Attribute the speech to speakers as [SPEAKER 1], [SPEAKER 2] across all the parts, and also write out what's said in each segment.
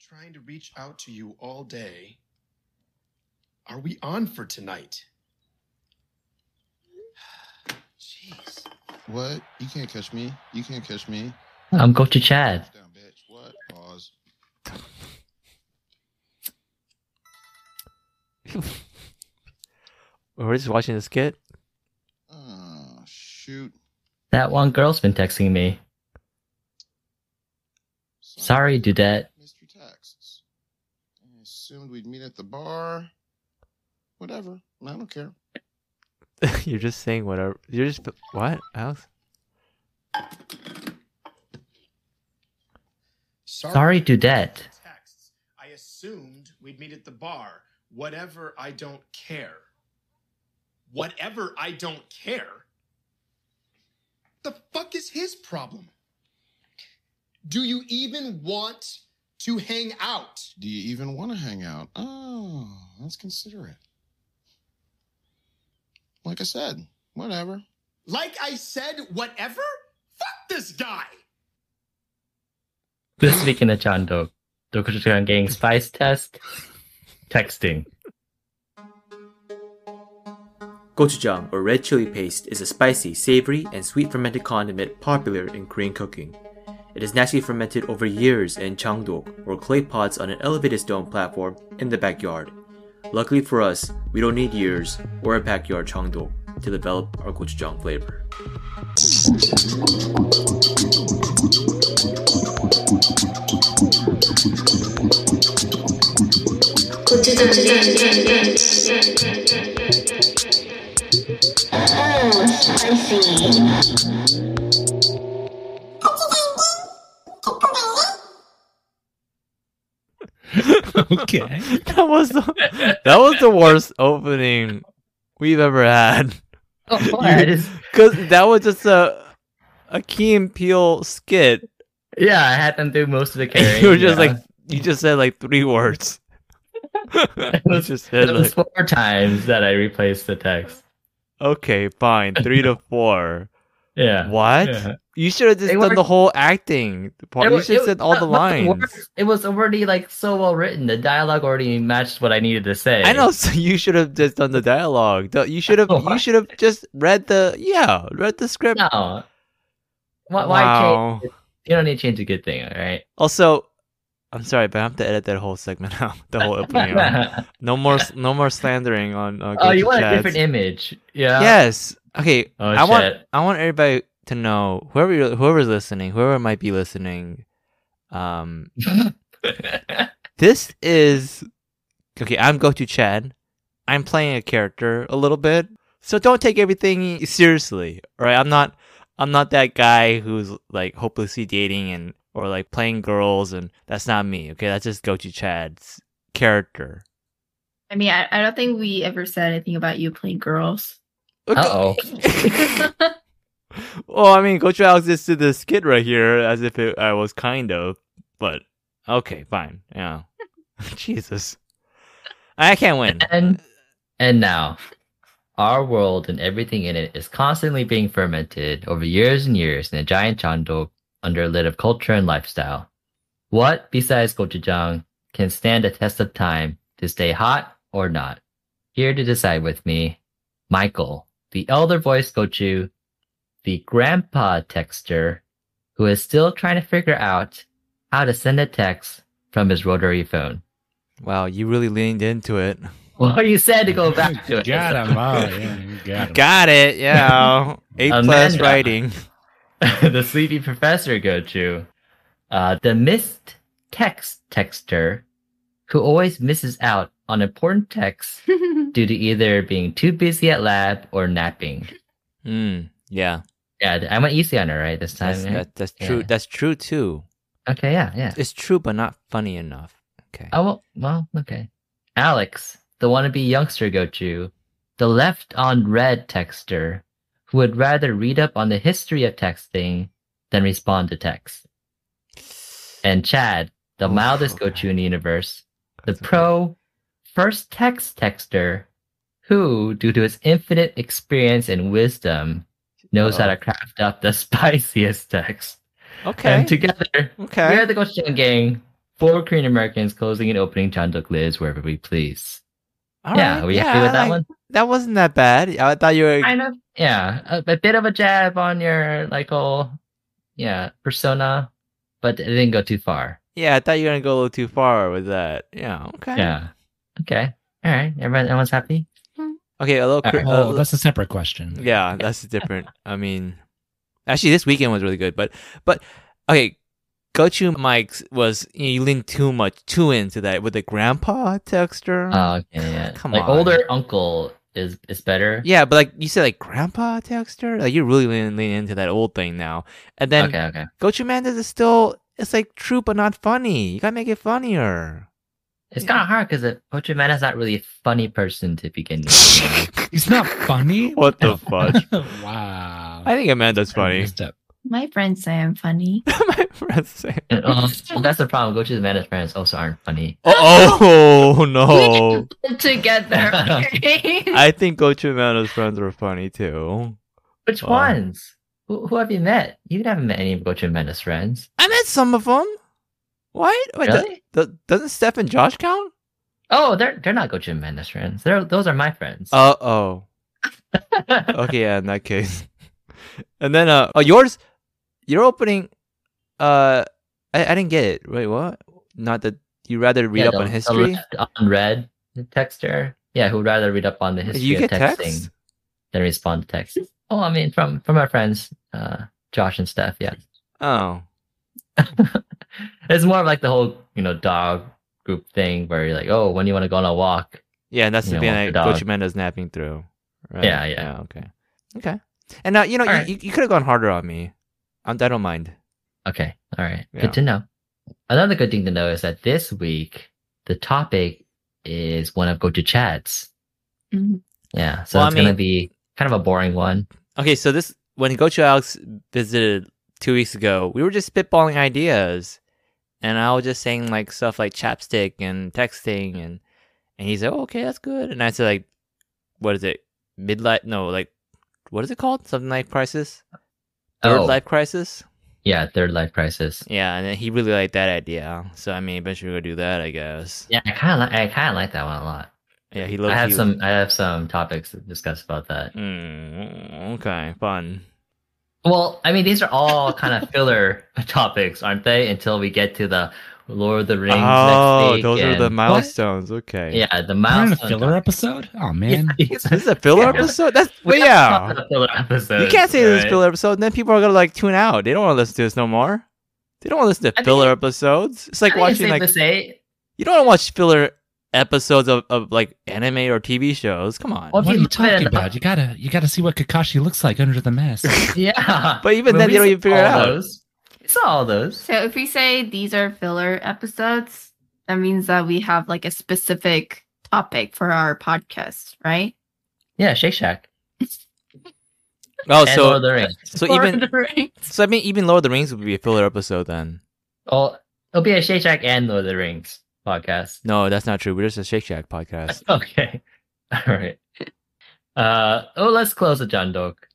[SPEAKER 1] trying to reach out to you all day. Are we on for tonight? Jeez.
[SPEAKER 2] What? You can't catch me. You can't catch me.
[SPEAKER 3] Um, go to Chad.
[SPEAKER 2] Down, bitch. What? Pause.
[SPEAKER 4] We're just watching the skit.
[SPEAKER 2] Oh, shoot.
[SPEAKER 3] That one girl's been texting me. Sorry, Dudette.
[SPEAKER 2] Mystery texts. I assumed we'd meet at the bar. Whatever. I don't care.
[SPEAKER 4] You're just saying whatever. You're just what, Alex?
[SPEAKER 3] Sorry, Dudette.
[SPEAKER 1] Texts. I assumed we'd meet at the bar. Whatever, I don't care. Whatever, I don't care. The fuck is his problem? Do you even want to hang out?
[SPEAKER 2] Do you even want to hang out? Oh, that's considerate. Like I said, whatever.
[SPEAKER 1] Like I said, whatever? Fuck this guy!
[SPEAKER 3] This week in the Chando, Dokuchikan Gang Spice Test, texting.
[SPEAKER 5] Gochujang, or red chili paste, is a spicy, savory, and sweet fermented condiment popular in Korean cooking. It is naturally fermented over years in changdok, or clay pots on an elevated stone platform in the backyard. Luckily for us, we don't need years or a backyard changdok to develop our gochujang flavor.
[SPEAKER 3] Okay.
[SPEAKER 4] That was the that was the worst opening we've ever had.
[SPEAKER 3] I just-
[SPEAKER 4] Cause that was just a a Key and Peele skit.
[SPEAKER 3] yeah, I had them do most of the
[SPEAKER 4] And
[SPEAKER 3] carrying.
[SPEAKER 4] you were just
[SPEAKER 3] yeah.
[SPEAKER 4] like you just said like three words. you
[SPEAKER 3] was-
[SPEAKER 4] just said
[SPEAKER 3] it was
[SPEAKER 4] like,
[SPEAKER 3] four times that I replaced the text.
[SPEAKER 4] okay, fine, three to four.
[SPEAKER 3] Yeah.
[SPEAKER 4] What?
[SPEAKER 3] Yeah.
[SPEAKER 4] You should have just
[SPEAKER 3] They
[SPEAKER 4] done
[SPEAKER 3] were-
[SPEAKER 4] the whole acting part.
[SPEAKER 3] It
[SPEAKER 4] You
[SPEAKER 3] was-
[SPEAKER 4] should have
[SPEAKER 3] it-
[SPEAKER 4] said all
[SPEAKER 3] but-
[SPEAKER 4] the
[SPEAKER 3] but
[SPEAKER 4] lines.
[SPEAKER 3] words- it was already like so well written. The dialogue already matched what I needed to say.
[SPEAKER 4] I know. So you should have just done the dialogue. The- You should have. You
[SPEAKER 3] What?
[SPEAKER 4] should have just read the. Yeah, read the script.
[SPEAKER 3] No. Why, why
[SPEAKER 4] Wow.
[SPEAKER 3] change? You don't need to change a good thing, all right?
[SPEAKER 4] Also, I'm sorry, but I have to edit that whole segment out. The whole opening. out. No more. No more slandering on. Uh,
[SPEAKER 3] oh, you
[SPEAKER 4] Gochujang
[SPEAKER 3] want a
[SPEAKER 4] chats.
[SPEAKER 3] different uh? image? Yeah.
[SPEAKER 4] Yes. Okay.
[SPEAKER 3] Oh,
[SPEAKER 4] I want.
[SPEAKER 3] shit.
[SPEAKER 4] I want everybody to know whoever you're, whoever's listening, whoever might be listening. Um, this is okay. I'm go to Chad. I'm playing a character a little bit, so don't take everything seriously. All right, I'm not. I'm not that guy who's like hopelessly dating and or like playing girls, and that's not me. Okay, that's just go to Chad's character.
[SPEAKER 6] I mean, I, I don't think we ever said anything about you playing girls.
[SPEAKER 3] Uh-oh.
[SPEAKER 4] well, Oh, I mean, Coach Alex just did this skit right here as if it, I was kind of, but okay, fine. Yeah. Jesus. I can't win.
[SPEAKER 3] and and now, our world and everything in it is constantly being fermented over years and years in a giant chandok under a lid of culture and lifestyle. What besides gochujang can stand the test of time to stay hot or not? Here to decide with me, Michael, the elder voice gochu, the grandpa texter, who is still trying to figure out how to send a text from his rotary phone.
[SPEAKER 4] Wow, you really leaned into it.
[SPEAKER 3] Well, you said to go back to it.
[SPEAKER 7] got him. Oh, yeah, you got him.
[SPEAKER 4] Got it. Yeah. A plus
[SPEAKER 3] Amanda.
[SPEAKER 4] writing.
[SPEAKER 3] the sleepy professor Gochu, uh, the missed text texter, who always misses out on important texts due to either being too busy at lab or napping.
[SPEAKER 4] Mm, yeah.
[SPEAKER 3] Yeah, I went easy on her right this time.
[SPEAKER 4] That's,
[SPEAKER 3] right?
[SPEAKER 4] that, that's true.
[SPEAKER 3] Yeah.
[SPEAKER 4] That's true too.
[SPEAKER 3] Okay, yeah, yeah.
[SPEAKER 4] It's true, but not funny enough. Okay.
[SPEAKER 3] Oh well, well, okay. Alex, the wannabe youngster Gochu, the left on red texter, who would rather read up on the history of texting than respond to text. And Chad, the
[SPEAKER 4] Oof,
[SPEAKER 3] mildest
[SPEAKER 4] Oh, okay.
[SPEAKER 3] Gochu in the universe, the pro first text texter, who, due to his infinite experience and wisdom, knows how
[SPEAKER 4] Uh-oh.
[SPEAKER 3] to craft up the spiciest text.
[SPEAKER 4] Okay.
[SPEAKER 3] And together,
[SPEAKER 4] okay.
[SPEAKER 3] we are the Gochu Gang, for Korean Americans closing and opening Chanduk lids wherever we please.
[SPEAKER 4] All
[SPEAKER 3] yeah,
[SPEAKER 4] right,
[SPEAKER 3] are we happy with
[SPEAKER 4] I
[SPEAKER 3] that
[SPEAKER 4] like-
[SPEAKER 3] one?
[SPEAKER 4] That wasn't that bad. I thought you were.
[SPEAKER 6] I know.
[SPEAKER 3] Yeah, a, a bit of a jab on your like whole yeah persona, but it didn't go too far.
[SPEAKER 4] Yeah, I thought you were gonna go a little too far with that. Yeah. Okay.
[SPEAKER 3] Yeah. Okay. All right. Everyone, everyone's happy.
[SPEAKER 4] Okay. A little. cri-
[SPEAKER 3] Alright.
[SPEAKER 4] a
[SPEAKER 7] Oh,
[SPEAKER 4] li-
[SPEAKER 7] that's a separate question.
[SPEAKER 4] yeah, that's different. I mean, actually, this weekend was really good, but but okay, go to Mike's was you leaned too much too into that with the grandpa texture.
[SPEAKER 3] Oh, okay. Yeah.
[SPEAKER 4] Mm-hmm. Come
[SPEAKER 3] like
[SPEAKER 4] on.
[SPEAKER 3] older uncle is is better.
[SPEAKER 4] yeah, but like you said, like grandpa texture, like you're really leaning, leaning into that old thing now. And then
[SPEAKER 3] okay. Okay.
[SPEAKER 4] Gochu Mandas is still it's like true but not funny. You gotta make it funnier.
[SPEAKER 3] It's kind of hard because Pocho Man is not really a funny person to begin with. you know?
[SPEAKER 7] He's not funny.
[SPEAKER 4] What the fudge?
[SPEAKER 7] wow.
[SPEAKER 4] I think Amanda's funny.
[SPEAKER 7] Messed up.
[SPEAKER 6] My friends say I'm funny.
[SPEAKER 4] My friends say.
[SPEAKER 3] And, um, well, that's the problem. Gochu's Manda's friends also aren't funny.
[SPEAKER 4] Oh, oh no!
[SPEAKER 6] Together. okay?
[SPEAKER 4] I think Gochu Amanda's friends are funny too.
[SPEAKER 3] Which
[SPEAKER 4] Oh.
[SPEAKER 3] ones? Who, who have you met? You haven't met any of Gochu Manda's friends.
[SPEAKER 4] I met some of them. What? Wait, do-
[SPEAKER 3] Really?
[SPEAKER 4] do- doesn't Steph and Josh count?
[SPEAKER 3] Oh, they're they're not Gochu Manda's friends. They're those are my friends.
[SPEAKER 4] Uh oh. Okay, yeah, in that case. and then uh, oh, yours, you're opening. Uh, I I didn't get it. Wait, what? Not that you rather read
[SPEAKER 3] Yeah,
[SPEAKER 4] up
[SPEAKER 3] the-
[SPEAKER 4] on
[SPEAKER 3] the
[SPEAKER 4] history.
[SPEAKER 3] left on red texter. Yeah, who'd rather read up on the history
[SPEAKER 4] you
[SPEAKER 3] of
[SPEAKER 4] get
[SPEAKER 3] texting
[SPEAKER 4] text?
[SPEAKER 3] than respond to text? Oh, I mean from from our friends, uh, Josh and Steph. Yeah,
[SPEAKER 4] Oh,
[SPEAKER 3] it's more of like the whole you know dog group thing where you're like, oh, when you want to go on a walk.
[SPEAKER 4] yeah, and that's
[SPEAKER 3] You
[SPEAKER 4] the
[SPEAKER 3] know,
[SPEAKER 4] thing
[SPEAKER 3] walk the
[SPEAKER 4] that
[SPEAKER 3] dog.
[SPEAKER 4] Gochu Manda's napping through. Right? Oh,
[SPEAKER 3] Yeah, yeah.
[SPEAKER 4] Okay, okay. And now you know you,
[SPEAKER 3] Alright.
[SPEAKER 4] you, you could have gone harder on me. I'm, I don't mind.
[SPEAKER 3] Okay, all right,
[SPEAKER 4] Yeah.
[SPEAKER 3] good to know. Another good thing to know is that this week the topic is one of go to Chad's.
[SPEAKER 6] Mhm.
[SPEAKER 3] Yeah, so
[SPEAKER 4] Well, I
[SPEAKER 3] it's gonna
[SPEAKER 4] mean-
[SPEAKER 3] be kind of a boring one.
[SPEAKER 4] Okay, so this when Gochu Alex visited two weeks ago, we were just spitballing ideas, and I was just saying like stuff like chapstick and texting, and and he said, oh, "Okay, that's good," and I said like, "What is it? Midlife? No, like, what is it called? Something life crisis? Third
[SPEAKER 3] Oh,
[SPEAKER 4] life crisis?
[SPEAKER 3] yeah, third life crisis.
[SPEAKER 4] Yeah." And then he really liked that idea, so I mean, eventually we're gonna do that, I guess.
[SPEAKER 3] Yeah, I kind of like I kind of like that one a lot.
[SPEAKER 4] Yeah, he
[SPEAKER 3] I
[SPEAKER 4] loves.
[SPEAKER 3] have some I have some topics to discuss about that.
[SPEAKER 4] Mm, okay, fun.
[SPEAKER 3] Well, I mean these are all kind of filler topics, aren't they? Until we get to the Lord of the Rings. next
[SPEAKER 4] oh,
[SPEAKER 3] week
[SPEAKER 4] those are
[SPEAKER 3] and-
[SPEAKER 4] the milestones. Okay.
[SPEAKER 3] Yeah, the
[SPEAKER 7] We're in a
[SPEAKER 3] milestone.
[SPEAKER 7] filler episode? Oh, man.
[SPEAKER 4] This is a filler
[SPEAKER 3] Yeah.
[SPEAKER 4] episode. That's
[SPEAKER 3] We have
[SPEAKER 4] but yeah.
[SPEAKER 3] to talk about filler episodes,
[SPEAKER 4] You can't say this is
[SPEAKER 3] right?
[SPEAKER 4] filler episode, and then people are gonna like tune out. They don't want to listen to us no more. They don't want to listen to
[SPEAKER 3] I think
[SPEAKER 4] filler
[SPEAKER 3] it-
[SPEAKER 4] episodes. It's
[SPEAKER 3] I
[SPEAKER 4] like
[SPEAKER 3] think it's safe
[SPEAKER 4] watching like
[SPEAKER 3] to say.
[SPEAKER 4] you don't want to watch filler episodes of, of like anime or TV shows. Come on.
[SPEAKER 3] Well, if
[SPEAKER 7] What are
[SPEAKER 3] you
[SPEAKER 7] you
[SPEAKER 3] look at it-
[SPEAKER 7] talking about? You gotta, you gotta see what Kakashi looks like under the mask.
[SPEAKER 3] Yeah,
[SPEAKER 4] But even then,
[SPEAKER 3] we
[SPEAKER 4] they don't
[SPEAKER 3] saw
[SPEAKER 4] even figure it
[SPEAKER 3] all
[SPEAKER 4] out.
[SPEAKER 3] Those. We saw all those.
[SPEAKER 6] So if we say these are filler episodes, that means that we have like a specific topic for our podcast, right?
[SPEAKER 3] Yeah, Shake Shack.
[SPEAKER 4] Oh,
[SPEAKER 3] and Lord of
[SPEAKER 4] so
[SPEAKER 3] the Rings.
[SPEAKER 4] so
[SPEAKER 6] Lord
[SPEAKER 4] even
[SPEAKER 6] of the Rings.
[SPEAKER 4] so I mean even Lord of the Rings would be a filler episode then.
[SPEAKER 3] Oh, it'll be a Shake Shack and Lord of the Rings podcast.
[SPEAKER 4] No, that's not true. We're just a Shake Shack podcast.
[SPEAKER 3] Okay. All right. Uh, oh, let's close the John Dook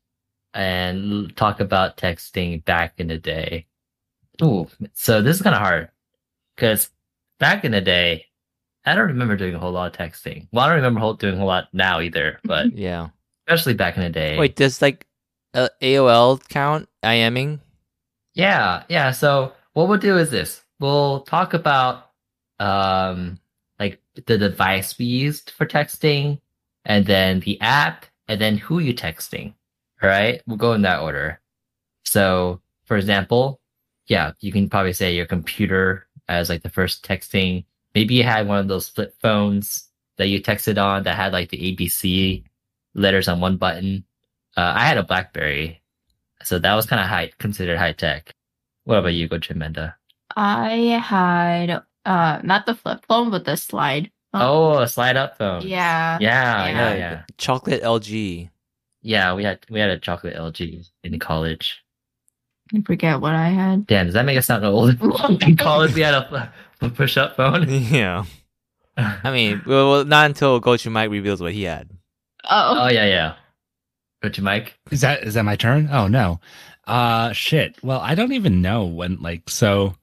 [SPEAKER 3] and l- talk about texting back in the day. Ooh, so this is kind of hard because back in the day, I don't remember doing a whole lot of texting. Well, I don't remember whole, doing a whole lot now either, but
[SPEAKER 4] Yeah.
[SPEAKER 3] especially back in the day.
[SPEAKER 4] Wait, does like uh, AOL count? IMing?
[SPEAKER 3] Yeah, yeah. So what we'll do is this: we'll talk about um like the device we used for texting, and then the app, and then who you texting. All right, we'll go in that order. So, for example, yeah, you can probably say your computer as like the first texting. Maybe you had one of those flip phones that you texted on that had like the ABC letters on one button. Uh, I had a BlackBerry, so that was kind of high, considered high tech. What about you, Go Menda?
[SPEAKER 6] I had uh not the flip phone, but the slide. phone.
[SPEAKER 3] Oh, a slide up phone.
[SPEAKER 6] yeah.
[SPEAKER 3] Yeah, yeah,
[SPEAKER 6] Yeah.
[SPEAKER 3] yeah.
[SPEAKER 4] Chocolate LG.
[SPEAKER 3] Yeah, we had we had a chocolate LG in college.
[SPEAKER 6] I forget what I had.
[SPEAKER 3] Damn, does that make us sound old? in college, we had a, push up phone.
[SPEAKER 4] yeah. I mean, well, well, not until Gochu Mike reveals what he had.
[SPEAKER 6] Oh,
[SPEAKER 8] Uh,
[SPEAKER 3] oh yeah, yeah. Go to Mike.
[SPEAKER 7] Is that is that my turn? Oh no. Uh shit. Well, I don't even know when like so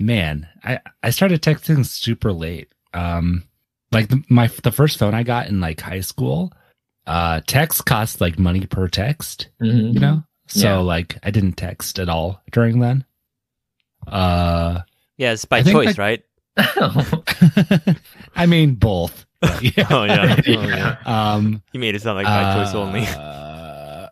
[SPEAKER 7] man, I I started texting super late. Um, like the, my the first phone I got in like high school, uh, text cost like money per text,
[SPEAKER 3] Mhm.
[SPEAKER 7] you know.
[SPEAKER 8] Mm-hmm.
[SPEAKER 7] So
[SPEAKER 3] Yeah.
[SPEAKER 7] like I didn't text at all during then. Uh,
[SPEAKER 8] Yeah, it's by
[SPEAKER 7] I think
[SPEAKER 8] choice,
[SPEAKER 7] my-
[SPEAKER 8] right?
[SPEAKER 7] I mean both. But yeah. Uh,
[SPEAKER 8] Oh yeah.
[SPEAKER 3] Yeah.
[SPEAKER 8] Oh, yeah.
[SPEAKER 7] Um.
[SPEAKER 8] You made it sound like by choice only.
[SPEAKER 7] only.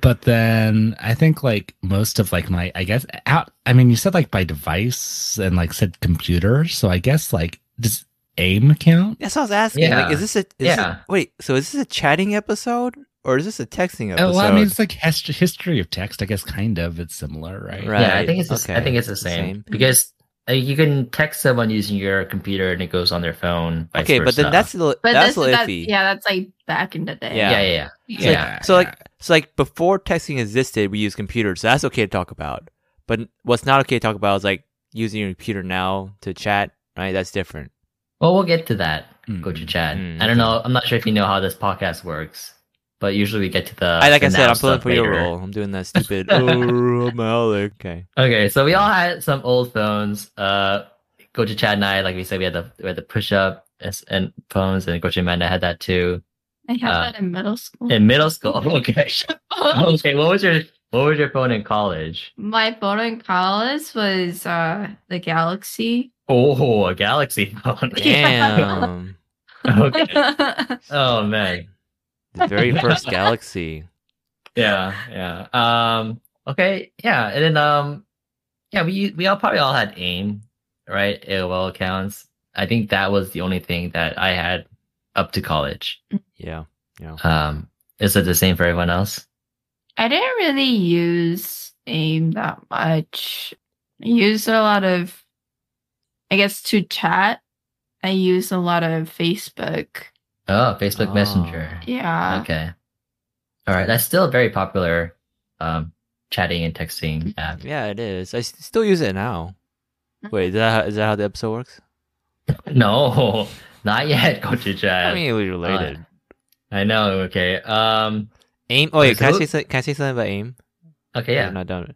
[SPEAKER 7] But then I think like most of like my I guess out I mean you said like by device and like said computer so I guess like does aim count?
[SPEAKER 8] That's what I was asking. Like,
[SPEAKER 3] Yeah.
[SPEAKER 8] is this a is this-
[SPEAKER 3] Yeah.
[SPEAKER 8] wait? So is this a chatting episode or is this a texting episode?
[SPEAKER 7] Oh, well, I mean it's like hist- history of text I guess kind of it's similar right?
[SPEAKER 8] Right.
[SPEAKER 3] Yeah, I think it's the, I
[SPEAKER 8] okay.
[SPEAKER 3] think it's the
[SPEAKER 8] It's the
[SPEAKER 3] same,
[SPEAKER 8] same.
[SPEAKER 3] because uh, you can text someone using your computer and it goes on their phone. vice
[SPEAKER 8] okay, but then
[SPEAKER 3] versa.
[SPEAKER 8] that's a little,
[SPEAKER 6] But
[SPEAKER 8] that's
[SPEAKER 6] that's
[SPEAKER 8] a little
[SPEAKER 6] that,
[SPEAKER 8] iffy.
[SPEAKER 6] yeah, that's like back in the day.
[SPEAKER 3] yeah,
[SPEAKER 8] Yeah.
[SPEAKER 3] yeah, yeah.
[SPEAKER 8] So, like-
[SPEAKER 3] Yeah.
[SPEAKER 8] so like so like before texting existed, we used computers, so that's okay to talk about. But what's not okay to talk about is like using your computer now to chat. Right, that's different.
[SPEAKER 3] Well, we'll get to that. Go to
[SPEAKER 7] Mm.
[SPEAKER 3] Chad.
[SPEAKER 8] Mm,
[SPEAKER 3] I don't
[SPEAKER 8] okay.
[SPEAKER 3] know. I'm not sure if you know how this podcast works, but usually we get to the.
[SPEAKER 8] I like
[SPEAKER 3] the
[SPEAKER 8] I said,
[SPEAKER 3] now
[SPEAKER 8] I'm pulling
[SPEAKER 3] stuff
[SPEAKER 8] for your
[SPEAKER 3] later.
[SPEAKER 8] role. I'm doing that stupid. oh, I'm out. Okay.
[SPEAKER 3] Okay, so we all had some old phones. Uh, Go to Chad and I, like we said, we had the we had the push up and, and phones, and Go to Amanda had that too
[SPEAKER 6] I had
[SPEAKER 3] Uh,
[SPEAKER 6] that in middle school.
[SPEAKER 3] in middle school. Okay, okay. What was your what was your phone in college?
[SPEAKER 6] My phone in college was uh the Galaxy.
[SPEAKER 3] Oh, a Galaxy phone.
[SPEAKER 8] Damn.
[SPEAKER 3] Okay. Oh man.
[SPEAKER 8] the very first Galaxy.
[SPEAKER 3] Yeah, yeah. Um. Okay. Yeah, and then um. Yeah, we we all probably all had AIM, right? AOL accounts. I think that was the only thing that I had up to college.
[SPEAKER 8] Yeah. Yeah.
[SPEAKER 3] Um. Is it the same for everyone else?
[SPEAKER 6] I didn't really use AIM that much. I used a lot of, I guess, to chat. I used a lot of Facebook.
[SPEAKER 3] Oh, Facebook
[SPEAKER 8] Oh.
[SPEAKER 3] Messenger.
[SPEAKER 6] Yeah.
[SPEAKER 3] Okay. All right. That's still a very popular um chatting and texting app.
[SPEAKER 8] Yeah, it is. I s- still use it now. Wait, is that how, is that how the episode works?
[SPEAKER 3] No, not yet, Coach Chad.
[SPEAKER 8] I mean, we related.
[SPEAKER 3] I know. Okay. Um.
[SPEAKER 8] Uh, aim. Oh, wait,
[SPEAKER 3] so
[SPEAKER 8] can I
[SPEAKER 3] who-
[SPEAKER 8] say something? Can I say something about aim?
[SPEAKER 3] Okay.
[SPEAKER 8] I'm
[SPEAKER 3] Yeah.
[SPEAKER 8] not done.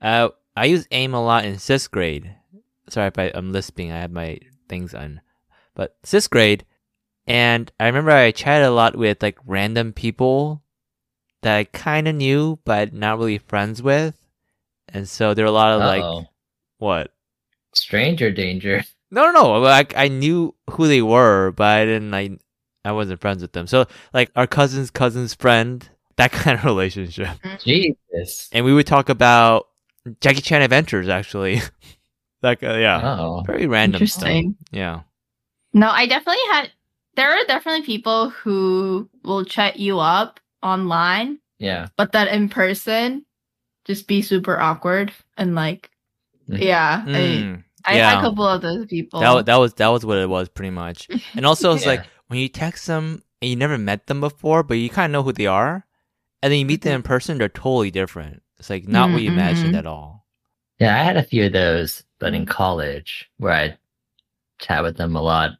[SPEAKER 8] Uh, I use aim a lot in sixth grade. Sorry if I, I'm lisping. I have my things on, but sixth grade, and I remember I chatted a lot with like random people that I kind of knew but not really friends with, and so there were a lot of
[SPEAKER 3] Uh-oh.
[SPEAKER 8] like what
[SPEAKER 3] stranger danger.
[SPEAKER 8] No, no, no. Like I knew who they were, but I didn't. I I wasn't friends with them. So like our cousin's cousin's friend, that kind of relationship.
[SPEAKER 3] Jesus.
[SPEAKER 8] And we would talk about Jackie Chan adventures, actually. like uh, yeah,
[SPEAKER 3] Oh.
[SPEAKER 8] very random stuff.
[SPEAKER 6] Interesting.
[SPEAKER 8] Yeah,
[SPEAKER 6] No, I definitely had. There are definitely people who will chat you up online,
[SPEAKER 3] Yeah.
[SPEAKER 6] but that in person, just be super awkward and like,
[SPEAKER 3] Mhm.
[SPEAKER 6] yeah. I,
[SPEAKER 8] Mm,
[SPEAKER 6] I
[SPEAKER 8] yeah.
[SPEAKER 6] had a couple of those people.
[SPEAKER 8] that wa- that was that was what it was pretty much. And also, it's
[SPEAKER 3] oh. Yeah.
[SPEAKER 8] like when you text them and you never met them before, but you kind of know who they are, and then you meet them
[SPEAKER 3] Mm-hmm.
[SPEAKER 8] in person, they're totally different. It's like not what you
[SPEAKER 6] Mhm,
[SPEAKER 8] imagined
[SPEAKER 6] mhm.
[SPEAKER 8] at all.
[SPEAKER 3] Yeah, I had a few of those, but in college where I chat with them a lot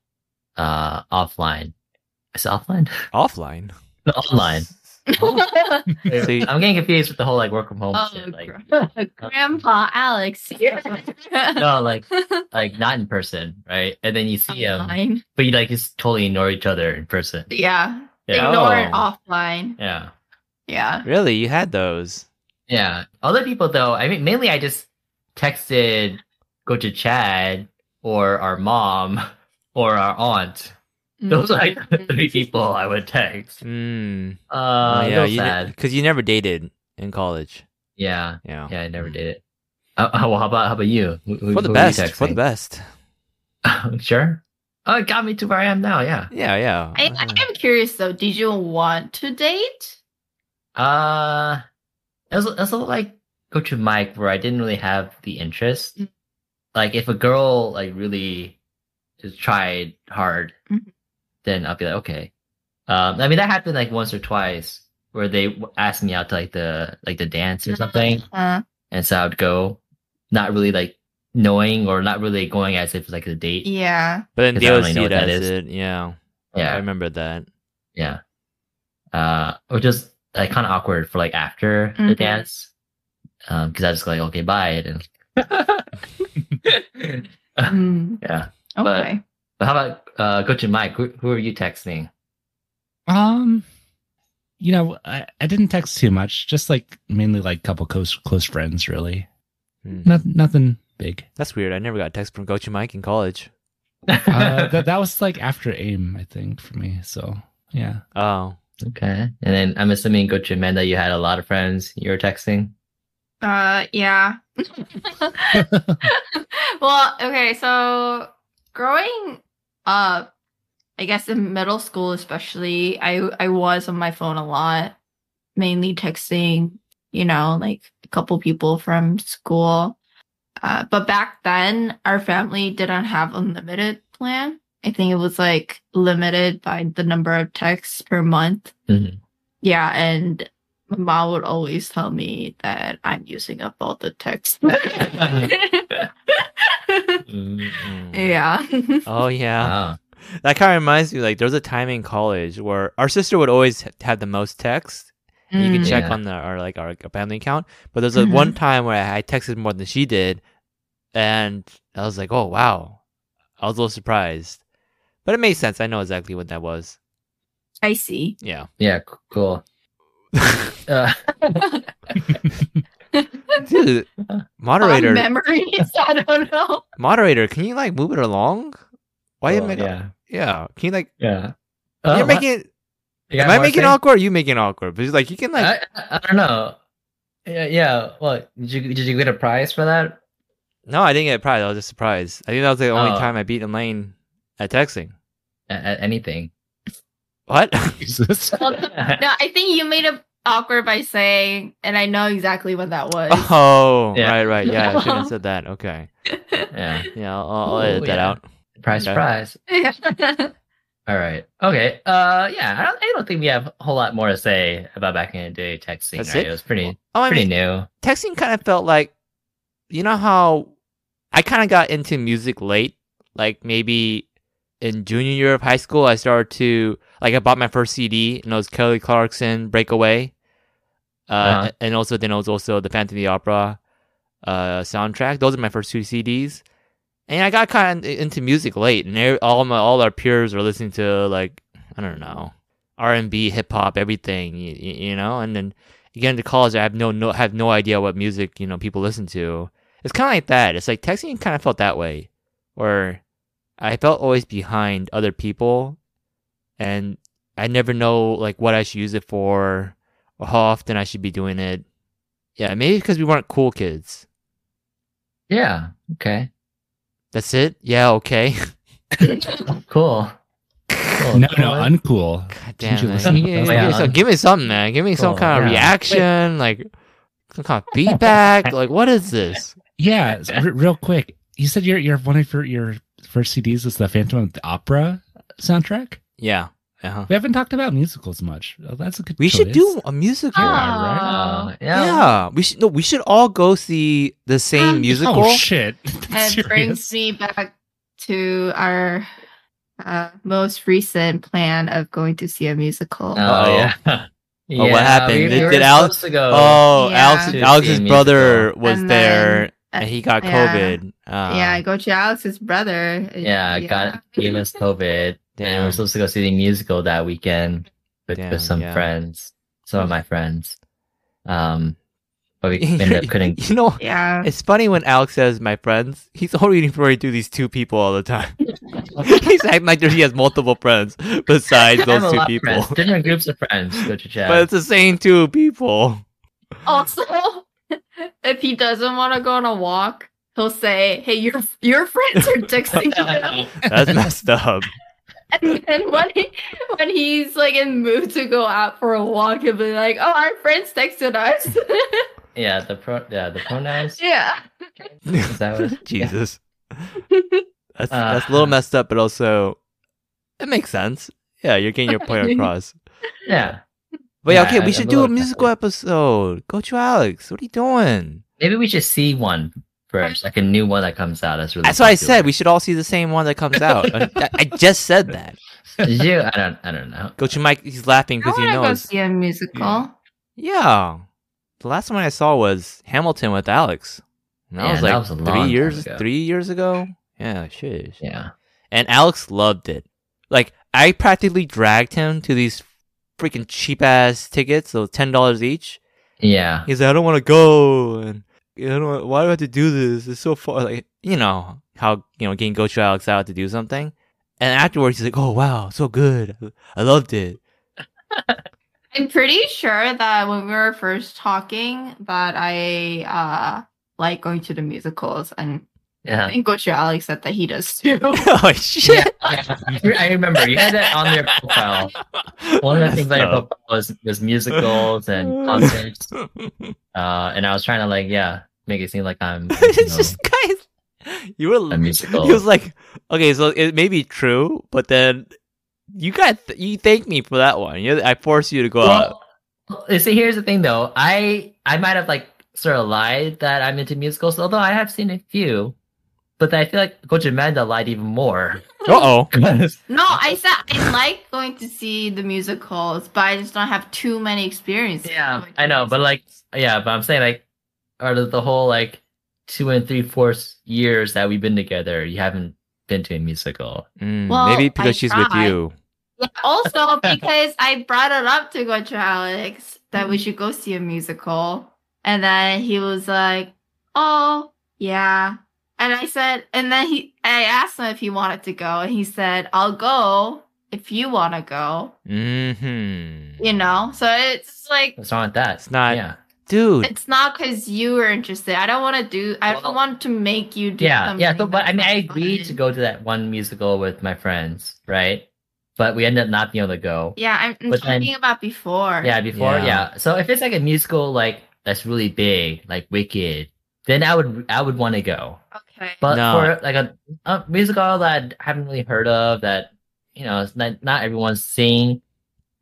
[SPEAKER 3] uh offline. Is it offline?
[SPEAKER 8] Offline.
[SPEAKER 3] Online.
[SPEAKER 8] See-
[SPEAKER 3] I'm getting confused with the whole like work from home
[SPEAKER 6] Oh,
[SPEAKER 3] shit. Like
[SPEAKER 6] gra- Grandpa Alex.
[SPEAKER 3] no, like like not in person, right? And then you see them,
[SPEAKER 6] Online.
[SPEAKER 3] but you like just totally ignore each other in person.
[SPEAKER 6] Yeah.
[SPEAKER 3] Yeah.
[SPEAKER 6] Ignore it
[SPEAKER 8] Oh.
[SPEAKER 6] offline.
[SPEAKER 3] Yeah.
[SPEAKER 6] Yeah.
[SPEAKER 8] Really, you had those?
[SPEAKER 3] Yeah. Other people though, I mean mainly I just texted go to Chad or our mom or our aunt.
[SPEAKER 6] Mm-hmm.
[SPEAKER 3] Those are like the three people I would text.
[SPEAKER 8] Mm.
[SPEAKER 3] Uh, yeah,
[SPEAKER 8] you
[SPEAKER 3] sad.
[SPEAKER 8] because you never dated in college.
[SPEAKER 3] Yeah,
[SPEAKER 8] Yeah,
[SPEAKER 3] yeah, I never did it. Uh, uh, well, how about how about you? Who- who-
[SPEAKER 8] Oh. For the
[SPEAKER 3] who are you
[SPEAKER 8] best. For the
[SPEAKER 3] texting?
[SPEAKER 8] best.
[SPEAKER 3] sure. Oh, it got me to where I am now. Yeah.
[SPEAKER 8] Yeah, yeah.
[SPEAKER 6] I,
[SPEAKER 8] Uh,
[SPEAKER 6] I am curious though. Did you want to date?
[SPEAKER 3] Uh, it was, it was a little like go to Mike where I didn't really have the interest.
[SPEAKER 6] Mm.
[SPEAKER 3] Like if a girl like really just tried hard,
[SPEAKER 6] Mhm.
[SPEAKER 3] then I'll be like okay. Um, I mean that happened like once or twice where they w- asked me out to like the like the dance or something.
[SPEAKER 6] Uh,
[SPEAKER 3] and so I would go, not really like knowing or not really going as if it's like a date.
[SPEAKER 6] yeah.
[SPEAKER 8] But then
[SPEAKER 3] 'Cause
[SPEAKER 8] they
[SPEAKER 3] I don't
[SPEAKER 8] would
[SPEAKER 3] really
[SPEAKER 8] see
[SPEAKER 3] know
[SPEAKER 8] it
[SPEAKER 3] what that
[SPEAKER 8] as
[SPEAKER 3] is.
[SPEAKER 8] it. Yeah.
[SPEAKER 4] Oh,
[SPEAKER 8] I
[SPEAKER 3] Yeah,
[SPEAKER 8] remember that.
[SPEAKER 3] yeah. Uh, or just like kind of awkward for like after the
[SPEAKER 6] Mhm.
[SPEAKER 3] dance, um, because I just go like okay, bye, and
[SPEAKER 6] Mm,
[SPEAKER 3] yeah. But-
[SPEAKER 6] okay.
[SPEAKER 3] But how about uh, Coach and Mike? Who, who are you texting?
[SPEAKER 7] Um, you know, I, I didn't text too much, just like mainly like couple close close friends, really.
[SPEAKER 4] Hmm.
[SPEAKER 7] Not, nothing big.
[SPEAKER 4] That's weird. I never got a text from Coach Mike in college.
[SPEAKER 7] Uh, that that was like after aim, I think, for me. So yeah,
[SPEAKER 4] Oh,
[SPEAKER 3] okay. And then I'm assuming Coach Amanda, you had a lot of friends you were texting.
[SPEAKER 6] Uh, yeah. well, okay, so growing up, I guess in middle school especially, I I was on my phone a lot, mainly texting, you know, like a couple people from school. Uh, but back then, our family didn't have unlimited plan. I think it was like limited by the number of texts per month.
[SPEAKER 3] Mhm.
[SPEAKER 6] Yeah, and my mom would always tell me that I'm using up all the text. yeah.
[SPEAKER 4] Mm. oh yeah.
[SPEAKER 3] Wow.
[SPEAKER 4] That kind of reminds me, like, there was a time in college where our sister would always h- have the most text. And you can
[SPEAKER 6] Mm.
[SPEAKER 4] check
[SPEAKER 3] Yeah.
[SPEAKER 4] on the, our, like, our family account. But there's a one time where I, I texted more than she did. And I was like, oh, wow. I was a little surprised. But it made sense. I know exactly what that was.
[SPEAKER 6] I see.
[SPEAKER 4] Yeah.
[SPEAKER 3] Yeah. c- Cool. Uh,
[SPEAKER 4] Dude, moderator,
[SPEAKER 6] Um, memories. I don't know.
[SPEAKER 4] moderator, can you, like, move it along? Why am
[SPEAKER 3] cool,
[SPEAKER 4] I not?
[SPEAKER 3] Yeah.
[SPEAKER 4] Yeah. Can you, like,
[SPEAKER 3] Yeah.
[SPEAKER 4] you're
[SPEAKER 3] Oh,
[SPEAKER 4] making it,
[SPEAKER 3] you got
[SPEAKER 4] am I
[SPEAKER 3] more Uh,
[SPEAKER 4] making it
[SPEAKER 3] things?
[SPEAKER 4] awkward or you making it awkward? But it's like, you can, like,
[SPEAKER 3] I, I, I don't know. Yeah, yeah. What did you did you get a prize for that?
[SPEAKER 4] No, I didn't get prize. I was just surprised. I think that was the only
[SPEAKER 3] Oh.
[SPEAKER 4] time I beat Elaine at texting.
[SPEAKER 3] A- a- anything?
[SPEAKER 4] What?
[SPEAKER 7] Jesus.
[SPEAKER 6] Well, no, I think you made it awkward by saying, and I know exactly what that was.
[SPEAKER 4] oh,
[SPEAKER 3] Yeah.
[SPEAKER 4] right, right. Yeah, I shouldn't have said that. Okay.
[SPEAKER 3] Yeah.
[SPEAKER 4] Yeah, I'll, I'll
[SPEAKER 3] Ooh,
[SPEAKER 4] edit that
[SPEAKER 3] yeah.
[SPEAKER 4] out.
[SPEAKER 3] Prize,
[SPEAKER 4] Okay.
[SPEAKER 3] prize. All right. Okay. Uh, yeah. I don't. I don't think we have a whole lot more to say about back in the day texting.
[SPEAKER 4] That's
[SPEAKER 3] right?
[SPEAKER 4] it?
[SPEAKER 3] was pretty
[SPEAKER 4] Oh, I
[SPEAKER 3] pretty
[SPEAKER 4] mean,
[SPEAKER 3] new.
[SPEAKER 4] texting kind of felt like, you know how I kind of got into music late, like maybe in junior year of high school. I started to like I bought my first CD, and it was Kelly Clarkson Breakaway, uh,
[SPEAKER 3] Uh-huh.
[SPEAKER 4] and also then it was also the Phantom of the Opera uh, soundtrack. Those are my first two CDs, and I got kind of into music late, and e- all my all our peers were listening to like I don't know R and B, hip hop, everything, you, you know, and then. Again, to college, I have no, no have no idea what music you know people listen to. It's kind of like that. It's like texting kind of felt that way, where I felt always behind other people, and I never know like what I should use it for or how often I should be doing it. Yeah, maybe because we weren't cool kids.
[SPEAKER 3] Yeah. Okay.
[SPEAKER 4] That's it. Yeah. Okay.
[SPEAKER 3] Cool. Cool.
[SPEAKER 7] no,
[SPEAKER 3] Cool.
[SPEAKER 7] no, uncool.
[SPEAKER 4] God
[SPEAKER 7] Did you
[SPEAKER 4] damn it.
[SPEAKER 7] listen to
[SPEAKER 4] Yeah,
[SPEAKER 7] those?
[SPEAKER 4] yeah, give, me
[SPEAKER 3] Yeah.
[SPEAKER 4] some, give me something, man. Give me some
[SPEAKER 3] Cool,
[SPEAKER 4] kind of
[SPEAKER 3] Oh, yeah.
[SPEAKER 4] reaction, like some kind of feedback. like, what is this?
[SPEAKER 7] Yeah, s- re- real quick. You said your your one of your your first CDs was the Phantom of the Opera soundtrack.
[SPEAKER 4] Yeah. Uh huh.
[SPEAKER 7] We haven't talked about musicals much. Oh, that's a good.
[SPEAKER 4] We should
[SPEAKER 7] choice.
[SPEAKER 4] do a musical.
[SPEAKER 7] Ah.
[SPEAKER 3] Uh,
[SPEAKER 6] Oh,
[SPEAKER 3] yeah.
[SPEAKER 4] Yeah. we should. No, we should all go see the same
[SPEAKER 6] Um,
[SPEAKER 4] musical.
[SPEAKER 7] Oh shit!
[SPEAKER 6] and it brings
[SPEAKER 7] Serious?
[SPEAKER 6] me back to our uh, most recent plan of going to see a musical.
[SPEAKER 3] Oh
[SPEAKER 4] Uh-oh.
[SPEAKER 3] yeah. yeah.
[SPEAKER 4] what happened?
[SPEAKER 3] We,
[SPEAKER 4] Did-
[SPEAKER 3] we were
[SPEAKER 4] did Alex-
[SPEAKER 3] supposed to go.
[SPEAKER 4] Oh,
[SPEAKER 6] Yeah.
[SPEAKER 4] Alex,
[SPEAKER 3] To
[SPEAKER 4] Alex's
[SPEAKER 3] see a
[SPEAKER 4] brother was
[SPEAKER 6] And
[SPEAKER 4] there,
[SPEAKER 6] then-
[SPEAKER 4] and he got
[SPEAKER 6] Yeah.
[SPEAKER 4] COVID. Uh,
[SPEAKER 6] yeah,
[SPEAKER 8] Um,
[SPEAKER 6] I go to Alex's brother.
[SPEAKER 3] yeah, got gave us COVID, and we
[SPEAKER 4] Damn.
[SPEAKER 3] are supposed to go see the musical that weekend with,
[SPEAKER 4] Damn,
[SPEAKER 3] with some
[SPEAKER 4] yeah.
[SPEAKER 3] friends, some of my friends. Um, but we ended up couldn't.
[SPEAKER 4] You know,
[SPEAKER 6] Yeah.
[SPEAKER 4] it's funny when Alex says "my friends." He's only referring to these two people all the time. he's acting like he has multiple friends besides
[SPEAKER 3] I have a
[SPEAKER 4] those two
[SPEAKER 3] lot of
[SPEAKER 4] people,
[SPEAKER 3] friends, different groups of friends. Go to chat.
[SPEAKER 4] but it's the same two people.
[SPEAKER 6] Also, if he doesn't want to go on a walk, he'll say, "Hey, your your friends are texting you."
[SPEAKER 4] That's messed up.
[SPEAKER 6] And then when he, when he's like in mood to go out for a walk, he'll be like, "Oh, our friends texted us."
[SPEAKER 3] yeah, the pro, yeah, the pronouns.
[SPEAKER 6] yeah.
[SPEAKER 3] Is that what-
[SPEAKER 4] Jesus. That's
[SPEAKER 3] Uh,
[SPEAKER 4] that's a little messed up, but also it makes sense. Yeah, you're getting your point across.
[SPEAKER 3] Yeah,
[SPEAKER 4] But yeah,
[SPEAKER 3] Yeah,
[SPEAKER 4] okay,
[SPEAKER 3] I-
[SPEAKER 4] we
[SPEAKER 3] I'm
[SPEAKER 4] should
[SPEAKER 3] a
[SPEAKER 4] do a
[SPEAKER 3] little
[SPEAKER 4] musical episode. Go to Alex. What are you doing?
[SPEAKER 3] maybe we should see one first, like a new one that comes out. That's really.
[SPEAKER 4] That's what I
[SPEAKER 3] popular.
[SPEAKER 4] said. We should all see the same one that comes out. I, I just said that.
[SPEAKER 3] Did you? I don't. I don't know.
[SPEAKER 4] Go to Mike. He's laughing
[SPEAKER 6] I
[SPEAKER 4] because he
[SPEAKER 6] want to go
[SPEAKER 4] knows.
[SPEAKER 6] see a musical.
[SPEAKER 4] Yeah. The last one I saw was Hamilton with Alex.
[SPEAKER 8] And that
[SPEAKER 3] Yeah,
[SPEAKER 8] was
[SPEAKER 3] that
[SPEAKER 8] like
[SPEAKER 3] was a long
[SPEAKER 8] three
[SPEAKER 3] time
[SPEAKER 8] years,
[SPEAKER 3] ago.
[SPEAKER 8] three years ago. Yeah, shit.
[SPEAKER 3] Yeah.
[SPEAKER 8] And Alex loved it. Like I practically dragged him to these freaking cheap ass tickets, those ten dollars each.
[SPEAKER 3] Yeah.
[SPEAKER 8] He's like, I don't want to go, and I don't. wa- Why do I have to do this? It's so far. Like you know how you know getting Gochu Alex out to do something, and afterwards he's like, Oh wow, so good. I loved it.
[SPEAKER 6] I'm pretty sure that when we were first talking that I uh like going to the musicals and I
[SPEAKER 3] Yeah.
[SPEAKER 6] think Gochu Alex said that he does too.
[SPEAKER 8] oh shit.
[SPEAKER 3] I I remember you had that on your profile. One of the things on your
[SPEAKER 8] So-
[SPEAKER 3] profile was, was musicals and concerts. Uh, and I was trying to like, yeah, make it seem like I'm you
[SPEAKER 8] it's
[SPEAKER 3] know,
[SPEAKER 8] just guys. You were
[SPEAKER 3] a musical.
[SPEAKER 8] He was like, okay, so it may be true, but then you got you thank me for that one. You, I forced you to go out.
[SPEAKER 3] well, you see, here's the thing though. I I might have like sort of lied that I'm into musicals, although I have seen a few. But I feel like Coach Amanda lied even more.
[SPEAKER 8] Uh oh.
[SPEAKER 6] no, I said I like going to see the musicals, but I just don't have too many experiences.
[SPEAKER 3] Yeah,
[SPEAKER 6] going to
[SPEAKER 3] I know, but like, yeah, but I'm saying like, out of the whole like two and three fourths years that we've been together, you haven't been to a musical.
[SPEAKER 6] Well,
[SPEAKER 8] Hmm, maybe
[SPEAKER 6] I
[SPEAKER 8] because she's with
[SPEAKER 6] tried.
[SPEAKER 8] you.
[SPEAKER 6] Yeah, also because I brought it up to Gochu Alex that we should go see a musical. And then he was like, Oh, yeah. And I said, and then he I asked him if he wanted to go, and he said, I'll go if you wanna go.
[SPEAKER 8] Mm-hmm.
[SPEAKER 6] You know? So it's like
[SPEAKER 3] What's wrong with that?
[SPEAKER 8] It's not-
[SPEAKER 3] Yeah,
[SPEAKER 8] dude.
[SPEAKER 6] it's not because you were interested. I don't wanna do I
[SPEAKER 3] Well-
[SPEAKER 6] don't want to make you do
[SPEAKER 3] yeah, yeah.
[SPEAKER 6] something
[SPEAKER 3] So, but I
[SPEAKER 6] that's
[SPEAKER 3] mean, I
[SPEAKER 6] not
[SPEAKER 3] agreed
[SPEAKER 6] fun.
[SPEAKER 3] to go to that one musical with my friends, right? But we ended up not being able to go.
[SPEAKER 6] Yeah, I'm, I'm
[SPEAKER 3] But then-
[SPEAKER 6] talking about before.
[SPEAKER 3] Yeah, before,
[SPEAKER 8] Yeah.
[SPEAKER 3] yeah. So if it's like a musical like that's really big, like Wicked, then I would I would want to go.
[SPEAKER 6] Okay.
[SPEAKER 3] But
[SPEAKER 8] No.
[SPEAKER 3] for like a, a musical that I haven't really heard of, that you know, it's not not everyone's seeing,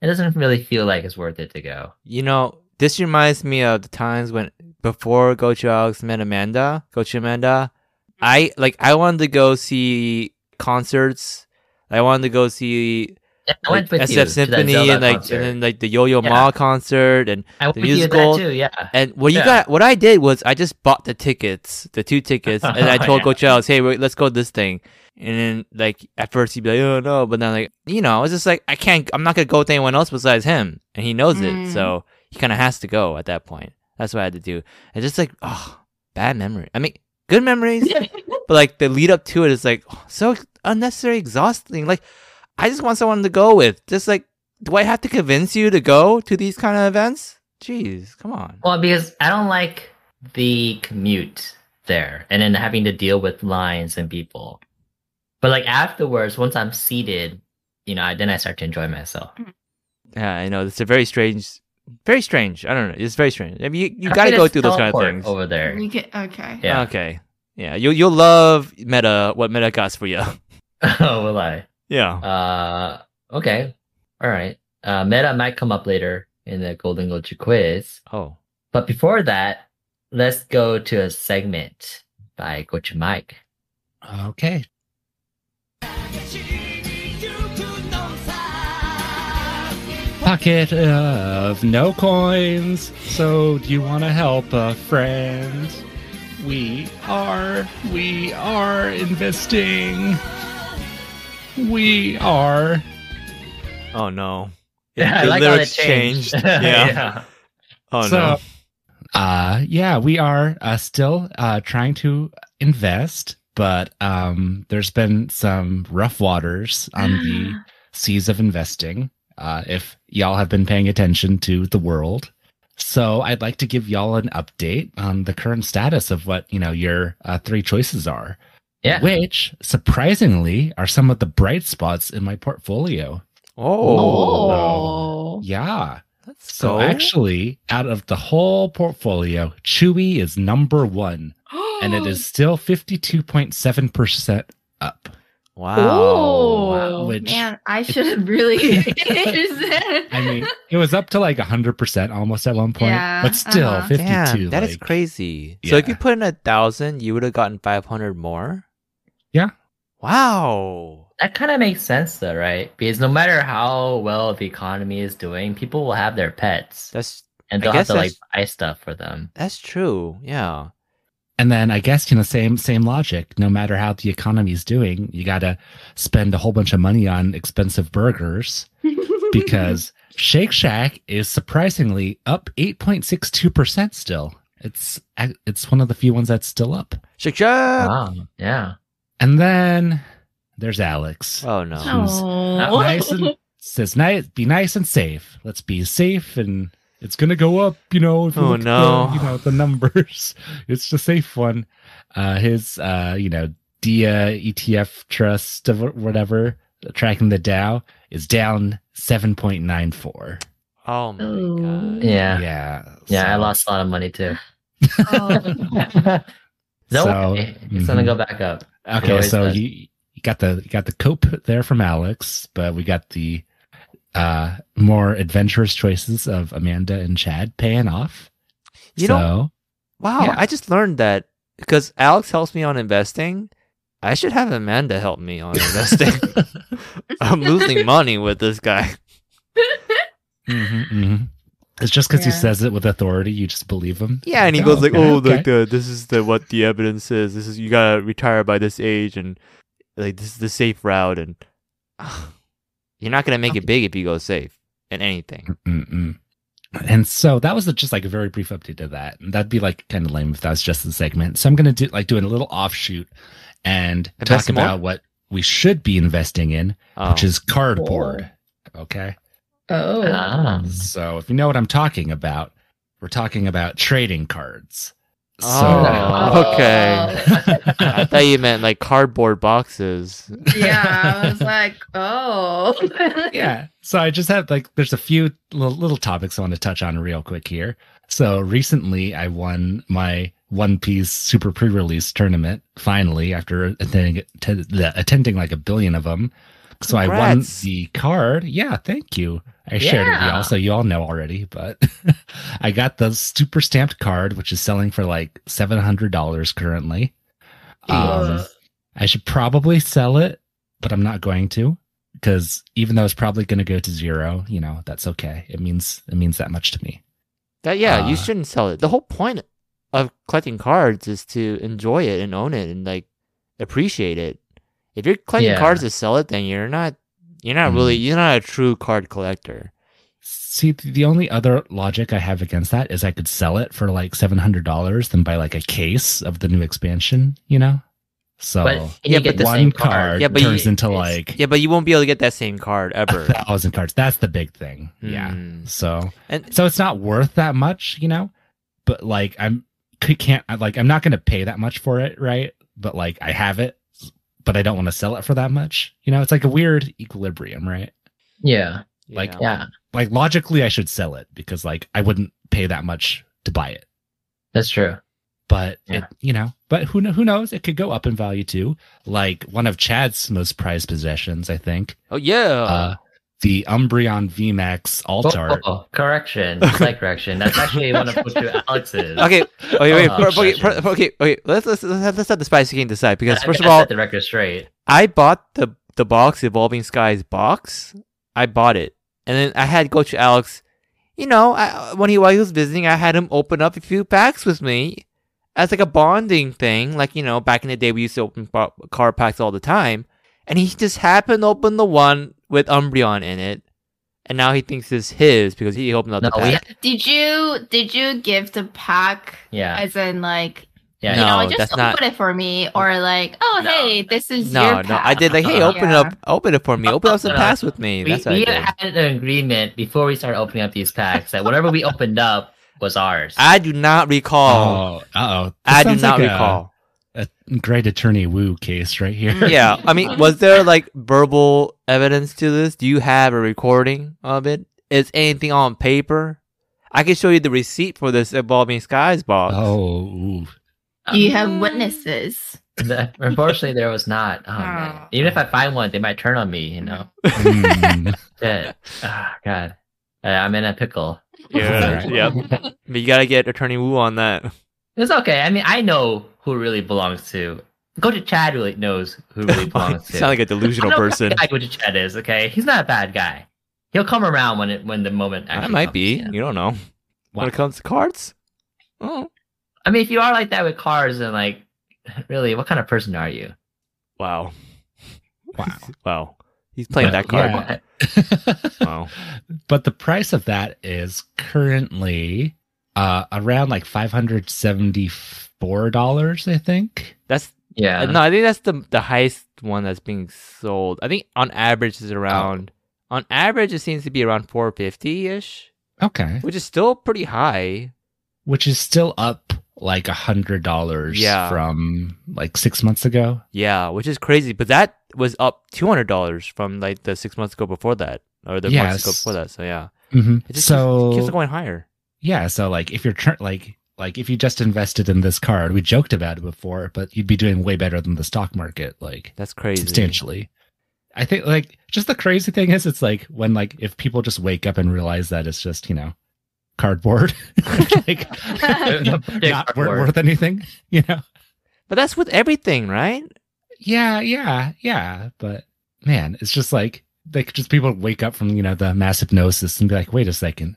[SPEAKER 3] it doesn't really feel like it's worth it to go.
[SPEAKER 8] You know, this reminds me of the times when before Gochu Alex met Amanda, Gochu Amanda, I like I wanted to go see concerts. I wanted to go see
[SPEAKER 3] Yeah, I
[SPEAKER 8] like,
[SPEAKER 3] went with you
[SPEAKER 8] SF
[SPEAKER 3] to that
[SPEAKER 8] Symphony
[SPEAKER 3] Zelda
[SPEAKER 8] and like
[SPEAKER 3] concert.
[SPEAKER 8] and then like the Yo Yo
[SPEAKER 3] Yeah.
[SPEAKER 8] Ma concert and
[SPEAKER 3] I went
[SPEAKER 8] the
[SPEAKER 3] with
[SPEAKER 8] musical-
[SPEAKER 3] you to that too. Yeah,
[SPEAKER 8] And what you
[SPEAKER 3] Yeah.
[SPEAKER 8] got, what I did was I just bought the tickets, the two tickets, and I told
[SPEAKER 3] Yeah.
[SPEAKER 8] Coach Alex, "Hey, wait, let's go to this thing." And then, like at first, he'd be like, "Oh no," but then, like you know, it's just like I can't, I'm not gonna go with anyone else besides him, and he knows it,
[SPEAKER 6] Mm.
[SPEAKER 8] so he kind of has to go at that point. That's what I had to do. And just like, oh, bad memory. I mean, good memories, but like the lead up to it is like oh, so unnecessary, exhausting. Like I just want someone to go with. Just like, do I have to convince you to go to these kind of events? Jeez, come on.
[SPEAKER 3] well, because I don't like the commute there, and then having to deal with lines and people. But like afterwards, once I'm seated, you know, I, then I start to enjoy myself.
[SPEAKER 8] Yeah, I know. It's a very strange, very strange. I don't know. It's very strange. I mean, you, you
[SPEAKER 3] I
[SPEAKER 8] got to
[SPEAKER 3] think
[SPEAKER 8] go
[SPEAKER 3] it's
[SPEAKER 8] through those kind of
[SPEAKER 3] teleport
[SPEAKER 8] things.
[SPEAKER 3] over there.
[SPEAKER 6] You can, okay.
[SPEAKER 3] Oh, Yeah.
[SPEAKER 8] Okay. Yeah. You you'll love meta. What meta got for you?
[SPEAKER 3] oh, will I?
[SPEAKER 8] yeah.
[SPEAKER 3] Uh, okay. All right. Uh, meta might come up later in the Golden Gochu quiz.
[SPEAKER 8] Oh.
[SPEAKER 3] But before that, let's go to a segment by Coach Mike.
[SPEAKER 7] Okay. Pocket of no coins. So, do you want to help a friend? We are. We are investing. We are.
[SPEAKER 8] Oh no.
[SPEAKER 3] I
[SPEAKER 8] the
[SPEAKER 3] like how it
[SPEAKER 8] lyrics
[SPEAKER 3] changed.
[SPEAKER 8] yeah. Oh
[SPEAKER 7] so,
[SPEAKER 8] no.
[SPEAKER 7] Uh, yeah, we are uh, still uh, trying to invest, but um, there's been some rough waters on the seas of investing. Uh, if y'all have been paying attention to the world, so I'd like to give y'all an update on the current status of what you know your uh, three choices are,
[SPEAKER 3] Yeah.
[SPEAKER 7] which surprisingly are some of the bright spots in my portfolio.
[SPEAKER 8] Oh.
[SPEAKER 6] Oh.
[SPEAKER 7] Yeah.
[SPEAKER 8] Let's
[SPEAKER 7] So
[SPEAKER 8] go.
[SPEAKER 7] actually, out of the whole portfolio, Chewy is number one.
[SPEAKER 6] Oh.
[SPEAKER 7] and it is still 52.7% up.
[SPEAKER 8] wow.
[SPEAKER 7] Wow. Which-
[SPEAKER 6] man, I should have really. I
[SPEAKER 7] I mean, it was up to like 100% almost at one point,
[SPEAKER 6] Yeah,
[SPEAKER 7] but still
[SPEAKER 6] uh-huh.
[SPEAKER 7] 52.
[SPEAKER 8] Damn, that is
[SPEAKER 7] like-
[SPEAKER 8] crazy. So if
[SPEAKER 7] Yeah.
[SPEAKER 8] you put in a thousand, you would have gotten five hundred more.
[SPEAKER 7] Yeah.
[SPEAKER 8] Wow.
[SPEAKER 3] That kind of makes sense though, right? Because no matter how well the economy is doing, people will have their pets
[SPEAKER 8] That's
[SPEAKER 3] and
[SPEAKER 8] I
[SPEAKER 3] they'll have
[SPEAKER 8] guess
[SPEAKER 3] to like
[SPEAKER 8] that's-
[SPEAKER 3] buy stuff for them.
[SPEAKER 8] That's true. Yeah.
[SPEAKER 7] And then I guess you know same same logic. No matter how the economy's doing, you got to spend a whole bunch of money on expensive burgers because Shake Shack is surprisingly up 8.62% still. It's it's one of the few ones that's still up.
[SPEAKER 4] Shake Shack.
[SPEAKER 3] Wow. Yeah.
[SPEAKER 7] And then there's Alex.
[SPEAKER 4] Oh no.
[SPEAKER 7] Oh. Nice and says nice be nice and safe. Let's be safe and it's gonna go up, you know, if you
[SPEAKER 4] Oh,
[SPEAKER 7] look at
[SPEAKER 4] no.
[SPEAKER 7] the, you know, the numbers. it's the safe one. Uh his uh, you know, DIA ETF E trust of whatever tracking the Dow is down seven point nine four.
[SPEAKER 4] Oh my
[SPEAKER 6] Oh.
[SPEAKER 4] god.
[SPEAKER 3] Yeah. Yeah.
[SPEAKER 7] Yeah.
[SPEAKER 3] I
[SPEAKER 7] so-
[SPEAKER 3] lost a lot of money too.
[SPEAKER 6] Oh.
[SPEAKER 3] No,
[SPEAKER 7] So,
[SPEAKER 3] way. eh, it's gonna
[SPEAKER 7] mhm.
[SPEAKER 3] go back up. It
[SPEAKER 7] Okay,
[SPEAKER 3] always
[SPEAKER 4] uh,
[SPEAKER 7] so
[SPEAKER 3] does.
[SPEAKER 7] you, you got the you got the cope there from Alex, but we got the uh more adventurous choices of Amanda and Chad paying off.
[SPEAKER 4] You
[SPEAKER 7] so,
[SPEAKER 4] know, wow,
[SPEAKER 3] Yeah.
[SPEAKER 4] I just learned that because Alex helps me on investing. I should have Amanda help me on investing. I'm losing money with this guy.
[SPEAKER 7] Mhm, mhm. it's just because
[SPEAKER 6] Yeah.
[SPEAKER 7] he says it with authority, you just believe him.
[SPEAKER 4] Yeah, and he goes like,
[SPEAKER 7] okay,
[SPEAKER 4] "Oh,
[SPEAKER 7] okay."
[SPEAKER 4] like the, this is the what the evidence is. This is you gotta retire by this age, and like this is the safe route." And you're not gonna make it big if you go safe in anything.
[SPEAKER 7] Mm-mm. And so that was just like a very brief update to that. And that'd be like kind of lame if that was just the segment. So I'm going to do like doing a little offshoot and
[SPEAKER 4] Invest
[SPEAKER 7] talk
[SPEAKER 4] more?
[SPEAKER 7] about what we should be investing in,
[SPEAKER 4] Oh.
[SPEAKER 7] which is cardboard. Okay. Uh-huh.
[SPEAKER 6] oh.
[SPEAKER 3] Ah.
[SPEAKER 7] So if you know what I'm talking about, we're talking about trading cards. So
[SPEAKER 4] Oh, okay. I
[SPEAKER 8] Oh.
[SPEAKER 7] I
[SPEAKER 4] thought you meant like cardboard boxes.
[SPEAKER 6] Yeah, I was like, oh.
[SPEAKER 7] yeah. So I just had like, there's a few little, little topics I want to touch on real quick here. So recently I won my One Piece Super Pre Release tournament finally after attending, atten- the- attending like a billion of them. So I won
[SPEAKER 4] Congrats.
[SPEAKER 7] the card. Yeah. Thank you. I shared it with
[SPEAKER 6] Yeah.
[SPEAKER 7] y'all. So you all know already, but I got the super stamped card, which is selling for like $700 currently. Um,
[SPEAKER 6] Ugh.
[SPEAKER 7] I should probably sell it, but I'm not going to because even though it's probably going to go to zero, you know, that's okay. It means it means that much to me.
[SPEAKER 4] That yeah, you
[SPEAKER 7] Uh,
[SPEAKER 4] shouldn't sell it. The whole point of collecting cards is to enjoy it and own it and like appreciate it. If you're collecting
[SPEAKER 3] Yeah.
[SPEAKER 4] cards to sell it, then you're not you're not really you're not a true card collector.
[SPEAKER 7] See, th- the only other logic I have against that is I could sell it for like seven hundred dollars, then buy like a case of the new expansion, you know. So
[SPEAKER 3] But you
[SPEAKER 4] Yeah,
[SPEAKER 3] get
[SPEAKER 4] but
[SPEAKER 3] the
[SPEAKER 7] one
[SPEAKER 3] same
[SPEAKER 7] card,
[SPEAKER 3] card.
[SPEAKER 4] Yeah, but you-
[SPEAKER 7] turns into
[SPEAKER 3] it's-
[SPEAKER 7] like
[SPEAKER 4] Yeah, but you won't be able to get that same card
[SPEAKER 7] a
[SPEAKER 4] ever.
[SPEAKER 7] thousand cards. That's the big thing.
[SPEAKER 3] Hmm.
[SPEAKER 7] Yeah.
[SPEAKER 4] Mm.
[SPEAKER 7] So
[SPEAKER 4] And
[SPEAKER 7] so it's not worth that much, you know. But like I'm c- can't I- like I'm not going to pay that much for it, right? But like I have it, but I don't want to sell it for that much. You know, it's like a weird equilibrium, right?
[SPEAKER 3] Yeah.
[SPEAKER 7] Like-
[SPEAKER 4] yeah.
[SPEAKER 3] Yeah.
[SPEAKER 7] Like logically, I should sell it because like I wouldn't pay that much to buy it.
[SPEAKER 3] That's true.
[SPEAKER 7] But
[SPEAKER 3] Yeah.
[SPEAKER 7] it, you know, but who kn- who knows? It could go up in value too. Like one of Chad's most prized possessions, I think,
[SPEAKER 4] Oh yeah.
[SPEAKER 7] uh, the Umbreon VMAX alt art.
[SPEAKER 3] Oh, oh, correction. Slight correction. That's actually one of Coach Alex's.
[SPEAKER 4] okay. Okay. Wait.
[SPEAKER 3] Uh,
[SPEAKER 4] per- okay, per-
[SPEAKER 3] sessions.
[SPEAKER 4] okay. Okay. Let's let's let's have- let's let the spicy game decide because
[SPEAKER 3] I- I
[SPEAKER 4] first of
[SPEAKER 3] gotta
[SPEAKER 4] all,
[SPEAKER 3] set the record straight.
[SPEAKER 4] I bought the the box, Evolving Skies box. I bought it, and then I had Coach Alex. You know, I, when he while he was visiting, I had him open up a few packs with me as like a bonding thing. Like you know, back in the day, we used to open bo- card packs all the time, and he just happened to open the one with Umbreon in it, and now he thinks it's his because he opened up
[SPEAKER 3] No,
[SPEAKER 4] the
[SPEAKER 3] we,
[SPEAKER 4] pack.
[SPEAKER 6] Did you did you give the pack
[SPEAKER 3] yeah,
[SPEAKER 6] as in like
[SPEAKER 3] yeah.
[SPEAKER 6] you
[SPEAKER 4] No,
[SPEAKER 6] know
[SPEAKER 4] that's
[SPEAKER 6] just open
[SPEAKER 4] not-
[SPEAKER 6] it for me or like oh
[SPEAKER 3] No.
[SPEAKER 6] hey this is
[SPEAKER 4] No,
[SPEAKER 6] your
[SPEAKER 4] no,
[SPEAKER 6] pack.
[SPEAKER 4] I did like, hey,
[SPEAKER 3] Uh,
[SPEAKER 4] open
[SPEAKER 6] yeah.
[SPEAKER 4] up, open it for me, open up some
[SPEAKER 3] Uh,
[SPEAKER 4] packs with me.
[SPEAKER 3] we,
[SPEAKER 4] That's what I
[SPEAKER 3] we
[SPEAKER 4] did.
[SPEAKER 3] had an agreement before we started opening up these packs that whatever we opened up was ours.
[SPEAKER 4] I do not recall.
[SPEAKER 7] oh, uh oh!
[SPEAKER 4] I do not recall.
[SPEAKER 7] a great attorney Wu case right here.
[SPEAKER 4] Mm, yeah, I mean, was there like verbal evidence to this? Do you have a recording of it? Is anything on paper? I can show you the receipt for this evolving skies box.
[SPEAKER 7] Oh, ooh.
[SPEAKER 6] Do you have witnesses?
[SPEAKER 3] Um, Unfortunately, there was not. Oh, man.
[SPEAKER 6] Oh.
[SPEAKER 3] Even if I find one, they might turn on me. You know.
[SPEAKER 7] Mm.
[SPEAKER 3] Shit. Ah, God, Uh, I'm in a pickle.
[SPEAKER 4] yeah,
[SPEAKER 7] Alright.
[SPEAKER 4] yep. But you gotta get Attorney Wu on that.
[SPEAKER 3] It's okay. I mean, I know who it really belongs to. Go to Chad. Really knows who really belongs to.
[SPEAKER 4] sound like a delusional
[SPEAKER 3] I know
[SPEAKER 4] person.
[SPEAKER 3] What guy Gucci Chad is okay. He's not a bad guy. He'll come around when it when the moment.
[SPEAKER 4] I
[SPEAKER 3] actually
[SPEAKER 4] might
[SPEAKER 3] comes,
[SPEAKER 4] be.
[SPEAKER 3] yeah.
[SPEAKER 4] You don't know. When it comes to cards, oh,
[SPEAKER 3] I mean, if you are like that with cars, then like, really, what kind of person are you?
[SPEAKER 4] Wow.
[SPEAKER 7] Wow.
[SPEAKER 4] Wow. He's playing that card.
[SPEAKER 7] Yeah.
[SPEAKER 4] Wow.
[SPEAKER 7] But the price of that is currently uh, around like five hundred seventy-four dollars, I think.
[SPEAKER 4] That's
[SPEAKER 3] Yeah.
[SPEAKER 4] Uh, no, I think that's the the highest one that's being sold. I think on average
[SPEAKER 7] Oh.
[SPEAKER 4] is around on average it seems to be around 450 ish,
[SPEAKER 7] Okay,
[SPEAKER 4] which is still pretty high.
[SPEAKER 7] which is still up like a hundred dollars
[SPEAKER 4] Yeah.
[SPEAKER 7] from like six months ago.
[SPEAKER 4] Yeah, which is crazy. But that was up two hundred dollars from like the six months ago before that, or the months ago
[SPEAKER 7] Yes.
[SPEAKER 4] before that. So yeah,
[SPEAKER 7] hmm
[SPEAKER 4] it just
[SPEAKER 7] So
[SPEAKER 4] keeps, keeps going higher.
[SPEAKER 7] yeah, so like if you're tr- like like if you just invested in this card, we joked about it before, but you'd be doing way better than the stock market, like
[SPEAKER 4] That's crazy.
[SPEAKER 7] substantially. I think like just the crazy thing is it's like when like if people just wake up and realize that it's just, you know, cardboard like not wor-
[SPEAKER 3] cardboard.
[SPEAKER 7] worth anything, you know.
[SPEAKER 4] But that's with everything, right?
[SPEAKER 7] Yeah, yeah, yeah, but man, it's just like like just people wake up from, you know, the massive gnosis and be like, "Wait a second.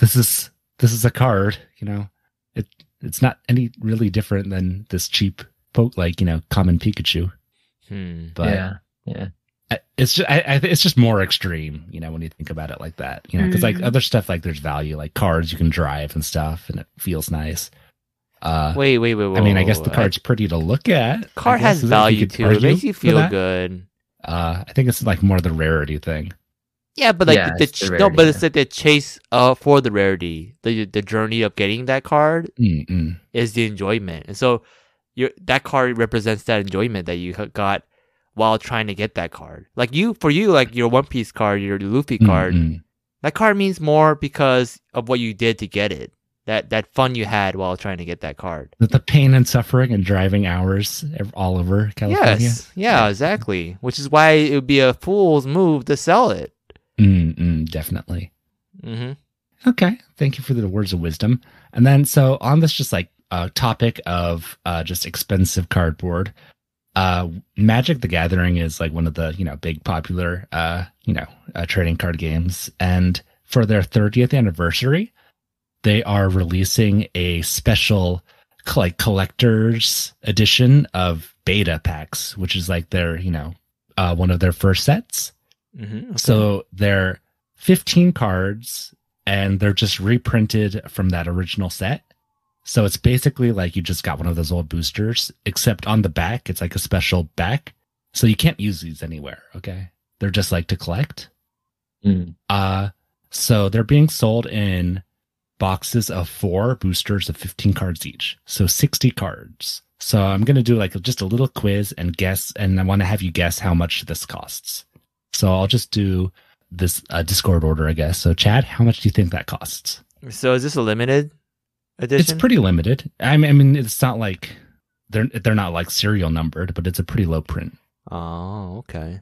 [SPEAKER 7] This is this is a card, you know. It it's not any really different than this cheap poke like, you know, common Pikachu,
[SPEAKER 4] Hmm.
[SPEAKER 7] but
[SPEAKER 3] yeah.
[SPEAKER 7] I- it's just I, I, think it's just more extreme, you know, when you think about it like that, you know, because like
[SPEAKER 6] Mhm.
[SPEAKER 7] other stuff, like there's value, like cards you can drive and stuff, and it feels nice. Uh,
[SPEAKER 4] Wait, wait, wait.
[SPEAKER 7] I mean, I
[SPEAKER 4] whoa,
[SPEAKER 7] guess the
[SPEAKER 4] whoa, whoa.
[SPEAKER 7] card's pretty to look at. I
[SPEAKER 4] card
[SPEAKER 7] guess,
[SPEAKER 4] has
[SPEAKER 7] is it? You
[SPEAKER 4] value
[SPEAKER 7] could
[SPEAKER 4] too. It
[SPEAKER 7] argue
[SPEAKER 4] makes you
[SPEAKER 7] for
[SPEAKER 4] feel
[SPEAKER 7] that.
[SPEAKER 4] good.
[SPEAKER 7] Uh, I think it's like more the rarity thing.
[SPEAKER 4] Yeah, but like
[SPEAKER 3] Yeah,
[SPEAKER 4] the,
[SPEAKER 3] it's the
[SPEAKER 4] ch- no, but
[SPEAKER 3] rarity,
[SPEAKER 4] it's like the chase uh for the rarity, the the journey of getting that card
[SPEAKER 7] Mm-mm.
[SPEAKER 4] is the enjoyment, and so your that card represents that enjoyment that you ha- got while trying to get that card. Like you, for you, like your One Piece card, your Luffy
[SPEAKER 7] Mm,
[SPEAKER 4] card,
[SPEAKER 7] Mm-mm.
[SPEAKER 4] that card means more because of what you did to get it. That that fun you had while trying to get that card.
[SPEAKER 7] The, the pain and suffering and driving hours ev- all over California.
[SPEAKER 4] Yes, yeah, exactly. Which is why it would be a fool's move to sell it.
[SPEAKER 7] Mm-mm, definitely.
[SPEAKER 4] hmm
[SPEAKER 7] Mm-hmm. Okay. Thank you for the words of wisdom. And then, so on this, just like uh, topic of uh, just expensive cardboard, uh, Magic the Gathering is like one of the, you know, big popular, uh, you know, uh, trading card games. And for their 30th anniversary, they are releasing a special c- like collector's edition of beta packs, which is like their, you know, uh, one of their first sets.
[SPEAKER 4] hmm
[SPEAKER 7] So they're 15 cards and they're just reprinted from that original set. So it's basically like you just got one of those old boosters, except on the back, it's like a special back. So you can't use these anywhere. Okay. They're just like to collect.
[SPEAKER 3] Mm.
[SPEAKER 7] Uh, so they're being sold in boxes of four boosters of 15 cards each. So 60 cards. So I'm going to do like just a little quiz and guess, and I want to have you guess how much this costs. So I'll just do this uh, Discord order, I guess. So Chad, how much do you think that costs?
[SPEAKER 4] So is this a limited edition?
[SPEAKER 7] It's pretty limited. I mean, I mean, it's not like they're they're not like serial numbered, but it's a pretty low print.
[SPEAKER 4] Oh, okay.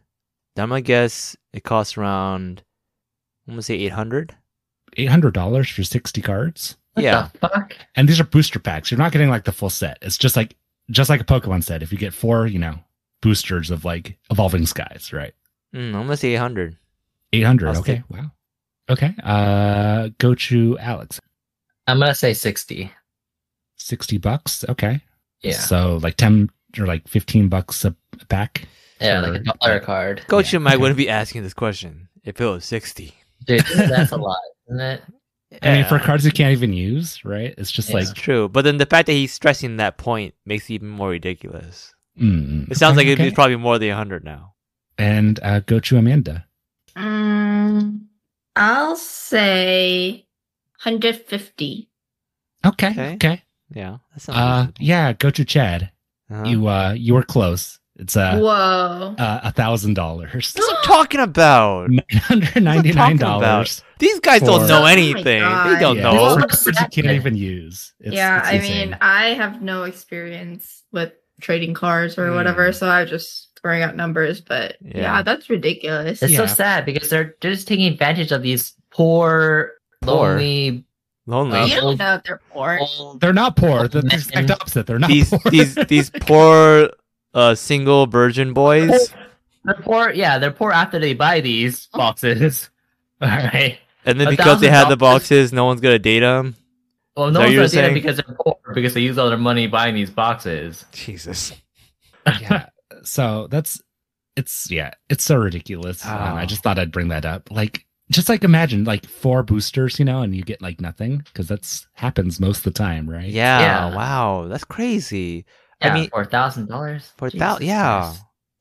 [SPEAKER 4] Then I'm gonna guess it costs around. I'm gonna say 800.
[SPEAKER 7] Eight hundred dollars for sixty cards.
[SPEAKER 3] What
[SPEAKER 4] yeah.
[SPEAKER 3] the fuck?
[SPEAKER 7] and these are booster packs. You're not getting like the full set. It's just like just like a Pokemon set. If you get four, you know, boosters of like evolving skies, right?
[SPEAKER 4] Mm, I'm gonna say 800.
[SPEAKER 7] Eight hundred.
[SPEAKER 4] I'll
[SPEAKER 7] Okay. Wow. Okay. Uh, go to Alex.
[SPEAKER 3] I'm gonna say sixty.
[SPEAKER 7] Sixty bucks. Okay.
[SPEAKER 3] Yeah.
[SPEAKER 7] So like ten or like fifteen bucks a a pack.
[SPEAKER 3] yeah,
[SPEAKER 7] for-
[SPEAKER 3] like a dollar card.
[SPEAKER 4] Coach
[SPEAKER 7] Yeah,
[SPEAKER 4] Mike
[SPEAKER 7] okay.
[SPEAKER 4] wouldn't be asking this question if it was 60.
[SPEAKER 3] Dude, that's a lot, isn't it?
[SPEAKER 7] I mean, for
[SPEAKER 4] Yeah,
[SPEAKER 7] cards you can't even use, right? It's just
[SPEAKER 3] Yeah.
[SPEAKER 7] like,
[SPEAKER 4] it's true. But then the fact that he's stressing that point makes it even more ridiculous.
[SPEAKER 7] mm,
[SPEAKER 4] It sounds like
[SPEAKER 7] okay,
[SPEAKER 4] it'd be
[SPEAKER 7] okay.
[SPEAKER 4] probably more than 100 now.
[SPEAKER 7] And uh, go to Amanda.
[SPEAKER 6] Mm, I'll say 150.
[SPEAKER 7] Okay. Okay.
[SPEAKER 4] Okay. Yeah. That sounds
[SPEAKER 7] Uh,
[SPEAKER 4] reasonable.
[SPEAKER 7] yeah. Go to Chad.
[SPEAKER 4] Uh-huh.
[SPEAKER 7] You uh, you were close. It's uh,
[SPEAKER 6] Whoa.
[SPEAKER 7] a thousand dollars.
[SPEAKER 4] That's what I'm talking about.
[SPEAKER 7] $199.
[SPEAKER 4] These guys
[SPEAKER 7] For-
[SPEAKER 4] don't know
[SPEAKER 6] Oh my
[SPEAKER 4] anything. they
[SPEAKER 6] God.
[SPEAKER 4] don't
[SPEAKER 7] Yeah,
[SPEAKER 4] know.
[SPEAKER 3] Well,
[SPEAKER 7] for
[SPEAKER 3] what's
[SPEAKER 7] cards you
[SPEAKER 3] that
[SPEAKER 7] can't
[SPEAKER 3] then?
[SPEAKER 7] even use. It's-
[SPEAKER 6] yeah,
[SPEAKER 7] it's
[SPEAKER 6] I
[SPEAKER 7] insane.
[SPEAKER 6] mean, I have no experience with trading cards or
[SPEAKER 4] Hmm.
[SPEAKER 6] whatever, so I was just throwing out numbers, but yeah,
[SPEAKER 4] Yeah.
[SPEAKER 6] that's ridiculous.
[SPEAKER 3] It's so
[SPEAKER 7] Yeah.
[SPEAKER 3] sad because they're they're just taking advantage of these poor,
[SPEAKER 4] Poor.
[SPEAKER 3] lonely,
[SPEAKER 4] Lonely.
[SPEAKER 3] Uh,
[SPEAKER 6] you don't
[SPEAKER 3] old-
[SPEAKER 6] know if they're poor.
[SPEAKER 3] old.
[SPEAKER 7] they're not poor. They're the
[SPEAKER 3] Men.
[SPEAKER 7] exact opposite. They're not
[SPEAKER 4] these
[SPEAKER 7] poor.
[SPEAKER 4] these these poor uh single virgin boys
[SPEAKER 3] They're poor. Yeah, they're poor after they buy these boxes. All right.
[SPEAKER 4] and then
[SPEAKER 3] A
[SPEAKER 4] because they
[SPEAKER 3] thousand
[SPEAKER 4] had the
[SPEAKER 3] dollars?
[SPEAKER 4] boxes no one's gonna date them
[SPEAKER 3] Well, no one's
[SPEAKER 4] So you're
[SPEAKER 3] gonna do that
[SPEAKER 4] saying-
[SPEAKER 3] because they're poor because they use all their money buying these boxes.
[SPEAKER 4] Jesus.
[SPEAKER 7] yeah. So that's it's yeah, it's so ridiculous. Um,
[SPEAKER 4] Oh.
[SPEAKER 7] I just thought I'd bring that up. Like just like imagine like four boosters, you know, and you get like nothing because that's happens most of the time, right?
[SPEAKER 4] Yeah,
[SPEAKER 3] Yeah.
[SPEAKER 4] Wow. That's crazy. I
[SPEAKER 3] Yeah,
[SPEAKER 4] mean-
[SPEAKER 3] four thousand dollars.
[SPEAKER 4] For thou- yeah.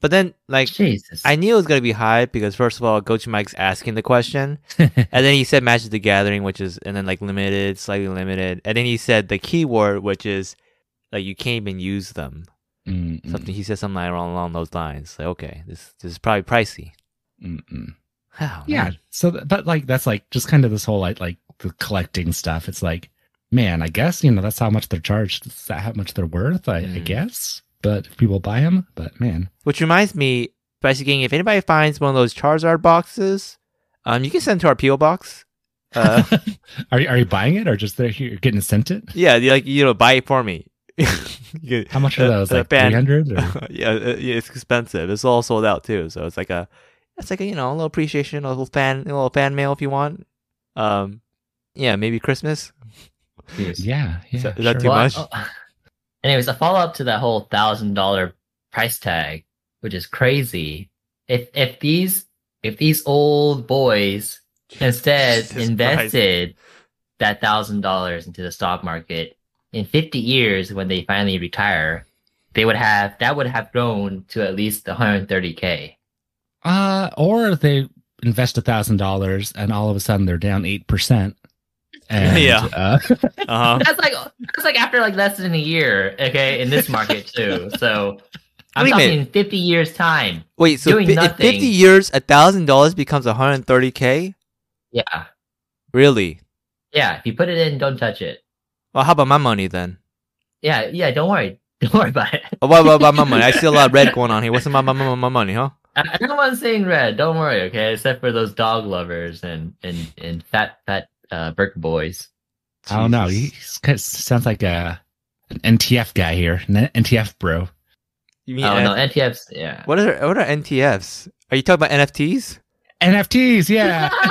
[SPEAKER 4] But then, like,
[SPEAKER 3] Jesus.
[SPEAKER 4] I knew it was gonna be high because first of all, Gochi Mike's asking the question, and then he said Magic the Gathering, which is and then like limited, slightly limited, and then he said the keyword, which is like you can't even use them.
[SPEAKER 7] Mm, mm,
[SPEAKER 4] Something he said something like along, along those lines. Like, okay, this this is probably pricey.
[SPEAKER 7] mm, mm.
[SPEAKER 4] Oh,
[SPEAKER 7] Yeah.
[SPEAKER 4] man.
[SPEAKER 7] So, th- but like that's like just kind of this whole like like the collecting stuff. It's like, man, I guess you know that's how much they're charged. That's that how much they're worth, I, I
[SPEAKER 4] Mm.
[SPEAKER 7] guess. But if people buy them, but man,
[SPEAKER 4] Which reminds me, Spicy Gang, if anybody finds one of those Charizard boxes, um, you can send to our PO box. Uh,
[SPEAKER 7] are you are you buying it or just they're here getting sent it?
[SPEAKER 4] yeah, you like you know, buy it for me. You-
[SPEAKER 7] How much are
[SPEAKER 4] uh,
[SPEAKER 7] those?
[SPEAKER 4] uh,
[SPEAKER 7] Like
[SPEAKER 4] ban-
[SPEAKER 7] three hundred?
[SPEAKER 4] yeah, uh, yeah, it's expensive. It's all sold out too. So it's like a, it's like a you know a little appreciation, a little fan, a little fan mail if you want. Um, yeah, maybe Christmas.
[SPEAKER 3] Jeez.
[SPEAKER 7] Yeah, yeah.
[SPEAKER 4] Is that- is that too
[SPEAKER 3] Well,
[SPEAKER 4] much?
[SPEAKER 3] oh. anyways, a follow up to that whole thousand dollar price tag, which is crazy. If if these if these old boys instead
[SPEAKER 4] Jesus
[SPEAKER 3] invested that thousand dollars into the stock market in fifty years when they finally retire, they would have that would have grown to at least one hundred thirty k.
[SPEAKER 7] Uh, or they invest a thousand dollars and all of a sudden they're down eight percent. And,
[SPEAKER 4] Yeah.
[SPEAKER 7] Uh,
[SPEAKER 4] Uh huh.
[SPEAKER 3] That's like that's like after like less than a year, okay, in this market too. So I'm
[SPEAKER 4] Wait a
[SPEAKER 3] talking
[SPEAKER 4] minute.
[SPEAKER 3] in fifty years time.
[SPEAKER 4] Wait, so
[SPEAKER 3] Doing
[SPEAKER 4] fi- in
[SPEAKER 3] nothing.
[SPEAKER 4] fifty years, a thousand dollars becomes one hundred thirty k.
[SPEAKER 3] Yeah.
[SPEAKER 4] Really?
[SPEAKER 3] Yeah, if you put it in, don't touch it.
[SPEAKER 4] Well, how about my money then?
[SPEAKER 3] Yeah, yeah, don't worry. Don't worry about it.
[SPEAKER 4] Oh, what about my money? I see a lot of red going on here. What's my my my, my money, huh?
[SPEAKER 3] I- E, Everyone's saying red, don't worry, okay? Except for those dog lovers and and, and fat fat uh Burke boys.
[SPEAKER 7] I don't know. He
[SPEAKER 4] Jesus.
[SPEAKER 7] he's kind of sounds like a an NTF guy here, an NTF bro.
[SPEAKER 4] You
[SPEAKER 3] Oh
[SPEAKER 4] mean
[SPEAKER 3] no,
[SPEAKER 4] N-
[SPEAKER 3] NTFs yeah.
[SPEAKER 4] what are what are NTFs? Are you talking about NFTs?
[SPEAKER 7] NFTs, yeah.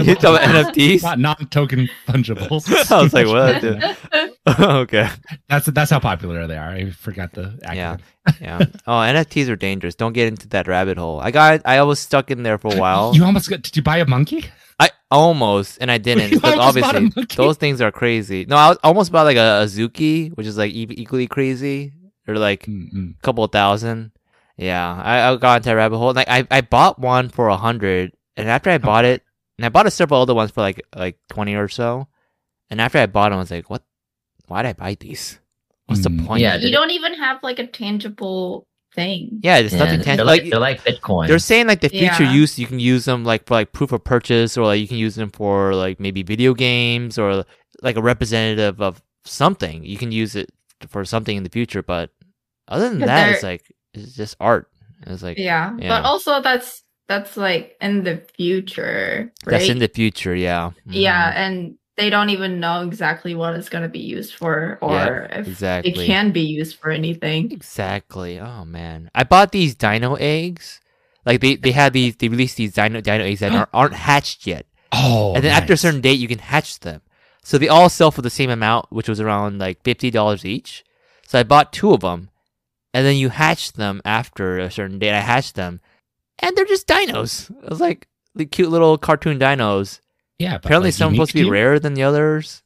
[SPEAKER 4] you talking about NFTs?
[SPEAKER 7] Not non-token fungibles.
[SPEAKER 4] I was like, what? the- okay.
[SPEAKER 7] That's that's how popular they are. I forgot the
[SPEAKER 4] Yeah.
[SPEAKER 7] acronym.
[SPEAKER 4] Yeah. Oh, NFTs are dangerous. Don't get into that rabbit hole. I got I was stuck in there for a while.
[SPEAKER 7] You almost got. Did you buy a monkey?
[SPEAKER 4] I almost and I didn't.
[SPEAKER 7] You
[SPEAKER 4] Like,
[SPEAKER 7] almost bought a
[SPEAKER 4] obviously,
[SPEAKER 7] monkey?
[SPEAKER 4] those things are crazy. No, I was almost bought like a, a Zuki, which is like e- equally crazy, or like a
[SPEAKER 7] Mm-mm.
[SPEAKER 4] couple of thousand. Yeah, I, I got into that rabbit hole. Like I, I bought one for a hundred, and after I bought it, and I bought a several other ones for like like twenty or so, and after I bought them, I was like, what? Why did I buy these? What's the
[SPEAKER 7] Mm.
[SPEAKER 4] point?
[SPEAKER 3] Yeah,
[SPEAKER 6] you don't even have like a tangible thing.
[SPEAKER 4] Yeah, there's
[SPEAKER 3] Yeah,
[SPEAKER 4] nothing
[SPEAKER 3] they're
[SPEAKER 4] tangible.
[SPEAKER 3] like,
[SPEAKER 4] Like,
[SPEAKER 3] they're like Bitcoin.
[SPEAKER 4] They're saying like the future
[SPEAKER 6] Yeah.
[SPEAKER 4] use you can use them like for like proof of purchase or like you can use them for like maybe video games or like a representative of something. You can use it for something in the future, but other than
[SPEAKER 6] But
[SPEAKER 4] that,
[SPEAKER 6] they're-
[SPEAKER 4] it's like it's just art. It's like
[SPEAKER 6] Yeah.
[SPEAKER 4] Yeah.
[SPEAKER 6] But also that's that's like in the future. Right?
[SPEAKER 4] that's in the future, yeah. Mhm.
[SPEAKER 6] Yeah, and they don't even know exactly what it's gonna be used for or
[SPEAKER 4] Yeah,
[SPEAKER 6] if
[SPEAKER 4] exactly.
[SPEAKER 6] it can be used for anything.
[SPEAKER 4] Exactly. Oh man, I bought these dino eggs. Like they, they had these they released these dino dino eggs that aren't, aren't hatched yet.
[SPEAKER 7] Oh,
[SPEAKER 4] and then after a
[SPEAKER 7] nice.
[SPEAKER 4] certain date, you can hatch them. So they all sell for the same amount, which was around like fifty dollars each. So I bought two of them, and then you hatch them after a certain date. I hatched them, and they're just dinos. It was like the cute little cartoon dinos.
[SPEAKER 7] yeah. but,
[SPEAKER 4] Apparently,
[SPEAKER 7] like,
[SPEAKER 4] some
[SPEAKER 7] unique
[SPEAKER 4] supposed to be
[SPEAKER 7] you?
[SPEAKER 4] rarer than the others.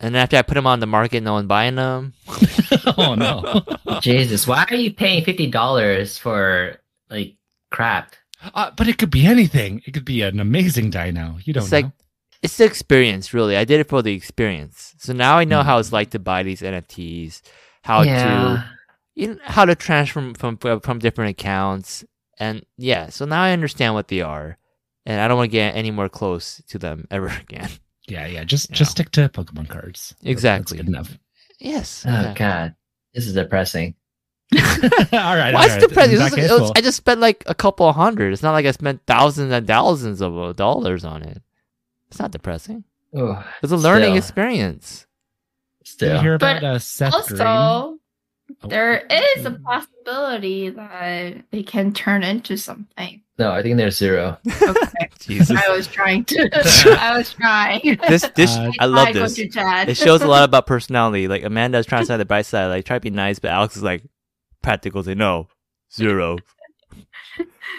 [SPEAKER 4] And then after I put them on the market, no one buying them.
[SPEAKER 7] oh no.
[SPEAKER 3] Jesus, why are you paying fifty dollars for like crap?
[SPEAKER 7] Uh, but it could be anything. It could be an amazing dino. You don't
[SPEAKER 4] It's
[SPEAKER 7] know.
[SPEAKER 4] like it's the experience, really. I did it for the experience. So now I know
[SPEAKER 7] Mhm.
[SPEAKER 4] how it's like to buy these NFTs, how to
[SPEAKER 3] yeah.
[SPEAKER 4] you know, how to transfer from, from from different accounts and yeah so now i understand what they are and i don't want to get any more close to them ever again
[SPEAKER 7] yeah, yeah. Just
[SPEAKER 4] Yeah.
[SPEAKER 7] just stick to Pokemon cards. That's
[SPEAKER 4] Exactly.
[SPEAKER 7] good enough.
[SPEAKER 4] yes
[SPEAKER 3] Oh god. This is depressing.
[SPEAKER 7] all right.
[SPEAKER 4] why
[SPEAKER 7] all
[SPEAKER 4] is the
[SPEAKER 7] right.
[SPEAKER 4] price
[SPEAKER 7] In
[SPEAKER 4] it
[SPEAKER 7] that
[SPEAKER 4] was-
[SPEAKER 7] case,
[SPEAKER 4] it was-
[SPEAKER 7] we'll-
[SPEAKER 4] i just spent like a couple of hundred it's not like i spent thousands and thousands of uh, dollars on it it's not depressing
[SPEAKER 3] Oh,
[SPEAKER 4] it's a learning
[SPEAKER 3] Still.
[SPEAKER 4] experience
[SPEAKER 7] Did you
[SPEAKER 3] still.
[SPEAKER 7] hear
[SPEAKER 6] But
[SPEAKER 4] Oh,
[SPEAKER 7] about uh, Seth Green?
[SPEAKER 6] Also, There is a possibility that they can turn into something.
[SPEAKER 3] No, I think there's zero.
[SPEAKER 6] Okay.
[SPEAKER 4] Jesus.
[SPEAKER 6] I was trying to. I was trying.
[SPEAKER 4] This this
[SPEAKER 7] Uh,
[SPEAKER 4] I love
[SPEAKER 6] Hi,
[SPEAKER 4] this.
[SPEAKER 6] Coach Chad.
[SPEAKER 4] It shows a lot about personality. Like Amanda's trying to side the bright side, like try to be nice, but Alex is like practical. Say no, zero.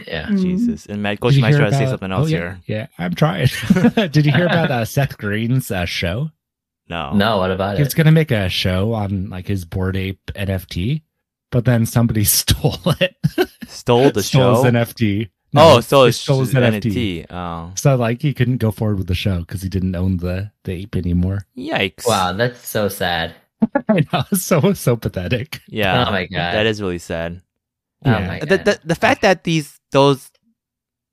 [SPEAKER 3] Yeah.
[SPEAKER 6] Mm.
[SPEAKER 4] Jesus. And Matt
[SPEAKER 7] Mm-hmm. Did
[SPEAKER 4] Coach
[SPEAKER 7] you
[SPEAKER 4] might
[SPEAKER 7] hear
[SPEAKER 4] try to say
[SPEAKER 7] about-
[SPEAKER 4] something
[SPEAKER 7] oh,
[SPEAKER 4] else
[SPEAKER 7] yeah,
[SPEAKER 4] here.
[SPEAKER 7] Yeah, I'm trying. Did you hear about uh, Seth Green's uh, show?
[SPEAKER 4] No.
[SPEAKER 3] No, what about
[SPEAKER 7] He was
[SPEAKER 3] it?
[SPEAKER 7] going to make a show on like his Board Ape NFT, but then somebody stole it.
[SPEAKER 4] Stole the
[SPEAKER 7] stole
[SPEAKER 4] show.
[SPEAKER 7] his NFT.
[SPEAKER 4] oh, stole
[SPEAKER 7] he
[SPEAKER 4] his,
[SPEAKER 7] stole his
[SPEAKER 4] NFT. Oh.
[SPEAKER 7] So like he couldn't go forward with the show because he didn't own the, the ape anymore.
[SPEAKER 4] Yikes.
[SPEAKER 3] Wow, that's so sad.
[SPEAKER 7] I know, it's so so pathetic.
[SPEAKER 4] Yeah.
[SPEAKER 3] Oh my god.
[SPEAKER 4] That is really sad.
[SPEAKER 3] Oh
[SPEAKER 7] Yeah.
[SPEAKER 3] my god.
[SPEAKER 4] the, the the fact that these those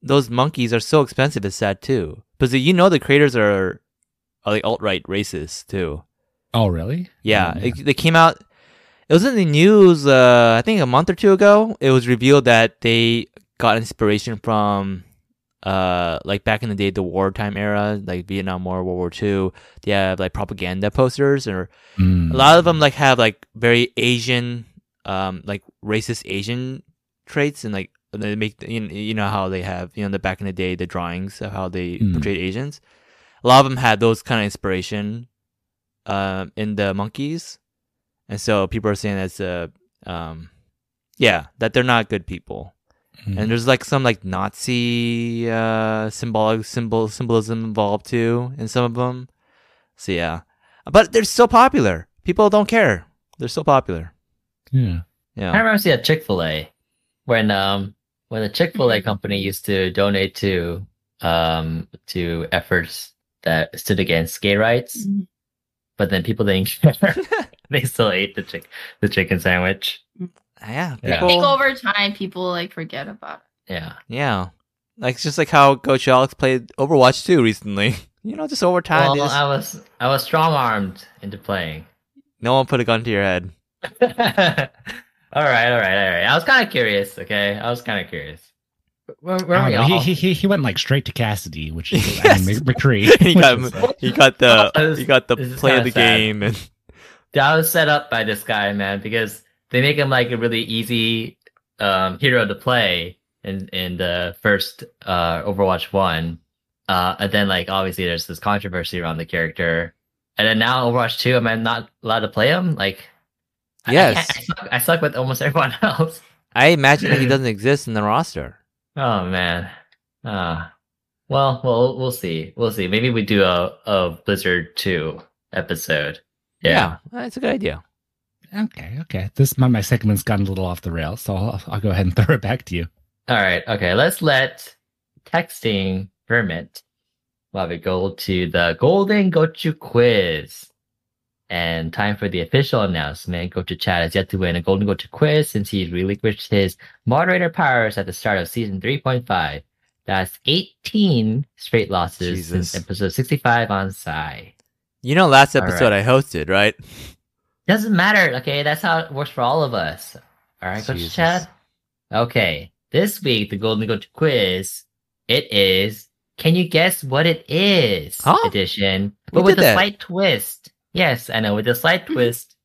[SPEAKER 4] those monkeys are so expensive is sad too. Because you know the creators are, are like alt right racists too.
[SPEAKER 7] Oh really?
[SPEAKER 4] Yeah,
[SPEAKER 7] Um,
[SPEAKER 4] It, they came out. It was in the news. Uh, I think a month or two ago. It was revealed that they got inspiration from, uh, like back in the day, the wartime era, like Vietnam War, World War Two. They have like propaganda posters, or
[SPEAKER 7] Mm.
[SPEAKER 4] a lot of them like have like very Asian, um, like racist Asian traits, and like they make you you know how they have you know the back in the day the drawings of how they
[SPEAKER 7] Mm.
[SPEAKER 4] portrayed Asians. A lot of them had those kind of inspiration, um, in the monkeys, and so people are saying that's a, um, yeah, that they're not good people.
[SPEAKER 7] Mm.
[SPEAKER 4] And there's like some like Nazi uh, symbolic symbol symbolism involved too in some of them. So yeah, but they're so popular. People don't care. They're so popular.
[SPEAKER 7] yeah.
[SPEAKER 3] I
[SPEAKER 4] Yeah.
[SPEAKER 3] remember seeing at Chick Fil A when um when the Chick Fil A company used to donate to um to efforts that stood against gay rights,
[SPEAKER 6] Mhm.
[SPEAKER 3] but then people didn't care. they still ate the chick the chicken sandwich.
[SPEAKER 4] Yeah.
[SPEAKER 7] Yeah.
[SPEAKER 6] I think
[SPEAKER 4] people-
[SPEAKER 6] over time people like forget about it.
[SPEAKER 3] Yeah,
[SPEAKER 4] Yeah. Like it's just like how Coach Alex played Overwatch 2 recently. You know, just over time,
[SPEAKER 3] well,
[SPEAKER 4] they just-
[SPEAKER 3] I was I was strong armed into playing.
[SPEAKER 4] no one put a gun to your head.
[SPEAKER 3] all right, all right, all right. I was kind of curious. Okay, I was kind of curious. Where, where
[SPEAKER 7] I
[SPEAKER 3] are
[SPEAKER 7] don't
[SPEAKER 3] we
[SPEAKER 7] know, he,
[SPEAKER 3] all?
[SPEAKER 7] he he he went like straight to Cassidy, which is I
[SPEAKER 4] Yes.
[SPEAKER 7] mean, Mc- McCree.
[SPEAKER 4] he got
[SPEAKER 7] which is, uh,
[SPEAKER 4] he got the
[SPEAKER 3] This-
[SPEAKER 4] he got the
[SPEAKER 3] this is
[SPEAKER 4] play
[SPEAKER 3] kinda
[SPEAKER 4] of the
[SPEAKER 3] sad.
[SPEAKER 4] game and
[SPEAKER 3] that was set up by this guy, man, because they make him like a really easy um, hero to play in in the first uh, Overwatch one, uh, and then like obviously there's this controversy around the character, and then now Overwatch two, am I not allowed to play him? Like, I- I
[SPEAKER 4] Yes.
[SPEAKER 3] can't- I, suck, I suck with almost everyone else.
[SPEAKER 4] I imagine that he doesn't exist in the roster.
[SPEAKER 3] Oh man, uh, well, well, we'll see, we'll see. Maybe we do a, a Blizzard two episode. Yeah,
[SPEAKER 4] That's a good idea.
[SPEAKER 7] Okay, okay. This my my segment's gotten a little off the rails, so I'll, I'll go ahead and throw it back to you.
[SPEAKER 3] All right. Okay. Let's let texting ferment while we go to the Golden Gochu quiz. And time for the official announcement. Gochu Chad has yet to win a Golden Gochu quiz since he relinquished his moderator powers at the start of season 3.5. That's 18 straight losses since
[SPEAKER 4] Jesus.
[SPEAKER 3] episode 65 on Psy.
[SPEAKER 4] You know, last
[SPEAKER 3] All right.
[SPEAKER 4] episode I hosted, right?
[SPEAKER 3] Doesn't matter. Okay, that's how it works for all of us. All right, Coach
[SPEAKER 4] Jesus.
[SPEAKER 3] Chad. Okay, this week the Golden Goat quiz. It is can you guess what it is
[SPEAKER 4] Huh?
[SPEAKER 3] edition,
[SPEAKER 4] We
[SPEAKER 3] but with
[SPEAKER 4] did
[SPEAKER 3] a
[SPEAKER 4] that.
[SPEAKER 3] slight twist. Yes, I know with a slight twist.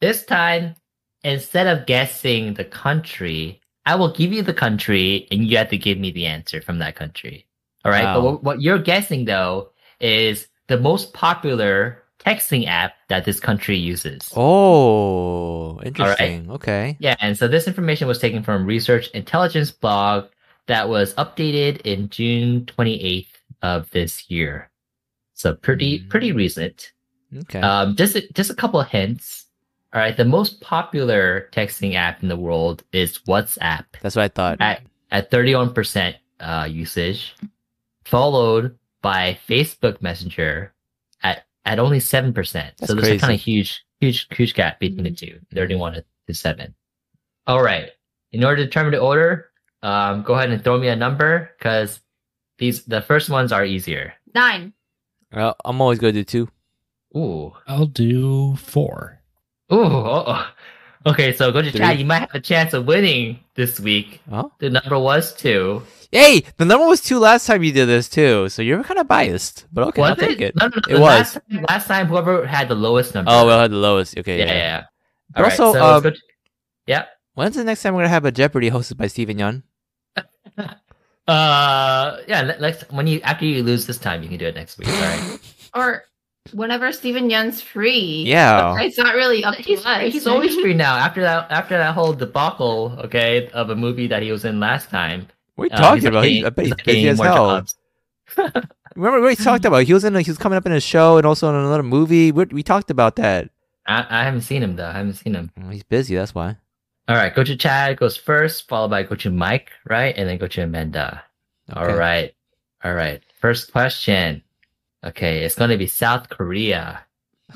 [SPEAKER 3] This time, instead of guessing the country, I will give you the country, and you have to give me the answer from that country. All right. But
[SPEAKER 4] Wow.
[SPEAKER 3] what, what you're guessing though is the most popular texting app that this country uses.
[SPEAKER 8] Oh.
[SPEAKER 4] Oh, interesting. Okay.
[SPEAKER 3] Yeah, and so this information was taken from research intelligence blog that was updated in June 28th of this year. So pretty
[SPEAKER 4] Mm.
[SPEAKER 3] pretty recent.
[SPEAKER 4] Okay.
[SPEAKER 3] Um, just a, just a couple of hints. All right, the most popular texting app in the world is WhatsApp
[SPEAKER 4] That's what I thought.
[SPEAKER 3] at at 31% uh, usage, followed by Facebook Messenger at at only 7%.
[SPEAKER 4] That's
[SPEAKER 3] so there's a kind
[SPEAKER 4] crazy.
[SPEAKER 3] of huge, huge, huge gap between the two, 31 to- to 7. All right. In order to determine the order, um, go ahead and throw me a number because these the first ones are easier.
[SPEAKER 6] Nine.
[SPEAKER 4] Well, I'm always going to do two.
[SPEAKER 3] Ooh.
[SPEAKER 7] I'll do four.
[SPEAKER 3] Ooh. Uh-oh. Okay, so go to
[SPEAKER 4] Three.
[SPEAKER 3] chat. You might have a chance of winning this week.
[SPEAKER 4] Oh.
[SPEAKER 3] The number was two.
[SPEAKER 4] Hey, the number was two last time you did this too, so you're kind of biased, but okay, I'll
[SPEAKER 3] was
[SPEAKER 4] take it.
[SPEAKER 3] No, no, no.
[SPEAKER 4] It
[SPEAKER 3] the
[SPEAKER 4] was.
[SPEAKER 3] Last time, last time, whoever had the lowest number.
[SPEAKER 4] Oh, well, I had the lowest. Okay,
[SPEAKER 3] yeah,
[SPEAKER 4] yeah.
[SPEAKER 3] yeah. yeah. All right,
[SPEAKER 4] Also,
[SPEAKER 3] so
[SPEAKER 4] um,
[SPEAKER 3] let's go- yeah.
[SPEAKER 4] When's the next time we're gonna have a Jeopardy hosted by Steven Yeun?
[SPEAKER 3] Uh, yeah. Let, us when you after you lose this time, you can do it next week. All right.
[SPEAKER 6] Or whenever Stephen Young's free.
[SPEAKER 4] Yeah.
[SPEAKER 6] But It's not really up to
[SPEAKER 3] He's,
[SPEAKER 6] us.
[SPEAKER 3] he's always free now. After that, after that whole debacle, okay, of a movie that he was in last time.
[SPEAKER 4] What are
[SPEAKER 3] uh,
[SPEAKER 4] you talking
[SPEAKER 3] he's like getting-
[SPEAKER 4] about? He- I bet he's
[SPEAKER 3] like
[SPEAKER 4] busy
[SPEAKER 3] getting
[SPEAKER 4] as
[SPEAKER 3] more
[SPEAKER 4] hell.
[SPEAKER 3] jobs.
[SPEAKER 4] Remember what we talked about? He was in. A, he was coming up in a show and also in another movie. We, we talked about that.
[SPEAKER 3] I, I haven't seen him though. I haven't seen him.
[SPEAKER 4] He's busy. That's why.
[SPEAKER 3] All right. Go to Chad goes first, followed by go to Mike, right, and then go to Amanda. All right. All right. First question. Okay, it's going to be South Korea.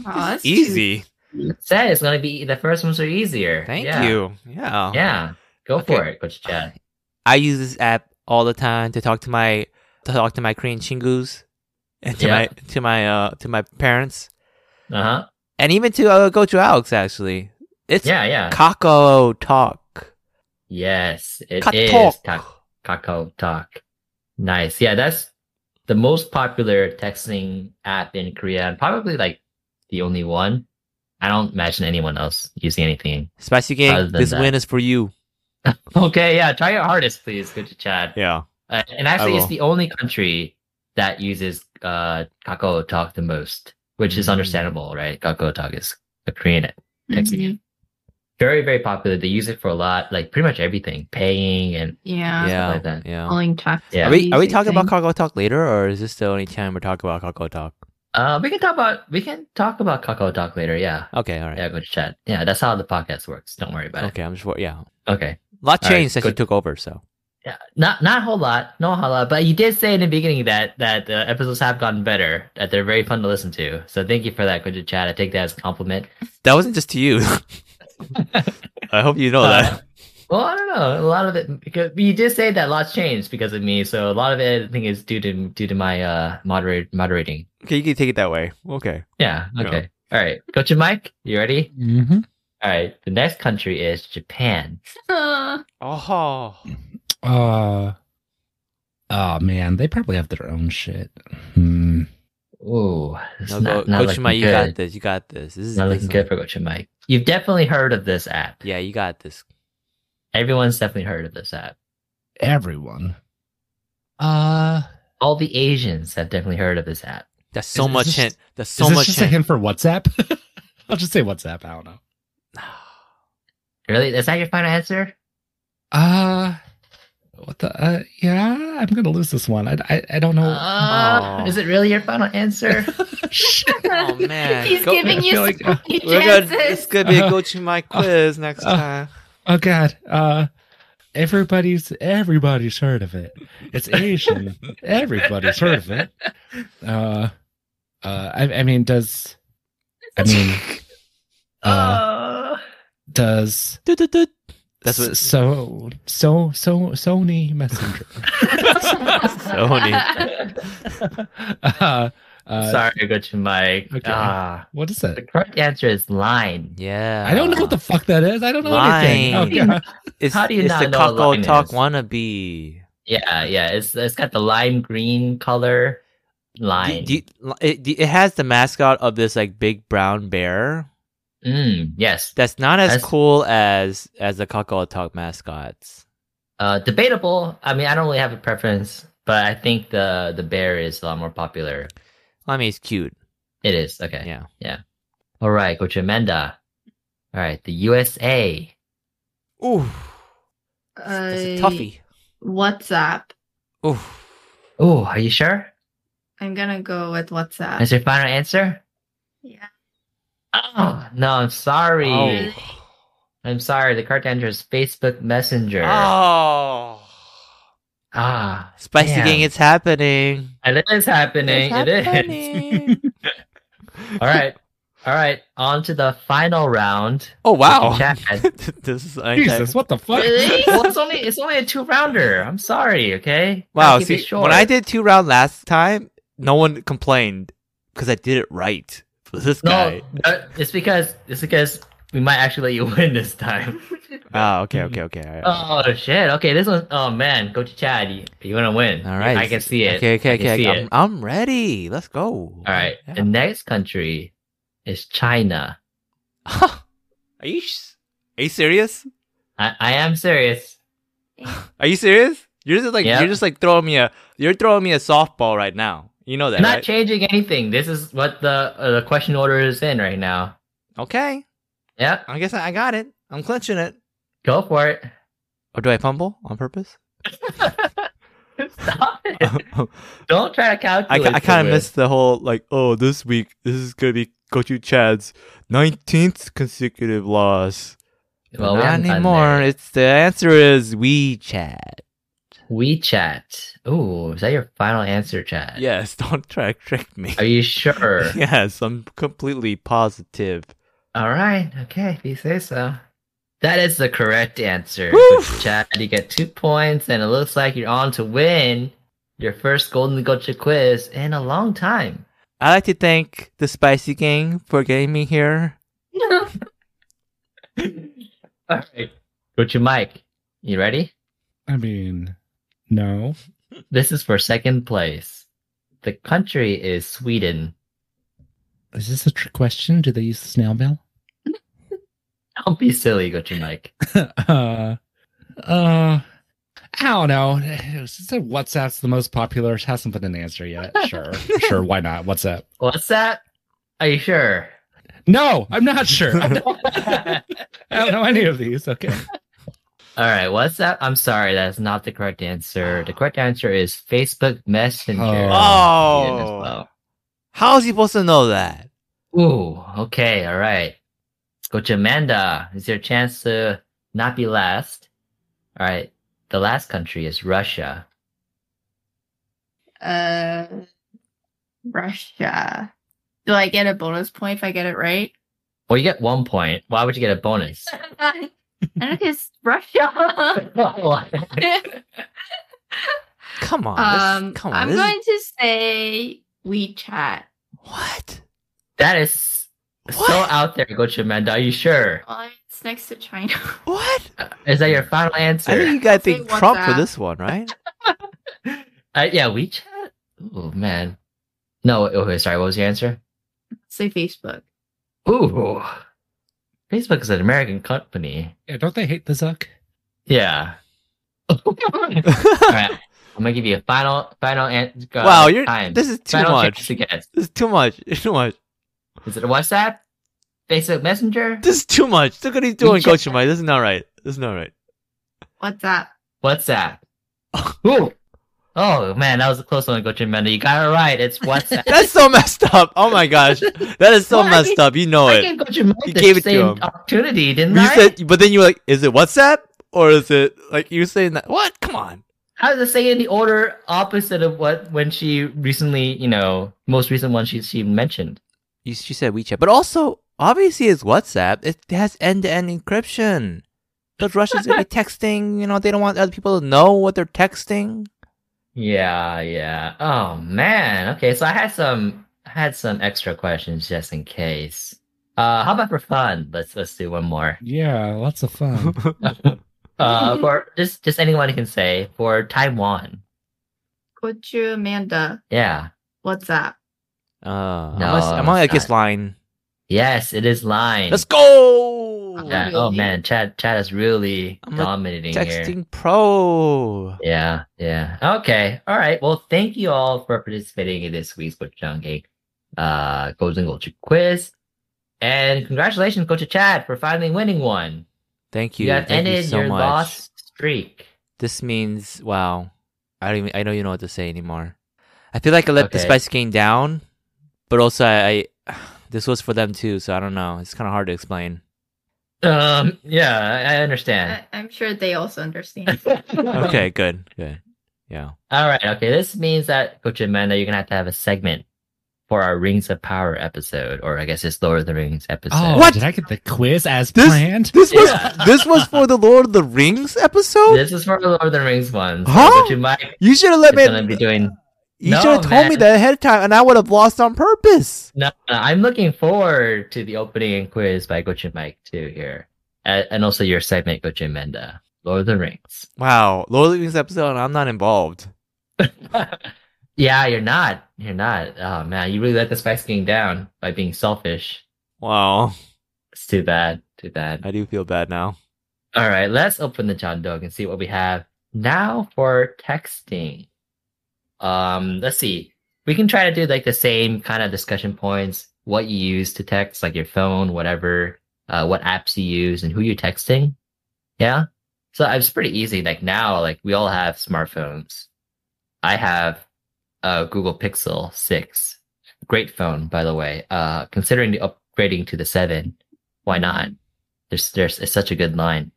[SPEAKER 6] Aw, that's cute.
[SPEAKER 4] Easy.
[SPEAKER 3] Said it's going to be the first ones are easier.
[SPEAKER 4] Thank
[SPEAKER 3] Yeah.
[SPEAKER 4] you. Yeah.
[SPEAKER 3] Yeah. Go
[SPEAKER 4] Okay.
[SPEAKER 3] for it, Coach Chad.
[SPEAKER 4] I use this app all the time to talk to my to talk to my Korean chingus and to
[SPEAKER 3] Yeah.
[SPEAKER 4] my to my uh to my parents
[SPEAKER 3] Uh huh.
[SPEAKER 4] and even to uh, go to Alex actually. It's
[SPEAKER 3] Yeah, yeah.
[SPEAKER 4] Kakao Talk.
[SPEAKER 3] yes, it is
[SPEAKER 4] Katalk.
[SPEAKER 3] Kak- Kakao Talk. Nice. Yeah, that's the most popular texting app in Korea and probably like the only one. I don't imagine anyone else using anything.
[SPEAKER 4] Spicy
[SPEAKER 3] Other
[SPEAKER 4] Gang,
[SPEAKER 3] than
[SPEAKER 4] this
[SPEAKER 3] that.
[SPEAKER 4] win is for you.
[SPEAKER 3] Okay, yeah, try your hardest, please, Coach Chad.
[SPEAKER 4] Yeah.
[SPEAKER 3] Uh, and actually,
[SPEAKER 4] will.
[SPEAKER 3] it's the only country that uses uh, Kakao Talk the most, which is
[SPEAKER 4] Mm.
[SPEAKER 3] understandable, right? Kakao Talk is a Korean Texting.
[SPEAKER 6] Mhm.
[SPEAKER 3] very very popular. They use it for a lot, like pretty much everything, paying and
[SPEAKER 6] Yeah.
[SPEAKER 4] Yeah.
[SPEAKER 3] like that.
[SPEAKER 4] yeah.
[SPEAKER 6] Calling taxis.
[SPEAKER 3] Yeah.
[SPEAKER 4] Are we are we talking
[SPEAKER 6] I
[SPEAKER 4] about
[SPEAKER 6] think.
[SPEAKER 4] Kakao Talk later, or is this the only time we're talking about Kakao Talk?
[SPEAKER 3] uh, we can talk about we can talk about Kakao Talk later. Yeah,
[SPEAKER 4] Okay, all right.
[SPEAKER 3] yeah, go to chat. Yeah, that's how the podcast works. Don't worry about
[SPEAKER 4] Okay, I'm just wor- yeah.
[SPEAKER 3] it. Okay,
[SPEAKER 4] A lot
[SPEAKER 3] All right,
[SPEAKER 4] changed since you
[SPEAKER 3] good.
[SPEAKER 4] took over, so
[SPEAKER 3] yeah, not not a whole lot, no whole lot, but you did say in the beginning that that the episodes have gotten better, that they're very fun to listen to. So thank you for that, good chat. I take that as a compliment.
[SPEAKER 4] that wasn't just to you. I hope you know
[SPEAKER 3] Uh,
[SPEAKER 4] that.
[SPEAKER 3] well, I don't know. A lot of it because you did say that lots changed because of me. So a lot of it, I think, is due to due to my uh moderate moderating.
[SPEAKER 4] Okay, you can take it that way. Okay.
[SPEAKER 3] Yeah. Okay. All right. Coach and Mike, you ready?
[SPEAKER 7] Mm-hmm.
[SPEAKER 3] All right. The next country is Japan.
[SPEAKER 6] Uh,
[SPEAKER 4] Oh.
[SPEAKER 7] Uh, oh man, they probably have their own shit. Hmm.
[SPEAKER 3] Ooh, it's
[SPEAKER 4] No,
[SPEAKER 3] not,
[SPEAKER 4] go,
[SPEAKER 3] not
[SPEAKER 4] Coach
[SPEAKER 3] looking
[SPEAKER 4] Mai, you got
[SPEAKER 3] good.
[SPEAKER 4] this. You got this. This is
[SPEAKER 3] Not
[SPEAKER 4] this
[SPEAKER 3] looking
[SPEAKER 4] is-
[SPEAKER 3] good for Coach and Mike. You've definitely heard of this app.
[SPEAKER 4] Yeah, you got this.
[SPEAKER 3] Everyone's definitely heard of this app.
[SPEAKER 7] Everyone. Uh,
[SPEAKER 3] All the Asians have definitely heard of this app.
[SPEAKER 4] That's so
[SPEAKER 7] Is- is
[SPEAKER 4] much
[SPEAKER 7] this-
[SPEAKER 4] hint. That's
[SPEAKER 7] is
[SPEAKER 4] so
[SPEAKER 7] this
[SPEAKER 4] much
[SPEAKER 7] just
[SPEAKER 4] hint.
[SPEAKER 7] a hint for WhatsApp? I'll just say WhatsApp. I don't know.
[SPEAKER 3] Really? Is that your final answer?
[SPEAKER 7] Uh, what the? Uh, yeah, I'm gonna lose this one. I I, I don't know.
[SPEAKER 3] Uh,
[SPEAKER 4] Oh.
[SPEAKER 3] Is it really your final answer?
[SPEAKER 4] Oh man.
[SPEAKER 6] He's
[SPEAKER 4] Go-
[SPEAKER 6] giving you
[SPEAKER 7] I
[SPEAKER 6] so
[SPEAKER 7] feel like-
[SPEAKER 6] many
[SPEAKER 4] We're gonna, it's
[SPEAKER 6] chances.
[SPEAKER 4] gonna be a
[SPEAKER 7] Uh,
[SPEAKER 4] go to my quiz next
[SPEAKER 7] uh,
[SPEAKER 4] time.
[SPEAKER 7] oh God. Uh, everybody's everybody's heard of it. It's Asian. everybody's heard of it. Uh, uh, I, I mean, does I mean, uh,
[SPEAKER 3] Uh,
[SPEAKER 7] does
[SPEAKER 4] Doot, doot, doot. That's what
[SPEAKER 7] so so so Sony Messenger. uh, uh,
[SPEAKER 3] Sorry, go to Mike.
[SPEAKER 7] okay.
[SPEAKER 3] Ah,
[SPEAKER 7] What is
[SPEAKER 3] the
[SPEAKER 7] that?
[SPEAKER 3] correct answer is line.
[SPEAKER 4] Yeah.
[SPEAKER 7] I don't know what the fuck that is. I don't know
[SPEAKER 4] Lying.
[SPEAKER 7] anything. Oh, God.
[SPEAKER 4] it's,
[SPEAKER 3] How do you
[SPEAKER 4] it's
[SPEAKER 3] not
[SPEAKER 4] the
[SPEAKER 3] know
[SPEAKER 4] Coco
[SPEAKER 3] Linus?
[SPEAKER 4] Talk wannabe.
[SPEAKER 3] Yeah, yeah. It's it's got the lime green color line.
[SPEAKER 4] Do- do- it, it has the mascot of this like big brown bear.
[SPEAKER 3] mm, yes.
[SPEAKER 4] That's not as
[SPEAKER 3] That's-
[SPEAKER 4] cool as as the Coco Talk mascots.
[SPEAKER 3] Uh, debatable. I mean, I don't really have a preference, but I think the the bear is a lot more popular.
[SPEAKER 4] I mean, it's cute.
[SPEAKER 3] It is okay.
[SPEAKER 4] Yeah.
[SPEAKER 3] All right, Coach Amanda. All right, the USA.
[SPEAKER 4] Ooh,
[SPEAKER 6] Uh,
[SPEAKER 4] that's a toughie.
[SPEAKER 6] WhatsApp.
[SPEAKER 4] Ooh,
[SPEAKER 3] Oh, are you sure?
[SPEAKER 6] I'm gonna go with WhatsApp.
[SPEAKER 3] Is your final answer?
[SPEAKER 6] Yeah.
[SPEAKER 3] Oh no, I'm sorry.
[SPEAKER 4] Oh.
[SPEAKER 3] I'm sorry. The correct answer is Facebook Messenger.
[SPEAKER 4] oh,
[SPEAKER 3] Ah,
[SPEAKER 4] spicy
[SPEAKER 3] Damn.
[SPEAKER 4] gang, it's happening.
[SPEAKER 3] it is happening.
[SPEAKER 4] It's
[SPEAKER 3] It is.
[SPEAKER 4] happening.
[SPEAKER 3] All right. All right. On to the final round.
[SPEAKER 4] oh wow,
[SPEAKER 3] Chad.
[SPEAKER 4] this is I-
[SPEAKER 7] Jesus, what the fuck?
[SPEAKER 6] Really?
[SPEAKER 3] well, it's only it's only a two rounder. I'm sorry. Okay.
[SPEAKER 4] Wow,
[SPEAKER 3] Gotta keep it
[SPEAKER 4] see,
[SPEAKER 3] short.
[SPEAKER 4] when I did two round last time, no one complained because I did it right. But this
[SPEAKER 3] no,
[SPEAKER 4] guy.
[SPEAKER 3] uh, it's because it's because we might actually let you win this time.
[SPEAKER 4] Ah, okay,
[SPEAKER 7] Mm-hmm.
[SPEAKER 4] okay, okay. all right, all right.
[SPEAKER 3] Oh shit. Okay, this one. Oh man, go to Chad. You, you're gonna win.
[SPEAKER 4] All right.
[SPEAKER 3] I can see it.
[SPEAKER 4] Okay, okay,
[SPEAKER 3] I can
[SPEAKER 4] okay.
[SPEAKER 3] see
[SPEAKER 4] I'm,
[SPEAKER 3] it.
[SPEAKER 4] I'm ready. Let's go. All
[SPEAKER 3] All right.
[SPEAKER 4] Yeah.
[SPEAKER 3] The next country is China.
[SPEAKER 8] Are you sh- are you serious?
[SPEAKER 3] I, I am serious.
[SPEAKER 8] Are you serious? You're just like
[SPEAKER 3] Yeah.
[SPEAKER 8] you're just like throwing me a you're throwing me a softball right now. You know that,
[SPEAKER 3] I'm not
[SPEAKER 8] right?
[SPEAKER 3] changing anything. This is what the uh, the question order is in right now.
[SPEAKER 8] okay.
[SPEAKER 3] Yep,
[SPEAKER 8] I guess I, I got it. I'm clinching it.
[SPEAKER 3] go for it.
[SPEAKER 8] Or Oh, do I fumble on purpose?
[SPEAKER 3] Stop it.
[SPEAKER 8] I,
[SPEAKER 3] Don't try to calculate.
[SPEAKER 8] I kind
[SPEAKER 3] it.
[SPEAKER 8] of missed the whole like, oh, this week this is gonna be Gochu Chad's nineteenth consecutive loss.
[SPEAKER 3] Well,
[SPEAKER 8] But
[SPEAKER 3] we
[SPEAKER 8] not
[SPEAKER 3] haven't gotten
[SPEAKER 8] anymore.
[SPEAKER 3] there.
[SPEAKER 8] It's the answer is we chat.
[SPEAKER 3] WeChat. Ooh, is that your final answer, Chad?
[SPEAKER 8] Yes, don't try to trick me.
[SPEAKER 3] Are you sure?
[SPEAKER 8] Yes, I'm completely positive.
[SPEAKER 3] All right. Okay. If you say so. That is the correct answer.
[SPEAKER 8] Woo!
[SPEAKER 3] So, Chad, you get two points, and it looks like you're on to win your first Golden Gocha quiz in a long time.
[SPEAKER 8] I'd like to thank the Spicy Gang for getting me here.
[SPEAKER 6] All
[SPEAKER 3] All right. Gocha Mike, you ready?
[SPEAKER 7] I mean, no.
[SPEAKER 3] This is for second place. The country is Sweden.
[SPEAKER 7] Is this a trick question? Do they use the snail mail?
[SPEAKER 3] Don't be silly, Gocha Mike.
[SPEAKER 7] uh, uh, I don't know. Since that WhatsApp's the most popular, it hasn't been an answer yet. Sure, sure. Why not? WhatsApp?
[SPEAKER 3] What's that? Are you sure?
[SPEAKER 7] No, I'm not sure. I don't,
[SPEAKER 3] All
[SPEAKER 7] I don't know any of these. Okay.
[SPEAKER 3] right. What's that? I'm sorry. That's not the correct answer. The correct answer is Facebook Messenger.
[SPEAKER 7] Oh.
[SPEAKER 8] Oh.
[SPEAKER 3] Yeah, as well.
[SPEAKER 8] How is he supposed to know that?
[SPEAKER 3] Ooh, okay, all right. Coach Amanda, is your chance to not be last? All right, the last country is Russia.
[SPEAKER 6] uh, Russia. Do I get a bonus point if I get it right?
[SPEAKER 3] Well, you get one point. Why would you get a bonus?
[SPEAKER 6] I don't think it's Russia.
[SPEAKER 8] Come on. this-
[SPEAKER 6] um,
[SPEAKER 8] come on.
[SPEAKER 6] I'm
[SPEAKER 8] this is-
[SPEAKER 6] going to say WeChat.
[SPEAKER 8] What?
[SPEAKER 3] that is
[SPEAKER 8] What?
[SPEAKER 3] so out there, Coach Amanda. Are you sure?
[SPEAKER 6] Well, it's next to China.
[SPEAKER 8] What?
[SPEAKER 3] Is that your final answer?
[SPEAKER 8] I think you got to think
[SPEAKER 6] Say
[SPEAKER 8] Trump for
[SPEAKER 6] WhatsApp.
[SPEAKER 8] this one, right?
[SPEAKER 3] Uh, yeah, WeChat? Oh, man. No, okay, sorry, what was your answer?
[SPEAKER 6] say Facebook.
[SPEAKER 3] Ooh, Facebook is an American company.
[SPEAKER 7] Yeah, don't they hate the Zuck?
[SPEAKER 3] Yeah. All right. I'm gonna give you a final, final answer.
[SPEAKER 8] wow, you're. This is too
[SPEAKER 3] final
[SPEAKER 8] much.
[SPEAKER 3] chance to guess.
[SPEAKER 8] This is too much. It's too much.
[SPEAKER 3] Is it a WhatsApp? Facebook Messenger?
[SPEAKER 8] This is too much. Look what he's doing, Coach Mike. This is not right. This is not right.
[SPEAKER 6] What's that?
[SPEAKER 3] WhatsApp. Ooh. Oh man, that was a close one, Coach Amanda. You got it right. It's WhatsApp.
[SPEAKER 8] That's so messed up. Oh my gosh, that is so
[SPEAKER 3] Well, I
[SPEAKER 8] messed
[SPEAKER 3] gave-
[SPEAKER 8] up. You know
[SPEAKER 3] I
[SPEAKER 8] it.
[SPEAKER 3] gave Coach Amanda
[SPEAKER 8] You
[SPEAKER 3] the
[SPEAKER 8] gave it to
[SPEAKER 3] same
[SPEAKER 8] him.
[SPEAKER 3] opportunity, didn't
[SPEAKER 8] You
[SPEAKER 3] I?
[SPEAKER 8] said, but then you were like, is it WhatsApp or is it like you were saying that? What? Come on.
[SPEAKER 3] I was saying the order opposite of what when she recently, you know, most recent one she she mentioned.
[SPEAKER 8] You, she said WeChat, but also obviously it's WhatsApp. It has end-to-end encryption. Those Russians gonna be texting. You know, they don't want other people to know what they're texting.
[SPEAKER 3] Yeah, yeah. Oh man. Okay, so I had some I had some extra questions just in case. Uh, how about for fun? Let's let's do one more.
[SPEAKER 7] Yeah, lots of fun.
[SPEAKER 3] Uh, for just just anyone who can say for Taiwan.
[SPEAKER 6] What's you, Amanda?
[SPEAKER 3] Yeah.
[SPEAKER 6] What's that?
[SPEAKER 8] Uh,
[SPEAKER 3] No,
[SPEAKER 8] I'm gonna- I'm gonna
[SPEAKER 3] it's
[SPEAKER 8] guess line.
[SPEAKER 3] Yes, it is line.
[SPEAKER 8] Let's go.
[SPEAKER 3] Yeah. Oh man, Chad Chad is really
[SPEAKER 8] I'm a
[SPEAKER 3] dominating here.
[SPEAKER 8] Texting pro.
[SPEAKER 3] Yeah, yeah. Okay. All right. Well, thank you all for participating in this week's Gochujang uh Golden Gochu quiz. And congratulations, Coach Chad, for finally winning one.
[SPEAKER 8] Thank you.
[SPEAKER 3] You have
[SPEAKER 8] Thank you
[SPEAKER 3] ended
[SPEAKER 8] so
[SPEAKER 3] your
[SPEAKER 8] much.
[SPEAKER 3] lost streak.
[SPEAKER 8] This means wow. I don't even I don't even know what to say anymore. I feel like I let the
[SPEAKER 3] Okay.
[SPEAKER 8] Spice Gang down, but also I, I this was for them too, so I don't know. It's kind of hard to explain.
[SPEAKER 3] Um. Yeah, I I understand.
[SPEAKER 6] I- I'm sure they also understand.
[SPEAKER 8] Okay, good, good. Yeah.
[SPEAKER 3] All right. Okay. This means that Coach Amanda, you're gonna have to have a segment for our Rings of Power episode, or I guess it's Lord of the Rings episode.
[SPEAKER 7] Oh,
[SPEAKER 8] What?
[SPEAKER 7] Did I get the quiz as
[SPEAKER 8] This-
[SPEAKER 7] planned?
[SPEAKER 8] This was
[SPEAKER 3] Yeah.
[SPEAKER 8] this was for the Lord of the Rings episode.
[SPEAKER 3] This is for the Lord of the Rings one. So
[SPEAKER 8] Huh?
[SPEAKER 3] Coach Mike
[SPEAKER 8] you should have let
[SPEAKER 3] is gonna be
[SPEAKER 8] me.
[SPEAKER 3] doing.
[SPEAKER 8] You
[SPEAKER 3] No,
[SPEAKER 8] should have told me
[SPEAKER 3] man.
[SPEAKER 8] that ahead of time, and I would have lost on purpose.
[SPEAKER 3] No, no, I'm looking forward to the opening quiz by Coach Mike too here, A- and also your segment, Coach Amanda, Lord of the Rings.
[SPEAKER 8] Wow, Lord of the Rings episode, and I'm not involved.
[SPEAKER 3] yeah, you're not. You're not. Oh man, you really let the Spice King down by being selfish.
[SPEAKER 8] Wow.
[SPEAKER 3] It's too bad. Too bad.
[SPEAKER 4] I do feel bad now.
[SPEAKER 3] All right, let's open the John Doe and see what we have now for texting. Um, let's see. We can try to do like the same kind of discussion points. What you use to text, like your phone, whatever. Uh, what apps you use and who you're texting. Yeah. So it's pretty easy. Like now, like we all have smartphones. I have a Google Pixel six. Great phone, by the way. Uh, considering upgrading to the seven, why not? There's, there's, it's such a good line.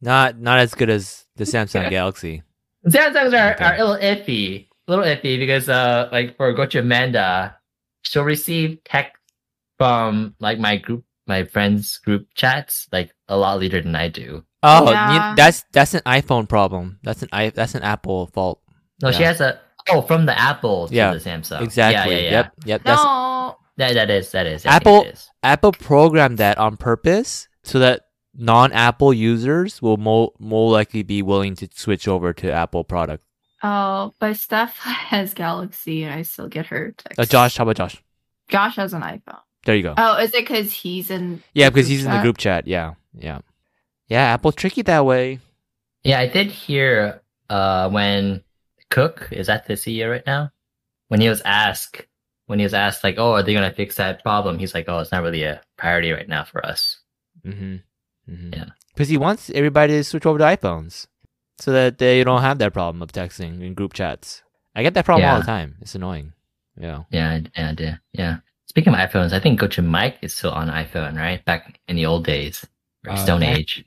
[SPEAKER 4] Not not as good as the Samsung Galaxy.
[SPEAKER 3] Samsungs are,
[SPEAKER 4] Okay.
[SPEAKER 3] are a little iffy, a little iffy because uh like for Gochi Amanda, she'll receive text from like my group, my friends' group chats like a lot later than I do.
[SPEAKER 4] Oh, you-
[SPEAKER 6] Yeah.
[SPEAKER 4] that's that's an iPhone problem. That's an i that's an Apple fault.
[SPEAKER 3] No, she
[SPEAKER 4] Yeah.
[SPEAKER 3] has a oh from the Apple to
[SPEAKER 4] Yeah,
[SPEAKER 3] the Samsung.
[SPEAKER 4] exactly.
[SPEAKER 3] Oh, Yeah, yeah, yeah.
[SPEAKER 4] Yep. Yep. That's
[SPEAKER 6] No.
[SPEAKER 3] That that is that is I think
[SPEAKER 4] Apple-
[SPEAKER 3] it is.
[SPEAKER 4] Apple programmed that on purpose so that non-Apple users will more more likely be willing to switch over to Apple product.
[SPEAKER 6] Oh, but Steph has Galaxy and I still get her text.
[SPEAKER 4] Uh, Josh, how about Josh?
[SPEAKER 6] Josh has an iPhone.
[SPEAKER 4] There you go.
[SPEAKER 6] Oh, is it because he's in.
[SPEAKER 4] yeah, because he's in the
[SPEAKER 6] chat?
[SPEAKER 4] group chat. Yeah, yeah, yeah. Apple tricky that way.
[SPEAKER 3] Yeah, I did hear uh when Cook is that the CEO right now? When he was asked when he was asked like, Oh, are they gonna fix that problem? He's like, Oh, it's not really a priority right now for us.
[SPEAKER 4] Mm-hmm. mm-hmm.
[SPEAKER 3] Yeah.
[SPEAKER 4] because he wants everybody to switch over to iPhones so that they don't have that problem of texting in group chats. I get that problem all
[SPEAKER 3] Yeah.
[SPEAKER 4] the time. It's annoying. Yeah.
[SPEAKER 3] Yeah, I- yeah, I did. yeah. Speaking of iPhones, I think Coach Mike is still on iPhone, right? Back in the old days, or
[SPEAKER 7] Uh,
[SPEAKER 3] Stone
[SPEAKER 7] back-
[SPEAKER 3] Age.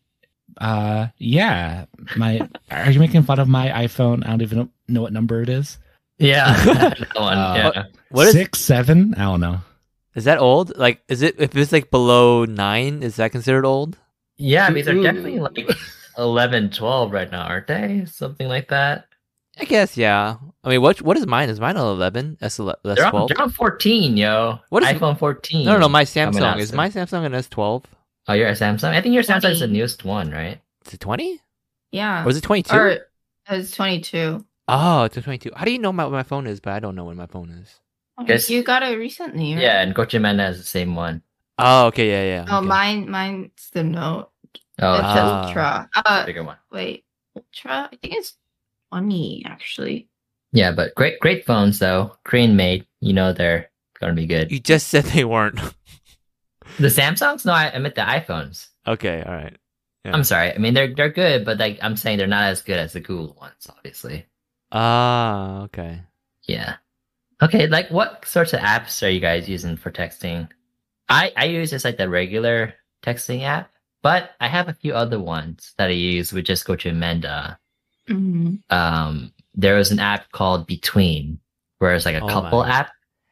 [SPEAKER 7] Uh, yeah. My are you making fun of my iPhone? I don't even know what number it is.
[SPEAKER 3] Yeah, that one.
[SPEAKER 7] Uh,
[SPEAKER 3] yeah.
[SPEAKER 4] What is
[SPEAKER 7] six, seven? I don't know.
[SPEAKER 4] is that old? Like, is it if it's like below nine, is that considered old?
[SPEAKER 3] yeah, because they're
[SPEAKER 2] Ooh.
[SPEAKER 3] definitely like 11, 12 right now, aren't they? Something like that.
[SPEAKER 4] I guess yeah. I mean, what what is mine? Is mine an eleven? That's ele- that's
[SPEAKER 3] They're on,
[SPEAKER 4] twelve.
[SPEAKER 3] they're on 14, yo.
[SPEAKER 4] What is-
[SPEAKER 3] iPhone 14?
[SPEAKER 4] No, no, no, my
[SPEAKER 3] coming out
[SPEAKER 4] Samsung is
[SPEAKER 3] soon.
[SPEAKER 4] my Samsung an S twelve.
[SPEAKER 3] Oh, you're a Samsung. I think your Samsung is the
[SPEAKER 6] 20.
[SPEAKER 3] newest one, right?
[SPEAKER 4] Is it twenty
[SPEAKER 6] Yeah.
[SPEAKER 4] or is it twenty
[SPEAKER 6] Uh, or
[SPEAKER 4] Oh,
[SPEAKER 6] uh,
[SPEAKER 4] two?
[SPEAKER 6] I was 22.
[SPEAKER 4] Oh, it's a twenty two. How do you know my, what my phone is? But I don't know what my phone is.
[SPEAKER 3] Guess-
[SPEAKER 6] You got it recently, right?
[SPEAKER 3] Yeah, and Coach Amanda has the same one.
[SPEAKER 4] Oh, okay, yeah, yeah.
[SPEAKER 6] Oh,
[SPEAKER 4] okay.
[SPEAKER 6] mine, mine's the Note.
[SPEAKER 3] Oh,
[SPEAKER 6] it's
[SPEAKER 3] it's
[SPEAKER 6] the
[SPEAKER 3] a
[SPEAKER 4] ah.
[SPEAKER 6] Ultra. Uh,
[SPEAKER 3] bigger one.
[SPEAKER 6] wait, Ultra? I think it's 20, actually.
[SPEAKER 3] Yeah, but great, great phones though. Korean made. You know they're gonna be good.
[SPEAKER 4] You just said they weren't.
[SPEAKER 3] The Samsungs? No, I, I meant the iPhones.
[SPEAKER 4] okay, all right. Yeah.
[SPEAKER 3] I'm sorry. I mean, they're they're good, but like I'm saying, they're not as good as the Google ones, obviously.
[SPEAKER 4] Ah, okay.
[SPEAKER 3] Yeah. Okay. Like, what sorts of apps are you guys using for texting? I I use just like the regular texting app, but I have a few other ones that I use. We just go to Amanda.
[SPEAKER 6] Mhm.
[SPEAKER 3] um, there was an app called Between, where it's like a
[SPEAKER 4] Oh
[SPEAKER 3] couple
[SPEAKER 4] my.
[SPEAKER 3] app.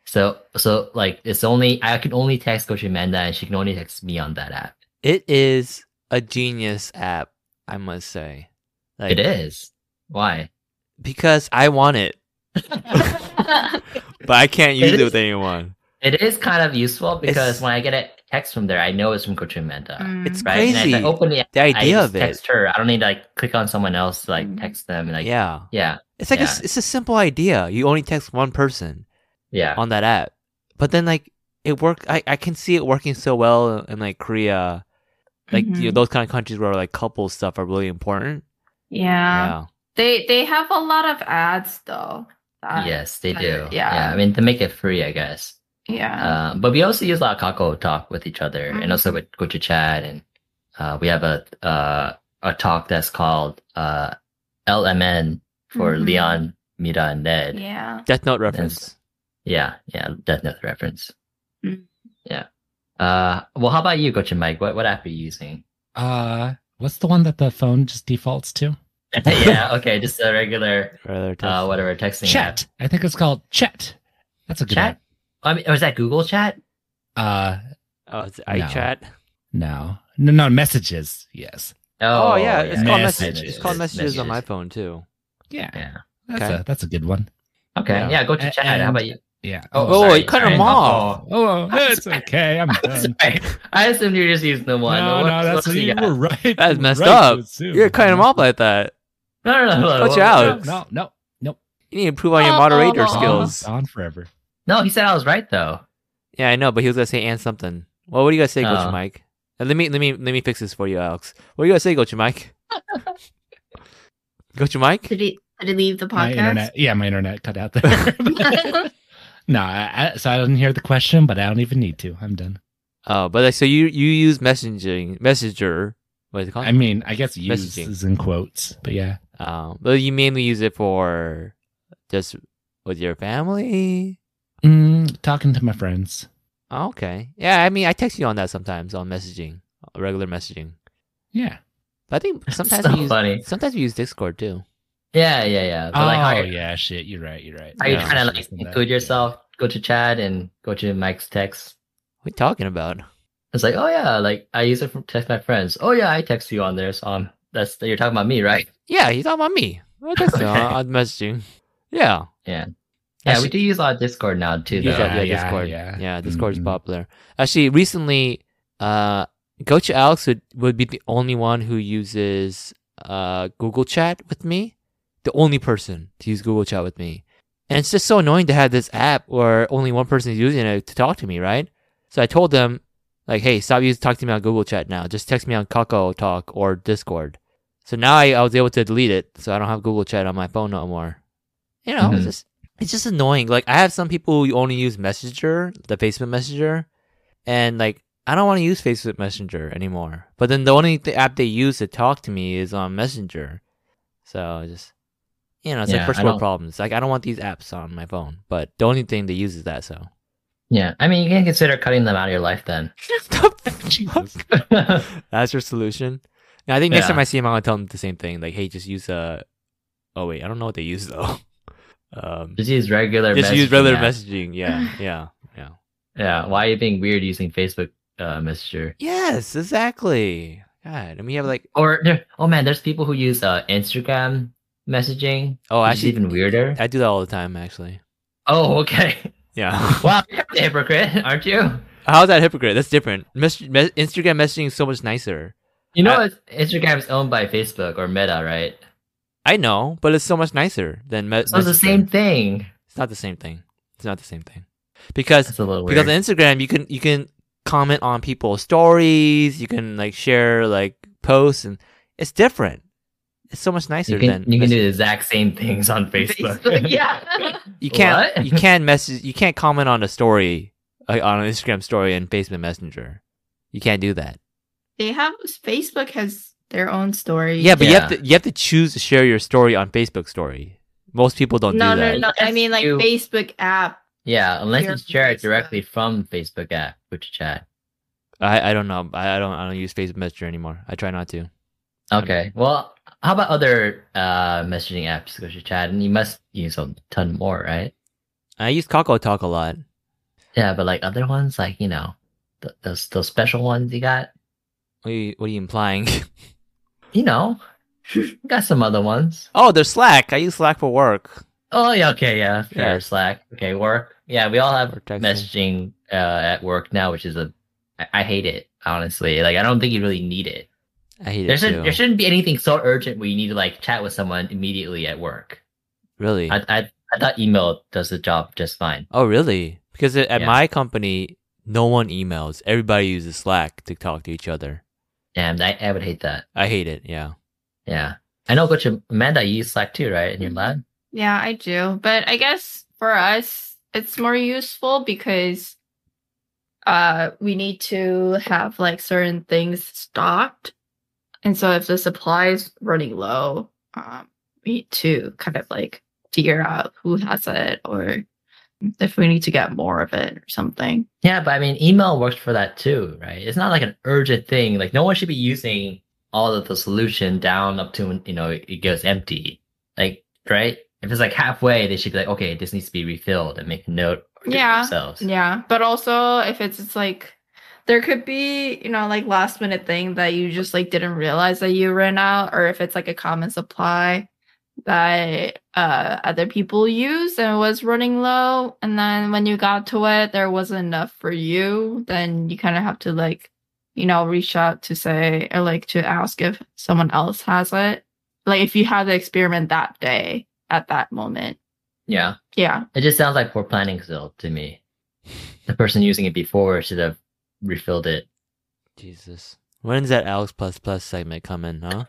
[SPEAKER 3] So, so like it's only I can only text Coach Amanda, and she can only text me on that app.
[SPEAKER 4] It is a genius app, I must say. Like,
[SPEAKER 3] it is why
[SPEAKER 4] because I want it, but I can't use
[SPEAKER 3] It
[SPEAKER 4] it,
[SPEAKER 3] is-
[SPEAKER 4] with anyone.
[SPEAKER 3] it is kind of useful because
[SPEAKER 4] It's-
[SPEAKER 3] when I get a text from there, I know it's from Coach Amanda,
[SPEAKER 6] Mm.
[SPEAKER 4] It's
[SPEAKER 3] right? And
[SPEAKER 4] crazy.
[SPEAKER 3] as I open the app,
[SPEAKER 4] the
[SPEAKER 3] I
[SPEAKER 4] idea
[SPEAKER 3] just
[SPEAKER 4] of it,
[SPEAKER 3] text her. I don't need to like click on someone else to like
[SPEAKER 6] Mm.
[SPEAKER 3] text them. And, like, yeah,
[SPEAKER 4] yeah.
[SPEAKER 3] yeah,
[SPEAKER 4] It's like a
[SPEAKER 3] Yeah.
[SPEAKER 4] s it's a simple idea. You only text one person
[SPEAKER 3] yeah,
[SPEAKER 4] on that app, but then like it worked. I I can see it working so well in like Korea, like you know,
[SPEAKER 6] Mhm.
[SPEAKER 4] those kind of countries where like couple stuff are really important.
[SPEAKER 6] yeah.
[SPEAKER 3] Uh-huh.
[SPEAKER 4] yeah.
[SPEAKER 6] They they have a lot of ads though. That-
[SPEAKER 3] yes, they
[SPEAKER 6] uh,
[SPEAKER 3] do.
[SPEAKER 6] yeah.
[SPEAKER 3] yeah. I mean, to make it free, I guess.
[SPEAKER 6] Yeah. Mm-hmm.
[SPEAKER 3] Uh, but we also use a lot of Kakao talk with each other and also with Gochu Chat. And uh, we have a uh, a talk that's called uh, LMN for
[SPEAKER 6] Mhm.
[SPEAKER 3] Leon, Mira, and
[SPEAKER 4] Uh,
[SPEAKER 3] Ned. Yeah,
[SPEAKER 6] yeah.
[SPEAKER 4] Death Note reference.
[SPEAKER 3] yeah, Death Note reference.
[SPEAKER 6] Mm.
[SPEAKER 3] Yeah. Uh, well, how about you, Gochu Mike? What, what app are you using?
[SPEAKER 7] Uh, what's the one that the phone just defaults to?
[SPEAKER 3] yeah, okay, just a regular,
[SPEAKER 4] Rather
[SPEAKER 3] uh,
[SPEAKER 4] text.
[SPEAKER 3] whatever, texting. app.
[SPEAKER 7] Chat. I think it's called Chat. That's a good
[SPEAKER 3] Chat? I mean, was that Google Chat?
[SPEAKER 7] app. Uh,
[SPEAKER 4] Oh, it's
[SPEAKER 7] No.
[SPEAKER 4] iChat.
[SPEAKER 7] no, no, no messages. Yes.
[SPEAKER 4] Oh, yeah, it's called
[SPEAKER 7] Messages.
[SPEAKER 4] messages. It's called messages, on my phone too.
[SPEAKER 7] Yeah.
[SPEAKER 3] Yeah.
[SPEAKER 7] That's
[SPEAKER 4] Okay.
[SPEAKER 7] a that's a good one.
[SPEAKER 3] Okay,
[SPEAKER 4] Yeah.
[SPEAKER 3] yeah, Gochu
[SPEAKER 7] A-
[SPEAKER 3] Chat. How
[SPEAKER 7] and-
[SPEAKER 3] about you?
[SPEAKER 7] Yeah.
[SPEAKER 4] Oh,
[SPEAKER 3] sorry,
[SPEAKER 4] you cut
[SPEAKER 3] sorry.
[SPEAKER 4] him off.
[SPEAKER 3] Oh.
[SPEAKER 7] Oh, it's okay. I'm done.
[SPEAKER 3] Sorry. I assumed you just used the one.
[SPEAKER 7] No,
[SPEAKER 3] What-
[SPEAKER 7] no, that's
[SPEAKER 3] what's he
[SPEAKER 7] you
[SPEAKER 3] got?
[SPEAKER 7] were right.
[SPEAKER 4] That's
[SPEAKER 7] you were
[SPEAKER 4] messed
[SPEAKER 7] right
[SPEAKER 4] up.
[SPEAKER 7] to assume.
[SPEAKER 4] You're cutting him off like that.
[SPEAKER 3] No, no, no, no.
[SPEAKER 4] Cut
[SPEAKER 3] no,
[SPEAKER 4] you
[SPEAKER 3] no,
[SPEAKER 4] out.
[SPEAKER 7] No,
[SPEAKER 4] Alex.
[SPEAKER 7] no, no.
[SPEAKER 4] You need to improve on your
[SPEAKER 6] Oh,
[SPEAKER 4] moderator
[SPEAKER 6] oh, oh.
[SPEAKER 4] skills.
[SPEAKER 7] On forever.
[SPEAKER 3] No, he said I was right though.
[SPEAKER 4] Yeah, I know, but he was gonna say and something. Well, what do you guys say, Coach
[SPEAKER 3] Oh.
[SPEAKER 4] Mike? Uh, Let me let me let me fix this for you, Alex. What are you gonna say, Gochu Mike? Gochu Mike?
[SPEAKER 6] Did he did he leave the podcast?
[SPEAKER 7] My internet, yeah, my internet cut out there. no, I, I, so I didn't hear the question, but I don't even need to. I'm done.
[SPEAKER 4] Oh, but like, so you you use messaging messenger. What is it called?
[SPEAKER 7] I mean, I guess use
[SPEAKER 4] Messaging.
[SPEAKER 7] is in quotes, but yeah,
[SPEAKER 4] um, but you mainly use it for just with your family.
[SPEAKER 7] mm, talking to my friends.
[SPEAKER 4] Oh, okay. Yeah, I mean, I text you on that sometimes on messaging, regular messaging.
[SPEAKER 7] Yeah.
[SPEAKER 4] But I think sometimes
[SPEAKER 3] so
[SPEAKER 4] we use,
[SPEAKER 3] funny.
[SPEAKER 4] Sometimes we use Discord too.
[SPEAKER 3] Yeah, yeah, yeah. But
[SPEAKER 7] oh
[SPEAKER 3] like, how you're,
[SPEAKER 7] yeah, shit. You're right. You're right.
[SPEAKER 3] how you
[SPEAKER 4] yeah.
[SPEAKER 3] trying to like include yourself? Go to Chad and go to Mike's text.
[SPEAKER 4] What are you talking about?
[SPEAKER 3] It's like, oh yeah, like I use it for text my friends. Oh yeah, I text you on there. So um, that's you're talking about me, right?
[SPEAKER 4] Yeah, he's talking about me. I text you on,
[SPEAKER 3] Okay.
[SPEAKER 4] on messaging. Yeah.
[SPEAKER 3] Yeah,
[SPEAKER 4] Actually-
[SPEAKER 3] we do use a lot of Discord now too.
[SPEAKER 4] Use
[SPEAKER 3] Though.
[SPEAKER 4] that,
[SPEAKER 7] Yeah,
[SPEAKER 4] yeah,
[SPEAKER 7] yeah,
[SPEAKER 4] Discord. Yeah,
[SPEAKER 7] yeah.
[SPEAKER 4] Discord is
[SPEAKER 7] Mhm.
[SPEAKER 4] popular. Actually, recently, uh, Gochu Alex would, would be the only one who uses uh, Google Chat with me. The only person to use Google Chat with me. And it's just so annoying to have this app where only one person is using it to talk to me, right? So I told them, like, hey, stop using talk to me on Google Chat now. Just text me on Kakao Talk or Discord. So now I, I was able to delete it, so I don't have Google Chat on my phone no more. You know,
[SPEAKER 3] Mhm.
[SPEAKER 4] it's just it's just annoying. Like I have some people who only use Messenger, the Facebook Messenger, and like I don't want to use Facebook Messenger anymore. But then the only th- app they use to talk to me is on Messenger. So it's just you know, it's
[SPEAKER 3] Yeah,
[SPEAKER 4] like first
[SPEAKER 3] I
[SPEAKER 4] world
[SPEAKER 3] don't-
[SPEAKER 4] problems. Like I don't want these apps on my phone, but the only thing they use is that. So
[SPEAKER 3] Yeah, I mean, you can consider cutting them out of your life then.
[SPEAKER 7] Jesus.
[SPEAKER 4] That's your solution. Now, I think next
[SPEAKER 3] Yeah.
[SPEAKER 4] time I see him, I'm gonna tell him the same thing. Like, hey, just use Uh... Oh wait, I don't know what they use though. Um,
[SPEAKER 3] Just use regular.
[SPEAKER 4] just use regular
[SPEAKER 3] messaging. apps.
[SPEAKER 4] messaging. Yeah, yeah, yeah.
[SPEAKER 3] Yeah, why are you being weird using Facebook uh, Messenger?
[SPEAKER 4] Yes, exactly. God, and we have like
[SPEAKER 3] Or there, oh man, there's people who use uh, Instagram messaging.
[SPEAKER 4] oh,
[SPEAKER 3] which is
[SPEAKER 4] actually,
[SPEAKER 3] even weirder.
[SPEAKER 4] I do that all the time actually.
[SPEAKER 3] Oh, okay.
[SPEAKER 4] Yeah.
[SPEAKER 3] Wow, you're a hypocrite, aren't you?
[SPEAKER 4] How's that hypocrite? That's different. Mess- me- Instagram messaging is so much nicer. Uh,
[SPEAKER 3] You know,
[SPEAKER 4] I-
[SPEAKER 3] it's Instagram is owned by Facebook or Meta, right?
[SPEAKER 4] I know, but it's so much nicer than. Me-
[SPEAKER 3] So it's the
[SPEAKER 4] Messenger.
[SPEAKER 3] same thing.
[SPEAKER 4] It's not the same thing. It's not the same thing. Because
[SPEAKER 3] That's a little weird.
[SPEAKER 4] because on Instagram you can you can comment on people's stories, you can like share like posts, and it's different. It's so much nicer
[SPEAKER 3] you can,
[SPEAKER 4] than
[SPEAKER 3] you can do
[SPEAKER 4] messaging.
[SPEAKER 3] the exact same things on Facebook.
[SPEAKER 6] yeah.
[SPEAKER 4] You can't
[SPEAKER 3] What?
[SPEAKER 4] you can't message you can't comment on a story uh, on an Instagram story and Facebook Messenger. You can't do that.
[SPEAKER 6] They have Facebook has their own story.
[SPEAKER 4] Yeah, but you have
[SPEAKER 3] Yeah.
[SPEAKER 4] to you have to choose to share your story on Facebook story. Most people don't
[SPEAKER 6] no,
[SPEAKER 4] do
[SPEAKER 6] no,
[SPEAKER 4] that.
[SPEAKER 6] no. I mean, like
[SPEAKER 3] You-
[SPEAKER 6] Facebook app.
[SPEAKER 3] yeah, unless you
[SPEAKER 6] Your
[SPEAKER 3] share it
[SPEAKER 6] Facebook.
[SPEAKER 3] directly from Facebook app, which chat.
[SPEAKER 4] I, I don't know. I, I don't I don't use Facebook Messenger anymore. I try not to. Um,
[SPEAKER 3] Okay. Well, how about other uh, messaging apps, Go to chat? And you must use a ton more, right?
[SPEAKER 4] I use Kakao Talk a lot.
[SPEAKER 3] Yeah, but like other ones, like you know, th- those those special ones you got.
[SPEAKER 4] What are you, what are you implying?
[SPEAKER 3] You know, got some other ones.
[SPEAKER 4] oh, there's Slack. I use Slack for work.
[SPEAKER 3] Oh yeah, okay, yeah, fair.
[SPEAKER 4] Yeah.
[SPEAKER 3] Slack, okay, work. Yeah, we all have
[SPEAKER 4] Or texting.
[SPEAKER 3] messaging uh, at work now, which is a I, I hate it honestly. Like I don't think you really need it.
[SPEAKER 4] I hate
[SPEAKER 3] There
[SPEAKER 4] it too.
[SPEAKER 3] should there shouldn't be anything so urgent where you need to like chat with someone immediately at work.
[SPEAKER 4] Really?
[SPEAKER 3] I I, I thought email does the job just fine.
[SPEAKER 4] oh, really? Because at at
[SPEAKER 3] Yeah.
[SPEAKER 4] my company, no one emails. Everybody uses Slack to talk to each other.
[SPEAKER 3] Damn, I, I would hate that.
[SPEAKER 4] I hate it. Yeah.
[SPEAKER 3] Yeah, I know. But you- Amanda, you use Slack too, right? In your lab.
[SPEAKER 6] Yeah, I do. But I guess for us, it's more useful because uh we need to have like certain things stocked. And so if the supply is running low, um, we need to kind of like figure out who has it or if we need to get more of it or something.
[SPEAKER 3] Yeah, but I mean, email works for that too, right? It's not like an urgent thing. Like no one should be using all of the solution down up to you know it goes empty. Like right, if it's like halfway, they should be like, okay, this needs to be refilled and make a note. or do it
[SPEAKER 6] Yeah.
[SPEAKER 3] Themselves.
[SPEAKER 6] Yeah. But also if it's it's like there could be, you know, like last minute thing that you just like didn't realize that you ran out, or if it's like a common supply that uh other people use and it was running low, and then when you got to it, there wasn't enough for you, then you kind of have to like, you know, reach out to say or like to ask if someone else has it. Like if you had the experiment that day at that moment.
[SPEAKER 3] Yeah.
[SPEAKER 6] Yeah.
[SPEAKER 3] It just sounds like poor planning still to me. The person using it before should have refilled it.
[SPEAKER 4] Jesus. When's that Alex plus plus segment coming, huh?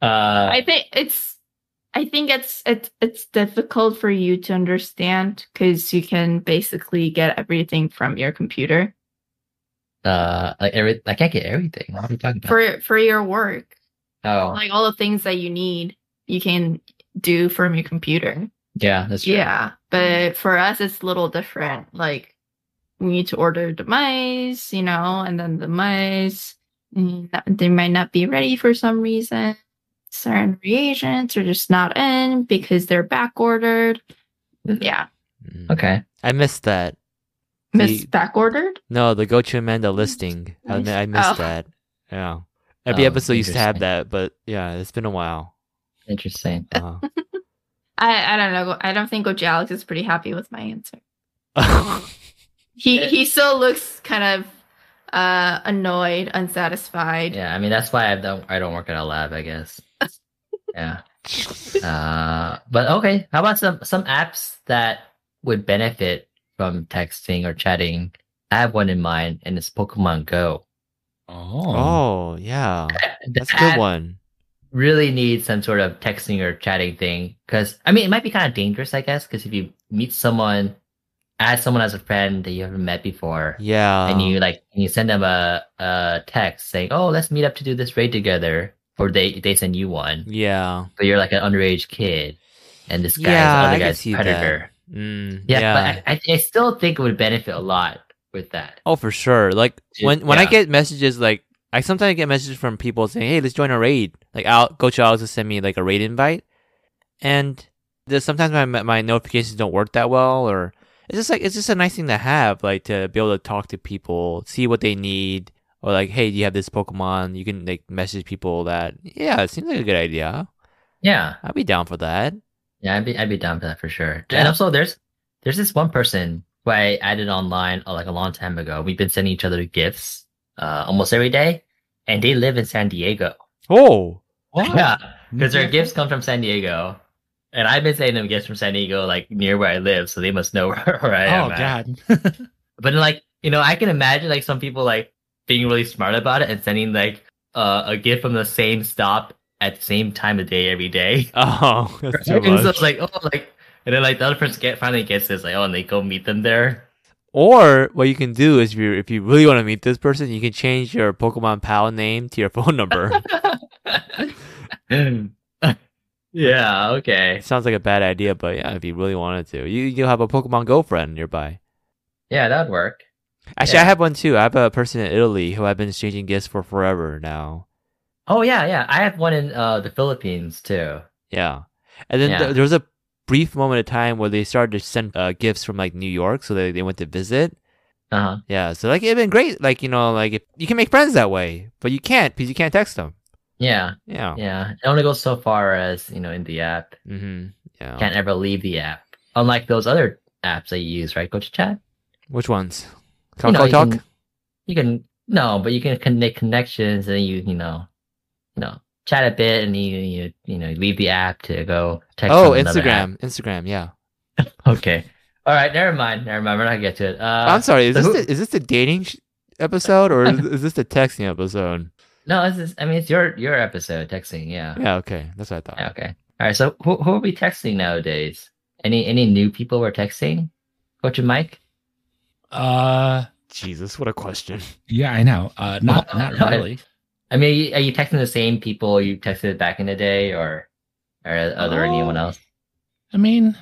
[SPEAKER 3] Uh,
[SPEAKER 6] I think it's I think it's it's it's difficult for you to understand because you can basically get everything from your computer
[SPEAKER 3] uh, like every, I can't get everything. What are we talking about?
[SPEAKER 6] for for your work.
[SPEAKER 3] oh,
[SPEAKER 6] Like all the things that you need, you can do from your computer.
[SPEAKER 3] yeah, that's true.
[SPEAKER 6] Yeah, but for us, it's a little different. Like we need to order the mice, you know, and then the mice mm, they might not be ready for some reason. Certain reagents are just not in because they're back ordered. Yeah,
[SPEAKER 4] Mm.
[SPEAKER 3] Okay.
[SPEAKER 4] I missed that.
[SPEAKER 6] miss
[SPEAKER 4] The-
[SPEAKER 6] back ordered.
[SPEAKER 4] No, the Gochu Amanda listing. I, mi- I missed
[SPEAKER 6] Oh.
[SPEAKER 4] that. Yeah. Every
[SPEAKER 3] Oh,
[SPEAKER 4] episode used to have
[SPEAKER 3] interesting.
[SPEAKER 4] that, but yeah, it's been a while.
[SPEAKER 3] Interesting.
[SPEAKER 4] Uh,
[SPEAKER 6] I I don't know. I don't think Goji Alex is pretty happy with my answer.
[SPEAKER 3] Hmm.
[SPEAKER 6] He
[SPEAKER 3] Eh.
[SPEAKER 6] he still looks kind of uh annoyed, unsatisfied.
[SPEAKER 3] Yeah, I mean that's why I don't I don't work at a lab, I guess. yeah. Uh, but okay, how about some some apps that would benefit from texting or chatting? I have one in mind, and it's Pokemon Go.
[SPEAKER 7] Oh.
[SPEAKER 4] oh, yeah. That's a
[SPEAKER 3] That
[SPEAKER 4] good one.
[SPEAKER 3] Really needs some sort of texting or chatting thing because I mean it might be kind of dangerous, I guess, because if you meet someone, add someone as a friend that you haven't met before,
[SPEAKER 4] Yeah.
[SPEAKER 3] and you like and you send them a a text saying, "Oh, let's meet up to do this raid together," or they they send you one.
[SPEAKER 4] Mm. Yeah.
[SPEAKER 3] but you're like an underage kid, and this guy is
[SPEAKER 4] Yeah, I
[SPEAKER 3] other
[SPEAKER 4] can
[SPEAKER 3] guy's
[SPEAKER 4] see
[SPEAKER 3] predator.
[SPEAKER 4] that. Mm,
[SPEAKER 3] Yeah,
[SPEAKER 4] yeah.
[SPEAKER 3] but I, I, I still think it would benefit a lot with that.
[SPEAKER 4] oh, for sure. Like
[SPEAKER 3] Dude,
[SPEAKER 4] when when I
[SPEAKER 3] yeah.
[SPEAKER 4] get messages, like I sometimes get messages from people saying, "Hey, let's join a raid." Like I'll go to Alex to send me like a raid invite, and there's sometimes my my notifications don't work that well, or it's just like it's just a nice thing to have, like to be able to talk to people, see what they need, or like, "Hey, do you have this Pokemon?" You can like message people that. Yeah, it seems like a good idea.
[SPEAKER 3] Yeah,
[SPEAKER 4] I'd be down for that.
[SPEAKER 3] yeah, I'd be I'd be down for that for sure.
[SPEAKER 4] Yeah.
[SPEAKER 3] And also, there's there's this one person who I added online uh, like a long time ago. We've been sending each other gifts uh, almost every day, and they live in San Diego.
[SPEAKER 4] Oh,
[SPEAKER 3] Yeah, because their gifts come from San Diego. And I've been sending them gifts from San Diego, like near where I live, so they must know where, I am.
[SPEAKER 7] Oh
[SPEAKER 3] at.
[SPEAKER 7] god.
[SPEAKER 3] But like, you know, I can imagine like some people like being really smart about it and sending like uh, a gift from the same stop at the same time of day every day.
[SPEAKER 4] oh, that's too
[SPEAKER 3] and so
[SPEAKER 4] much.
[SPEAKER 3] it's like, oh, like, and then like the other person get finally gets this, like, oh, and they go meet them there.
[SPEAKER 4] Or what you can do is if you if you really want to meet this person, you can change your Pokemon Pal name to your phone number.
[SPEAKER 3] yeah. Okay.
[SPEAKER 4] it sounds like a bad idea, but yeah, if you really wanted to, you you have a Pokemon Go friend nearby.
[SPEAKER 3] Yeah, that'd work.
[SPEAKER 4] Actually, I
[SPEAKER 3] Yeah.
[SPEAKER 4] have one too. I have a person in Italy who I've been exchanging gifts for forever now.
[SPEAKER 3] Oh yeah, yeah. I have one in uh, the Philippines too.
[SPEAKER 4] Yeah, and then
[SPEAKER 3] Yeah.
[SPEAKER 4] th- there was a brief moment of time where they started to send uh, gifts from like New York, so they they went to visit.
[SPEAKER 3] Uh huh.
[SPEAKER 4] Yeah, so like it'd been great. Like you know, like if, you can make friends that way, but you can't because you can't text them.
[SPEAKER 3] Yeah.
[SPEAKER 4] Yeah.
[SPEAKER 3] Yeah. It only goes so far as you know in the app.
[SPEAKER 4] Mm-hmm. Yeah.
[SPEAKER 3] can't ever leave the app. Unlike those other apps that you use, right, Coach Chat?
[SPEAKER 4] Which ones?
[SPEAKER 3] You
[SPEAKER 4] Talk,
[SPEAKER 3] know,
[SPEAKER 4] talk,
[SPEAKER 3] you
[SPEAKER 4] talk.
[SPEAKER 3] Can, you can no, but you can connect connections, and you you know, you know, chat a bit, and you you you know, you leave the app to go text.
[SPEAKER 4] Oh,
[SPEAKER 3] on another app.
[SPEAKER 4] Instagram, Instagram. Yeah.
[SPEAKER 3] Okay. All right. Never mind. Never mind. We're not gonna get to it. Uh,
[SPEAKER 4] I'm sorry. Is
[SPEAKER 3] so
[SPEAKER 4] this
[SPEAKER 3] who-
[SPEAKER 4] the, is this the dating sh- episode or is is this the texting episode?
[SPEAKER 3] no, this is. I mean, it's your your episode texting. Yeah.
[SPEAKER 4] Yeah. Okay. That's what I thought.
[SPEAKER 3] Yeah, okay. All right. So who who are we texting nowadays? Any any new people we're texting? Coach and Mike.
[SPEAKER 7] Uh
[SPEAKER 4] Jesus, what a question.
[SPEAKER 7] yeah, I know. Uh not not
[SPEAKER 3] No, I-
[SPEAKER 7] really.
[SPEAKER 3] I mean, are you, are you texting the same people you texted back in the day, or or are there anyone
[SPEAKER 7] Oh.
[SPEAKER 3] else?
[SPEAKER 7] I mean,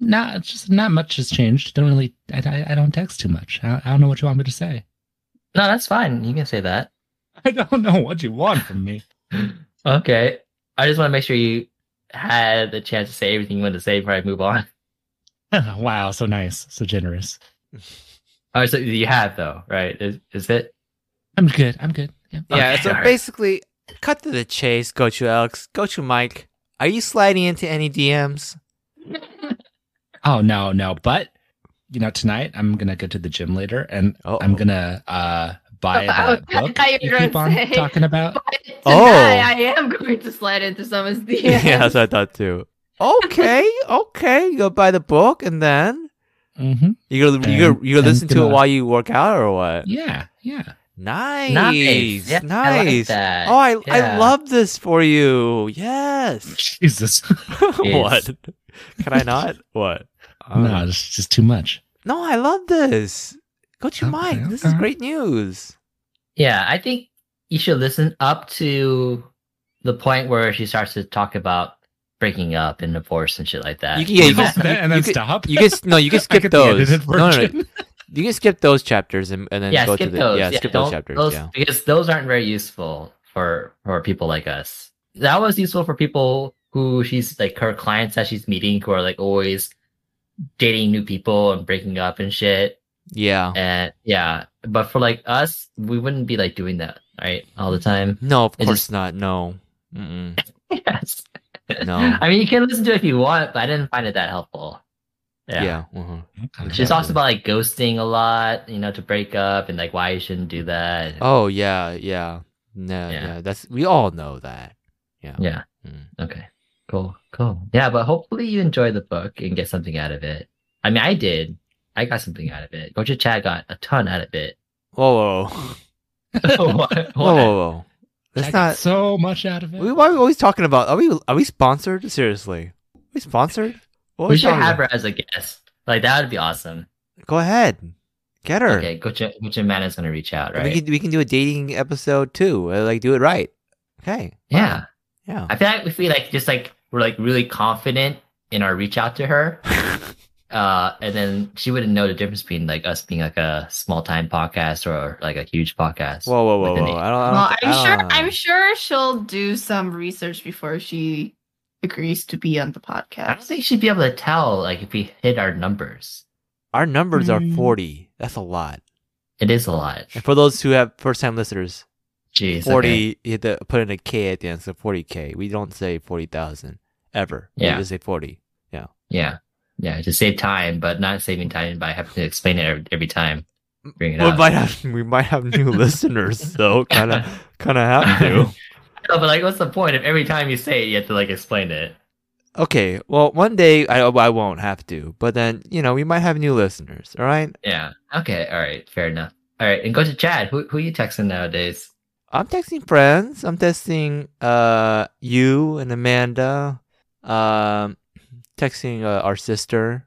[SPEAKER 7] not it's just not much has changed. Don't really. I, I, I don't text too much. I, I don't know what you want me to say.
[SPEAKER 3] No, that's fine. You can say that.
[SPEAKER 7] I don't know what you want from me.
[SPEAKER 3] Okay. I just want to make sure you had the chance to say everything you wanted to say before I move on.
[SPEAKER 7] wow, so nice, so generous.
[SPEAKER 3] All right. Oh, So you have though, right? Is is it?
[SPEAKER 7] I'm good. I'm good. Yeah.
[SPEAKER 4] Yeah.
[SPEAKER 3] Okay,
[SPEAKER 4] so
[SPEAKER 3] all right.
[SPEAKER 4] basically, cut to the chase. Go to Alex. Go to Mike. Are you sliding into any DMs?
[SPEAKER 7] Oh no, no. But you know, tonight I'm gonna go to the gym later, and
[SPEAKER 4] Uh-oh.
[SPEAKER 7] I'm gonna uh
[SPEAKER 6] Oh,
[SPEAKER 7] buy
[SPEAKER 6] I
[SPEAKER 7] that
[SPEAKER 6] thought
[SPEAKER 7] book
[SPEAKER 6] you
[SPEAKER 7] you
[SPEAKER 6] were
[SPEAKER 7] keep
[SPEAKER 6] gonna
[SPEAKER 7] on
[SPEAKER 6] say-
[SPEAKER 7] talking about.
[SPEAKER 6] Tonight,
[SPEAKER 4] Oh.
[SPEAKER 6] I am going to slide into someone's DMs.
[SPEAKER 4] yeah, that's what I thought too. Okay. Okay. You go buy the book and then
[SPEAKER 7] hmm
[SPEAKER 4] you go you go
[SPEAKER 7] And-
[SPEAKER 4] you go
[SPEAKER 7] and
[SPEAKER 4] listen to it
[SPEAKER 7] gonna-
[SPEAKER 4] while you work out or what?
[SPEAKER 7] Yeah, yeah.
[SPEAKER 8] Nice.
[SPEAKER 3] Nice. Yeah, I like
[SPEAKER 8] nice.
[SPEAKER 3] that.
[SPEAKER 8] Oh, I I
[SPEAKER 3] Yeah.
[SPEAKER 8] love this for you. Yes.
[SPEAKER 7] Jesus.
[SPEAKER 8] what? Can I not? What? Um,
[SPEAKER 7] no, it's just too much.
[SPEAKER 8] No, I love this. Go to
[SPEAKER 7] Okay,
[SPEAKER 8] Mike. This is
[SPEAKER 7] okay.
[SPEAKER 8] great news.
[SPEAKER 3] Yeah, I think you should listen up to the point where she starts to talk about breaking up and divorce and shit like that.
[SPEAKER 8] You- yeah, you
[SPEAKER 7] Oh,
[SPEAKER 8] can-
[SPEAKER 7] and then- and then
[SPEAKER 8] you can-
[SPEAKER 7] stop.
[SPEAKER 8] You can no, you can
[SPEAKER 7] I
[SPEAKER 8] skip
[SPEAKER 7] get the
[SPEAKER 8] those.
[SPEAKER 7] edited
[SPEAKER 8] No, no, no.
[SPEAKER 7] version.
[SPEAKER 8] You can skip those chapters and, and then
[SPEAKER 3] yeah,
[SPEAKER 8] go
[SPEAKER 3] skip
[SPEAKER 8] to the
[SPEAKER 3] those.
[SPEAKER 8] yeah, skip
[SPEAKER 3] don't-
[SPEAKER 8] those chapters.
[SPEAKER 3] those-
[SPEAKER 8] yeah.
[SPEAKER 3] because those aren't very useful for for people like us. That was useful for people who she's like her clients that she's meeting who are like always dating new people and breaking up and shit.
[SPEAKER 8] Yeah.
[SPEAKER 3] And yeah, but for like us, we wouldn't be like doing that right all the time.
[SPEAKER 8] No, of
[SPEAKER 3] It
[SPEAKER 8] course
[SPEAKER 3] just-
[SPEAKER 8] not. No. Mm-mm.
[SPEAKER 3] Yes.
[SPEAKER 8] No.
[SPEAKER 3] I mean, you can listen to it if you want, but I didn't find it that helpful.
[SPEAKER 8] Yeah.
[SPEAKER 3] Yeah.
[SPEAKER 8] uh-huh.
[SPEAKER 3] She talks about like ghosting a lot, you know, to break up and like why you shouldn't do that.
[SPEAKER 8] Oh yeah, yeah. No, yeah.
[SPEAKER 3] Yeah.
[SPEAKER 8] That's we all know that. Yeah.
[SPEAKER 3] Yeah.
[SPEAKER 8] Mm.
[SPEAKER 3] Okay. Cool. Cool. Yeah, but hopefully you enjoy the book and get something out of it. I mean, I did. I got something out of it. Gocha Chad got a ton out of it.
[SPEAKER 8] Whoa, whoa, whoa,
[SPEAKER 3] What?
[SPEAKER 8] whoa, whoa, whoa.
[SPEAKER 7] I
[SPEAKER 8] That's
[SPEAKER 7] got
[SPEAKER 8] not.
[SPEAKER 7] so much out of it.
[SPEAKER 8] We, why are we always talking about? Are we are we sponsored? Seriously, are we sponsored? What are
[SPEAKER 3] we should
[SPEAKER 8] talking
[SPEAKER 3] have
[SPEAKER 8] about?
[SPEAKER 3] her as a guest. Like that would be awesome.
[SPEAKER 8] Go ahead, get her.
[SPEAKER 3] Okay, Gocha Gocha Man is gonna reach out,
[SPEAKER 8] We
[SPEAKER 3] right?
[SPEAKER 8] can we can do a dating episode too. uh, Like do it right. Okay.
[SPEAKER 3] Yeah.
[SPEAKER 8] Yeah.
[SPEAKER 3] I feel like if we like just like we're like really confident in our reach out to her, uh, and then she wouldn't know the difference between like us being like a small time podcast or like a huge podcast.
[SPEAKER 8] Whoa, whoa, whoa,
[SPEAKER 3] With an
[SPEAKER 8] whoa!
[SPEAKER 3] eight.
[SPEAKER 8] I don't. I don't
[SPEAKER 6] Well,
[SPEAKER 8] thi-
[SPEAKER 6] I'm
[SPEAKER 8] I
[SPEAKER 6] sure
[SPEAKER 4] um, Ah.
[SPEAKER 8] don't know.
[SPEAKER 6] I'm sure she'll do some research before she agrees to be on the podcast.
[SPEAKER 3] I don't think she'd be able to tell like if we hit our numbers.
[SPEAKER 8] Our numbers are
[SPEAKER 3] Hmm.
[SPEAKER 6] Mm.
[SPEAKER 8] forty. That's a lot.
[SPEAKER 3] It is a lot.
[SPEAKER 8] And for those who have first time listeners,
[SPEAKER 3] Jeez, okay.
[SPEAKER 8] forty you have to put in a K at the end, so forty K. We don't say forty thousand ever.
[SPEAKER 3] Yeah.
[SPEAKER 8] We just say forty.
[SPEAKER 3] Yeah, yeah, to save time, but not saving time by having to explain it every, every time. Bring it
[SPEAKER 8] we
[SPEAKER 3] up.
[SPEAKER 8] might have we might have new listeners, so kind of kind of have to.
[SPEAKER 3] No, but like, what's the point if every time you say it, you have to like explain it?
[SPEAKER 8] Okay, well, one day I I won't have to, but then you know we might have new listeners. All right,
[SPEAKER 3] Yeah. Okay. All right. Fair enough. All right. And go to Chad. Who who you texting nowadays?
[SPEAKER 8] I'm texting friends. I'm texting uh you and Amanda. Um, texting uh, our sister.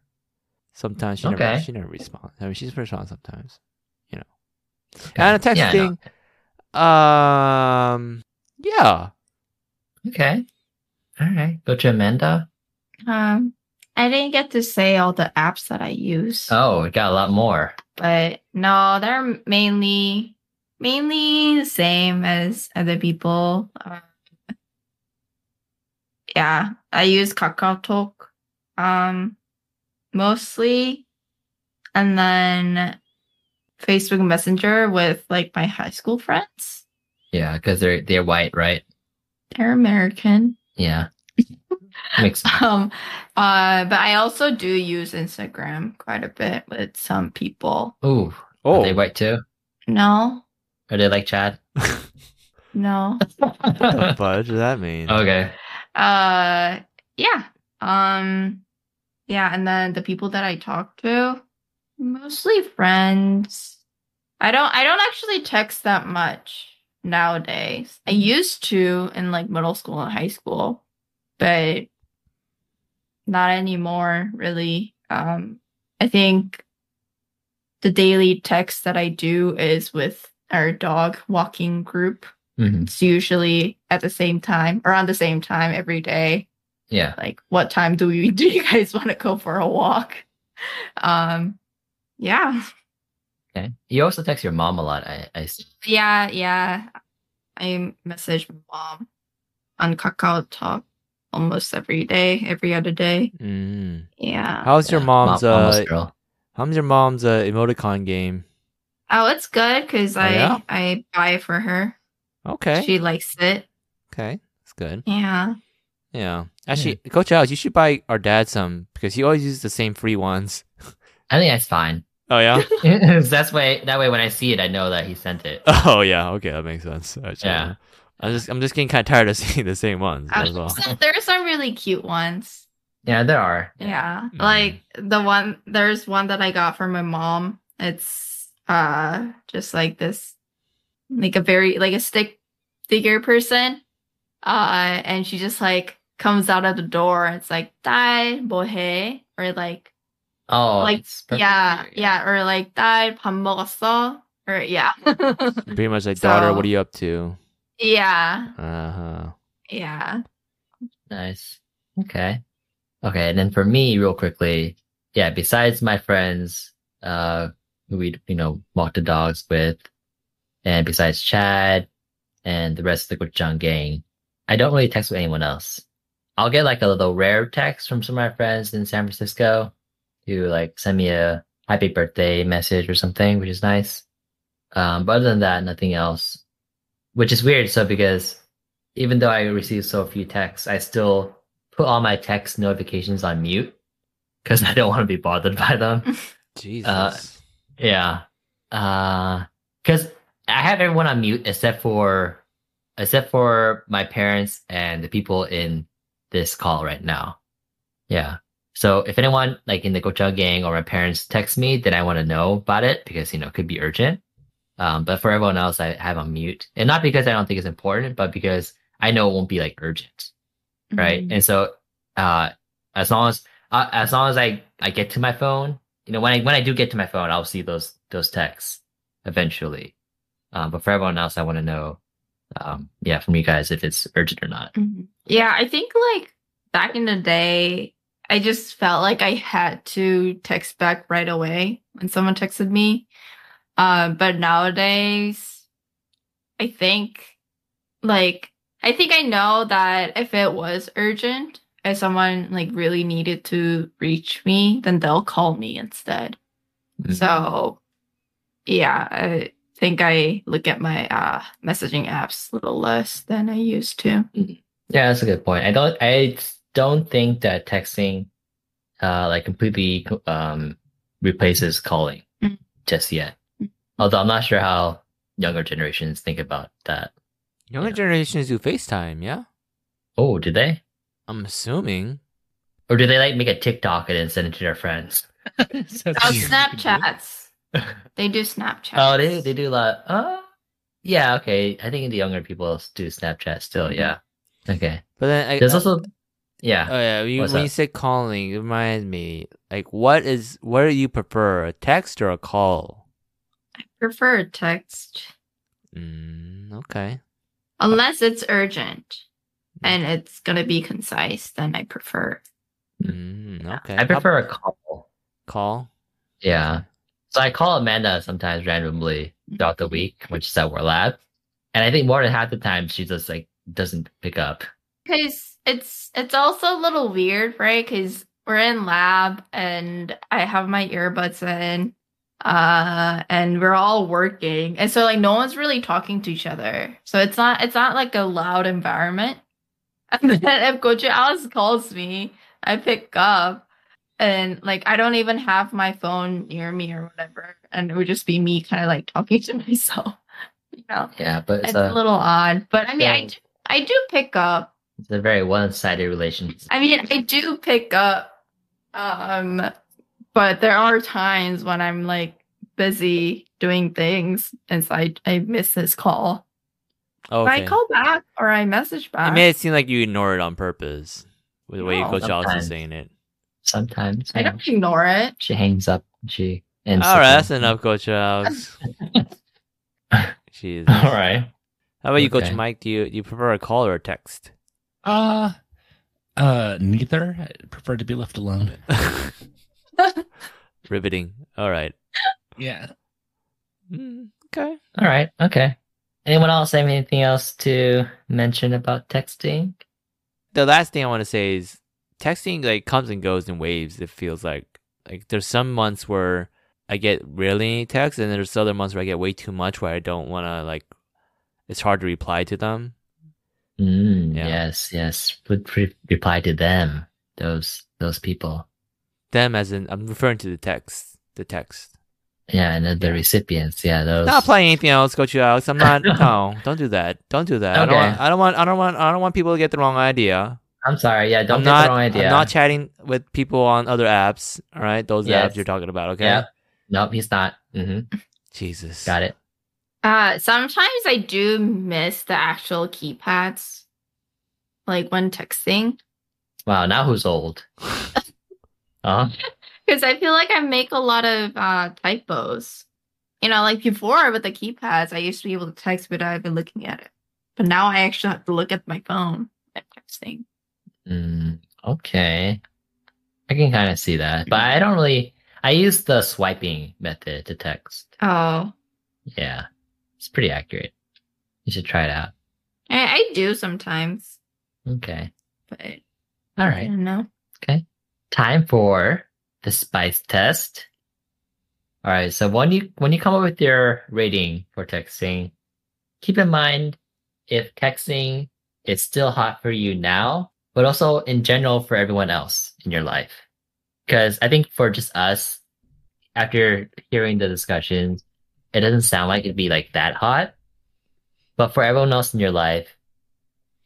[SPEAKER 8] Sometimes she never
[SPEAKER 3] Okay.
[SPEAKER 8] she never responds. I mean, she's responds sometimes.
[SPEAKER 3] Okay.
[SPEAKER 8] And I'm
[SPEAKER 3] Yeah, I know.
[SPEAKER 8] texting. um, yeah.
[SPEAKER 3] Okay. All right. Go to Amanda.
[SPEAKER 6] Um, I didn't get to say all the apps that I use,
[SPEAKER 3] Oh, we got a lot more.
[SPEAKER 6] but no, they're mainly mainly the same as other people. Um, yeah, I use KakaoTalk um mostly, and then Facebook Messenger with like my high school friends.
[SPEAKER 3] Yeah, because they're they're white, right?
[SPEAKER 6] They're American.
[SPEAKER 3] Yeah. Makes
[SPEAKER 6] Um, uh, but I also do use Instagram quite a bit with some people.
[SPEAKER 3] Ooh.
[SPEAKER 8] Oh,
[SPEAKER 3] Are they white too?
[SPEAKER 6] No,
[SPEAKER 3] Are they like Chad?
[SPEAKER 6] no.
[SPEAKER 8] what the
[SPEAKER 3] okay. Mm-hmm.
[SPEAKER 8] fudge does that mean?
[SPEAKER 3] Oh.
[SPEAKER 6] Uh, yeah. Um, yeah. And then the people that I talk to, mostly friends. I don't. I don't actually text that much nowadays. I used to in like middle school and high school, but not anymore. Really. Um, I think the daily text that I do is with our dog walking group
[SPEAKER 3] hmm
[SPEAKER 6] it's usually at the same time around the same time every day
[SPEAKER 3] Yeah.
[SPEAKER 6] like what time do we do you guys want to go for a walk um yeah
[SPEAKER 3] Okay. You also text your mom a lot. I I see.
[SPEAKER 6] yeah yeah i message my mom on kakao talk almost every day every other day
[SPEAKER 8] Mm.
[SPEAKER 6] yeah
[SPEAKER 8] How's your
[SPEAKER 3] Yeah,
[SPEAKER 8] mom's
[SPEAKER 3] mom- mama's
[SPEAKER 8] uh?
[SPEAKER 3] girl.
[SPEAKER 8] How's your mom's uh, emoticon game?
[SPEAKER 6] oh it's good because
[SPEAKER 8] Oh,
[SPEAKER 6] i
[SPEAKER 8] yeah?
[SPEAKER 6] i buy it for her
[SPEAKER 8] Okay.
[SPEAKER 6] she likes it
[SPEAKER 8] okay. That's good.
[SPEAKER 6] yeah
[SPEAKER 8] Yeah. Actually, Coach Alex, you should buy our dad some because he always uses the same free ones.
[SPEAKER 3] I think that's fine.
[SPEAKER 8] Oh yeah.
[SPEAKER 3] that's way that way when I see it I know that he sent it.
[SPEAKER 8] oh yeah. Okay, that makes sense. Actually.
[SPEAKER 3] Yeah.
[SPEAKER 8] I'm just I'm just getting kind of tired of seeing the same ones.
[SPEAKER 6] Uh,
[SPEAKER 8] That's all.
[SPEAKER 6] so there are some really cute ones
[SPEAKER 3] Yeah, there are.
[SPEAKER 6] Yeah.
[SPEAKER 3] Mm-hmm.
[SPEAKER 8] Mm.
[SPEAKER 6] Like the one there's one that I got from my mom. It's uh just like this like a very like a stick figure person. Uh and she just like comes out of the door and it's like dai bohe or like
[SPEAKER 3] Oh,
[SPEAKER 6] Like,
[SPEAKER 3] it's perfect
[SPEAKER 6] yeah,
[SPEAKER 3] here,
[SPEAKER 6] yeah, or like dai pamogosol or yeah.
[SPEAKER 8] Pretty much like
[SPEAKER 6] So-
[SPEAKER 8] daughter, what are you up to?
[SPEAKER 6] yeah.
[SPEAKER 8] Uh huh.
[SPEAKER 6] Yeah.
[SPEAKER 3] Nice. Okay. Okay, and then for me, real quickly, yeah, besides my friends, uh, who we, you know, walk the dogs with, and besides Chad and the rest of the Gochujang gang, I don't really text with anyone else. I'll get like a little rare text from some of my friends in San Francisco who like send me a happy birthday message or something, which is nice. Um, but other than that, nothing else, which is weird. So because even though I receive so few texts, I still put all my text notifications on mute because I don't want to be bothered by them.
[SPEAKER 8] Jesus.
[SPEAKER 3] Yeah. Uh, cause I have everyone on mute except for, except for my parents and the people in this call right now. Yeah. So if anyone like in the Gocha gang or my parents text me, then I want to know about it because, you know, it could be urgent. Um, but for everyone else, I have on mute and not because I don't think it's important, but because I know it won't be like urgent right?
[SPEAKER 6] Mhm.
[SPEAKER 3] And so, uh, as long as uh, as long as I I get to my phone, you know, when I when I do get to my phone, I'll see those those texts eventually. Um, but for everyone else, I want to know, um, yeah, from you guys if it's urgent or not.
[SPEAKER 6] Mhm. Yeah, I think like back in the day, I just felt like I had to text back right away when someone texted me. Uh, but nowadays, I think like I think I know that if it was urgent, if someone like really needed to reach me, then they'll call me instead.
[SPEAKER 3] Mhm.
[SPEAKER 6] So, yeah, I think I look at my uh, messaging apps a little less than I used to.
[SPEAKER 3] Yeah, that's a good point. I don't I don't think that texting, uh, like completely um replaces calling
[SPEAKER 6] Mm.
[SPEAKER 3] just yet.
[SPEAKER 6] Mm.
[SPEAKER 3] Although I'm not sure how younger generations think about that.
[SPEAKER 8] Younger
[SPEAKER 3] Yeah.
[SPEAKER 8] generations do FaceTime, yeah?
[SPEAKER 3] Oh, do they?
[SPEAKER 8] I'm assuming.
[SPEAKER 3] Or do they like make a TikTok and then send it to their friends? So
[SPEAKER 6] Oh,
[SPEAKER 3] it's-
[SPEAKER 6] Snapchats. They do Snapchats.
[SPEAKER 3] oh, they they do a lot. Oh, yeah. Okay, I think the younger people do Snapchat still.
[SPEAKER 8] Mm-hmm.
[SPEAKER 3] Yeah. Okay.
[SPEAKER 8] But then I,
[SPEAKER 3] There's also yeah.
[SPEAKER 8] Oh yeah, you, when
[SPEAKER 3] What's
[SPEAKER 8] you
[SPEAKER 3] that?
[SPEAKER 8] said calling, it reminded me. Like, what is what do you prefer, a text or a call?
[SPEAKER 6] prefer text
[SPEAKER 8] Mm, okay.
[SPEAKER 6] unless it's urgent and it's gonna be concise. Then I prefer.
[SPEAKER 8] Mm, okay.
[SPEAKER 3] I
[SPEAKER 8] How-
[SPEAKER 3] prefer a call.
[SPEAKER 8] call.
[SPEAKER 3] Yeah. So I call Amanda sometimes randomly throughout
[SPEAKER 8] Mm-hmm.
[SPEAKER 3] the week when she's at War Lab, and I think more than half the time she just like doesn't pick up.
[SPEAKER 6] Because it's it's also a little weird, right? Because we're in lab and I have my earbuds in, uh, and we're all working, and so like no one's really talking to each other. So it's not it's not like a loud environment. And then if Goju Alice calls me, I pick up, and like I don't even have my phone near me or whatever, and it would just be me kind of like talking to myself. You know,
[SPEAKER 3] Yeah, but it's,
[SPEAKER 6] it's
[SPEAKER 3] a,
[SPEAKER 6] a little odd, but I mean, I
[SPEAKER 3] Yeah.
[SPEAKER 6] do I do pick up.
[SPEAKER 3] it's a very one-sided relationship.
[SPEAKER 6] I mean, I do pick up, um, but there are times when I'm like busy doing things, and so I, I miss his call.
[SPEAKER 8] Oh, Okay.
[SPEAKER 6] I call back or I message
[SPEAKER 8] It
[SPEAKER 6] back.
[SPEAKER 8] made it seem like you ignored it on purpose, with the way
[SPEAKER 6] No.
[SPEAKER 8] Coach Alex
[SPEAKER 3] Sometimes.
[SPEAKER 8] is saying it.
[SPEAKER 3] Sometimes
[SPEAKER 6] I
[SPEAKER 3] yeah.
[SPEAKER 6] don't ignore it.
[SPEAKER 3] she hangs up. and She and
[SPEAKER 8] All right, that's enough, Coach Alex. Jeez.
[SPEAKER 3] All right.
[SPEAKER 8] How about you, Coach
[SPEAKER 3] Okay.
[SPEAKER 8] Mike? Do you do you prefer a call or a text?
[SPEAKER 7] Uh uh neither. I prefer to be left alone.
[SPEAKER 8] Riveting. All right.
[SPEAKER 7] Yeah.
[SPEAKER 8] Mm, okay.
[SPEAKER 3] All right. Okay. Anyone else have anything else to mention about texting?
[SPEAKER 8] the last thing I want to say is texting like comes and goes in waves. It feels like like there's some months where I get really texts, and there's other months where I get way too much where I don't want to like. It's hard to reply to them.
[SPEAKER 3] Mm,
[SPEAKER 8] Yeah.
[SPEAKER 3] Yes. Yes. Would re- reply to them. Those those people.
[SPEAKER 8] Them as in I'm referring to the text. The text.
[SPEAKER 3] Yeah, and then the
[SPEAKER 8] Yeah.
[SPEAKER 3] recipients. Yeah, those.
[SPEAKER 8] Not playing anything else, Coach Alex. I'm not. no, don't do that. Don't do that. I, don't
[SPEAKER 3] Okay.
[SPEAKER 8] want, I don't want. I don't want. I don't want people to get the wrong idea.
[SPEAKER 3] I'm sorry. Yeah, don't
[SPEAKER 8] I'm
[SPEAKER 3] get
[SPEAKER 8] not.
[SPEAKER 3] the wrong idea.
[SPEAKER 8] I'm not chatting with people on other apps. All right, those
[SPEAKER 3] Yes.
[SPEAKER 8] apps you're talking about. Okay.
[SPEAKER 3] Yep. Nope, he's not. hmm
[SPEAKER 8] Jesus.
[SPEAKER 3] Mm-hmm, Got it.
[SPEAKER 6] Uh, sometimes I do miss the actual keypads, like when texting,
[SPEAKER 3] Wow, now who's old? huh?
[SPEAKER 6] because I feel like I make a lot of uh, typos. You know, like before with the keypads, I used to be able to text without even looking at it, but now I actually have to look at my phone when I'm texting.
[SPEAKER 3] Mm, okay. I can kind of see that, but I don't really. I use the swiping method to text.
[SPEAKER 6] Oh,
[SPEAKER 3] Yeah, it's pretty accurate. You should try it out.
[SPEAKER 6] I, I do sometimes,
[SPEAKER 3] Okay.
[SPEAKER 6] but
[SPEAKER 3] All
[SPEAKER 6] I
[SPEAKER 3] right.
[SPEAKER 6] don't know.
[SPEAKER 3] Okay. Time for the spice test. All right. So when you when you come up with your rating for texting, keep in mind if texting is still hot for you now, but also in general for everyone else in your life. Because I think for just us, after hearing the discussions, it doesn't sound like it'd be like that hot. But for everyone else in your life,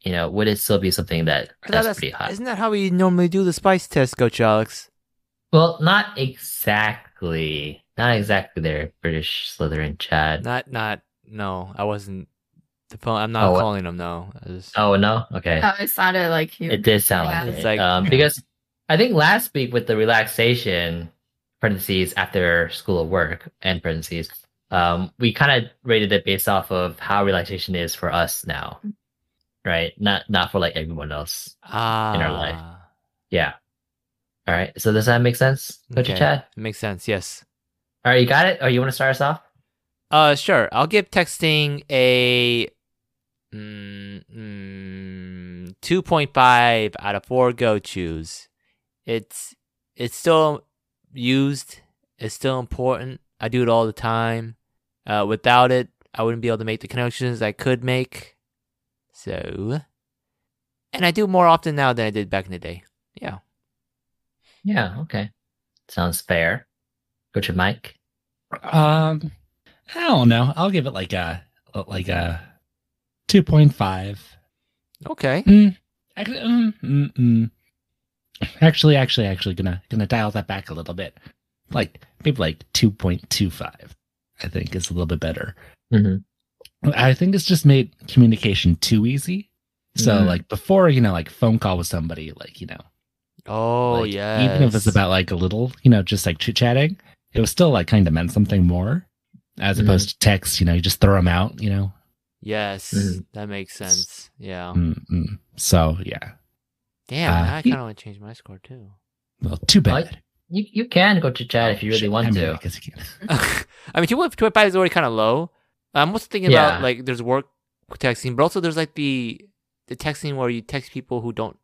[SPEAKER 3] you know, would it still be something that
[SPEAKER 8] I thought
[SPEAKER 3] that's pretty hot?
[SPEAKER 8] Isn't that how we normally do the spice test, Coach Alex?
[SPEAKER 3] Well, not exactly. Not exactly there, British Slytherin Chad.
[SPEAKER 8] Not, not. No, I wasn't. The phone. I'm not
[SPEAKER 3] Oh, what-
[SPEAKER 8] calling him. No, I just,
[SPEAKER 3] Oh no? Okay.
[SPEAKER 6] Oh, it sounded like you.
[SPEAKER 3] It did sound
[SPEAKER 6] Yeah.
[SPEAKER 3] like
[SPEAKER 8] It's
[SPEAKER 3] it.
[SPEAKER 8] like-
[SPEAKER 3] um, because I think last week with the relaxation parentheses after school of work and parentheses, um, we kind of rated it based off of how relaxation is for us now,
[SPEAKER 6] Mm-hmm.
[SPEAKER 3] right? Not not for like everyone else.
[SPEAKER 8] ah,
[SPEAKER 3] our life. Yeah. All right. So does that make sense, Coach
[SPEAKER 8] Okay.
[SPEAKER 3] Chad?
[SPEAKER 8] Makes sense. Yes.
[SPEAKER 3] All right, you got it. Oh, you want to start us off?
[SPEAKER 8] Uh, sure. I'll give texting a mm, mm, two point five out of four go choose. It's it's still used. It's still important. I do it all the time. Uh, without it, I wouldn't be able to make the connections I could make. So, and I do more often now than I did back in the day. Yeah.
[SPEAKER 3] Yeah. Okay. Sounds fair. Coach Mike.
[SPEAKER 7] Um, I don't know. I'll give it like a like a two point five.
[SPEAKER 8] Okay.
[SPEAKER 7] Mm, actually, mm, mm, mm. actually, actually, actually, gonna gonna dial that back a little bit. Like maybe like two point two five. I think is a little bit better.
[SPEAKER 3] Mhm.
[SPEAKER 7] I think it's just made communication too easy. So
[SPEAKER 3] Mhm.
[SPEAKER 7] like before, you know, like phone call with somebody, like you know,
[SPEAKER 8] Oh
[SPEAKER 7] like,
[SPEAKER 8] yeah.
[SPEAKER 7] even if it's about like a little, you know, just like chit chatting, it was still like kind of meant something more as
[SPEAKER 3] Mhm.
[SPEAKER 7] opposed to text. You know, you just throw them out. You know,
[SPEAKER 8] yes,
[SPEAKER 7] Mm-hmm.
[SPEAKER 3] Mhm.
[SPEAKER 8] that makes sense. Yeah.
[SPEAKER 7] Mm, mm. so yeah,
[SPEAKER 8] Damn,
[SPEAKER 7] Uh,
[SPEAKER 8] now I
[SPEAKER 7] you-
[SPEAKER 8] kind of want to change my score too.
[SPEAKER 7] well, too bad.
[SPEAKER 3] Like, You you can go to chat if you really
[SPEAKER 7] Shit,
[SPEAKER 3] want
[SPEAKER 7] I mean, I
[SPEAKER 3] to.
[SPEAKER 7] guess you can.
[SPEAKER 8] I mean, two point five is already kind of low. I'm also thinking
[SPEAKER 3] Yeah.
[SPEAKER 8] about like there's work texting, but also there's like the the texting where you text people who don't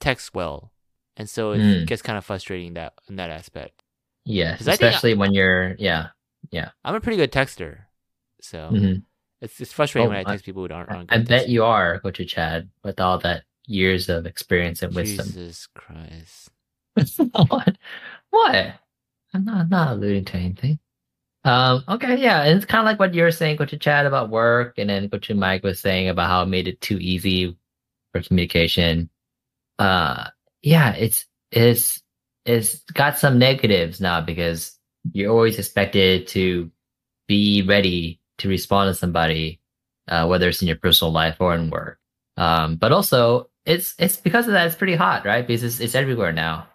[SPEAKER 8] text well, and so it
[SPEAKER 3] Mm.
[SPEAKER 8] gets kind of frustrating that in that aspect.
[SPEAKER 3] Yes,
[SPEAKER 8] 'Cause I think I-
[SPEAKER 3] especially when you're yeah.
[SPEAKER 8] I'm a pretty good texter, so
[SPEAKER 3] Mhm.
[SPEAKER 8] it's it's frustrating
[SPEAKER 3] Oh,
[SPEAKER 8] when I
[SPEAKER 3] I-
[SPEAKER 8] text people who aren't. aren't
[SPEAKER 3] I
[SPEAKER 8] Oh, good
[SPEAKER 3] bet
[SPEAKER 8] texters.
[SPEAKER 3] you are go to Chad with all that years of experience and wisdom.
[SPEAKER 8] Jesus Christ.
[SPEAKER 3] what? What? I'm not I'm not alluding to anything. Um. Okay. Yeah. And it's kind of like what you were saying, go to Chad about work, and then go to Mike was saying about how it made it too easy for communication. Uh. Yeah. It's it's it's got some negatives now because you're always expected to be ready to respond to somebody, uh, whether it's in your personal life or in work. Um, but also it's it's because of that it's pretty hot, right? Because it's, it's everywhere now.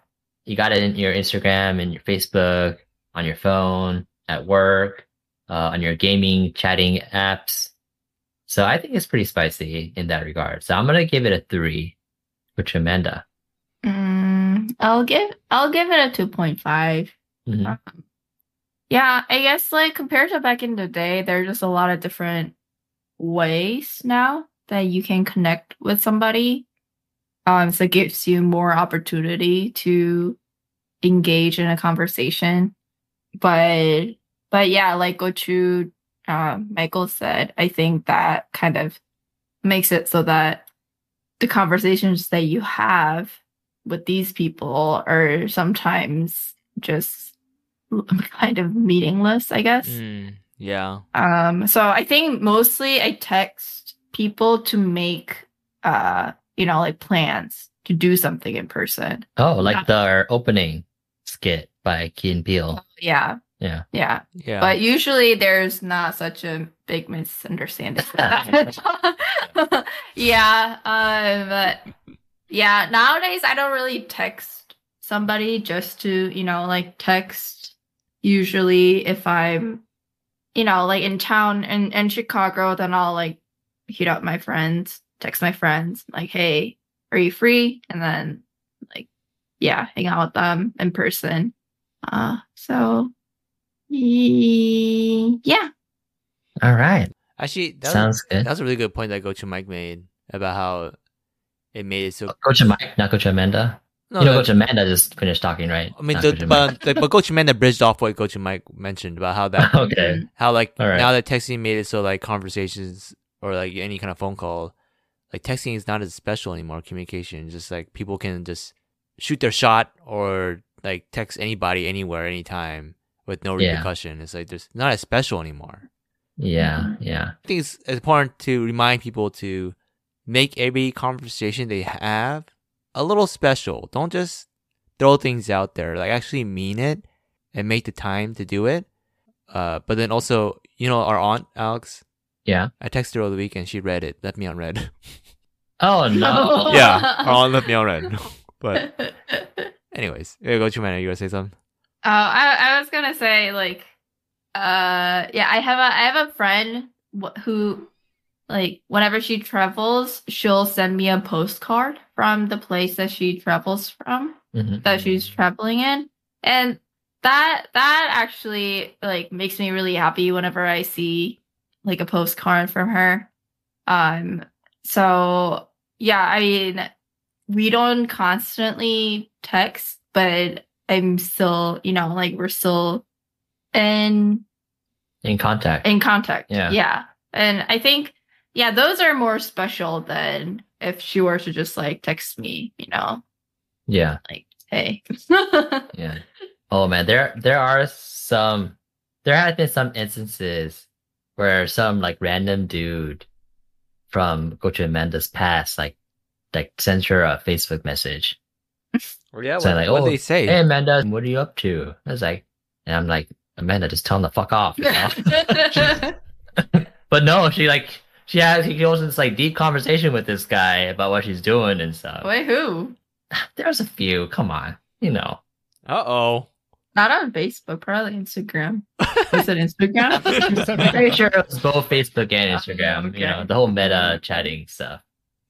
[SPEAKER 3] You got it in your Instagram and your Facebook, on your phone, at work, uh, on your gaming chatting apps. So I think it's pretty spicy in that regard. So I'm gonna give it a three, which Amanda.
[SPEAKER 6] Mm, I'll give I'll give it a two point five.
[SPEAKER 4] Uh,
[SPEAKER 3] Mhm.
[SPEAKER 6] Um, yeah, I guess like compared to back in the day, there are just a lot of different ways now that you can connect with somebody. Um, so it gives you more opportunity to engage in a conversation. But but yeah, like Gochu, uh, Michael said, I think that kind of makes it so that the conversations that you have with these people are sometimes just kind of meaningless, I guess.
[SPEAKER 8] Mm, yeah.
[SPEAKER 6] Um, so I think mostly I text people to make, uh, you know, like plans to do something in person.
[SPEAKER 3] Oh, like the opening skit by Key and Peele.
[SPEAKER 6] Yeah. Yeah.
[SPEAKER 4] Yeah.
[SPEAKER 6] But usually there's not such a big misunderstanding. for that. yeah. Um, yeah. Nowadays, I don't really text somebody just to, you know, like text usually if I'm, you know, like in town in, in Chicago, then I'll like hit up my friends, text my friends, like, hey, are you free? And then, like, yeah, hang out with them in person. Uh, so Y- Yeah.
[SPEAKER 3] All right.
[SPEAKER 4] Actually, that was,
[SPEAKER 3] Sounds good.
[SPEAKER 4] that was a really good point that Go to Mike made about how it made it so.
[SPEAKER 3] Coach Mike, not Coach Amanda.
[SPEAKER 4] No,
[SPEAKER 3] Oh, you know,
[SPEAKER 4] that-
[SPEAKER 3] Coach Amanda just finished talking, right?
[SPEAKER 4] I mean,
[SPEAKER 3] Not
[SPEAKER 4] the,
[SPEAKER 3] Coach Amanda.
[SPEAKER 4] but like, but Coach Amanda bridged off what Coach Mike mentioned about how that
[SPEAKER 3] okay.
[SPEAKER 4] how like
[SPEAKER 3] All right.
[SPEAKER 4] now that texting made it so like conversations or like any kind of phone call, like texting is not as special anymore. Communication, just like people can just shoot their shot or like text anybody anywhere anytime with no
[SPEAKER 3] Yeah.
[SPEAKER 4] repercussion. It's like there's not as special anymore.
[SPEAKER 3] Yeah. Yeah.
[SPEAKER 4] I think it's important to remind people to make every conversation they have a little special. Don't just throw things out there. Like actually mean it and make the time to do it. Uh, but then also, you know, our aunt Alex,
[SPEAKER 3] Yeah.
[SPEAKER 4] I texted her over the weekend. She read it, left me on red.
[SPEAKER 3] Oh no.
[SPEAKER 4] yeah, our aunt left me on red. but anyways, yeah, go to man. You wanna say something?
[SPEAKER 6] Oh, I, I was gonna say like, uh, yeah, I have a I have a friend wh- who, like, whenever she travels, she'll send me a postcard from the place that she travels from
[SPEAKER 3] Mhm.
[SPEAKER 6] that she's traveling in, and that that actually like makes me really happy whenever I see like a postcard from her. Um, so yeah, I mean, we don't constantly text, but I'm still, you know, like we're still in
[SPEAKER 3] In contact.
[SPEAKER 6] in contact.
[SPEAKER 3] Yeah.
[SPEAKER 6] Yeah. And I think, yeah, those are more special than if she were to just like text me, you know,
[SPEAKER 3] yeah.
[SPEAKER 6] like, hey.
[SPEAKER 3] Yeah. Oh man, there there are some there have been some instances where some like random dude from Coach Amanda's past like like sends her a Facebook message.
[SPEAKER 4] Or yeah,
[SPEAKER 3] So,
[SPEAKER 4] what,
[SPEAKER 3] like,
[SPEAKER 4] what
[SPEAKER 3] oh,
[SPEAKER 4] they say?
[SPEAKER 3] Hey Amanda, what are you up to? I was like and I'm like, Amanda, just tell him the fuck off. you know? but no, she like she has she goes into this like deep conversation with this guy about what she's doing and stuff.
[SPEAKER 6] Wait, who?
[SPEAKER 3] There's a few, come on. You know.
[SPEAKER 4] Uh oh.
[SPEAKER 6] Not on Facebook, probably Instagram. Is it Instagram?
[SPEAKER 3] I'm pretty sure it was both Facebook and Instagram. You know,
[SPEAKER 6] okay.
[SPEAKER 3] the whole meta chatting stuff.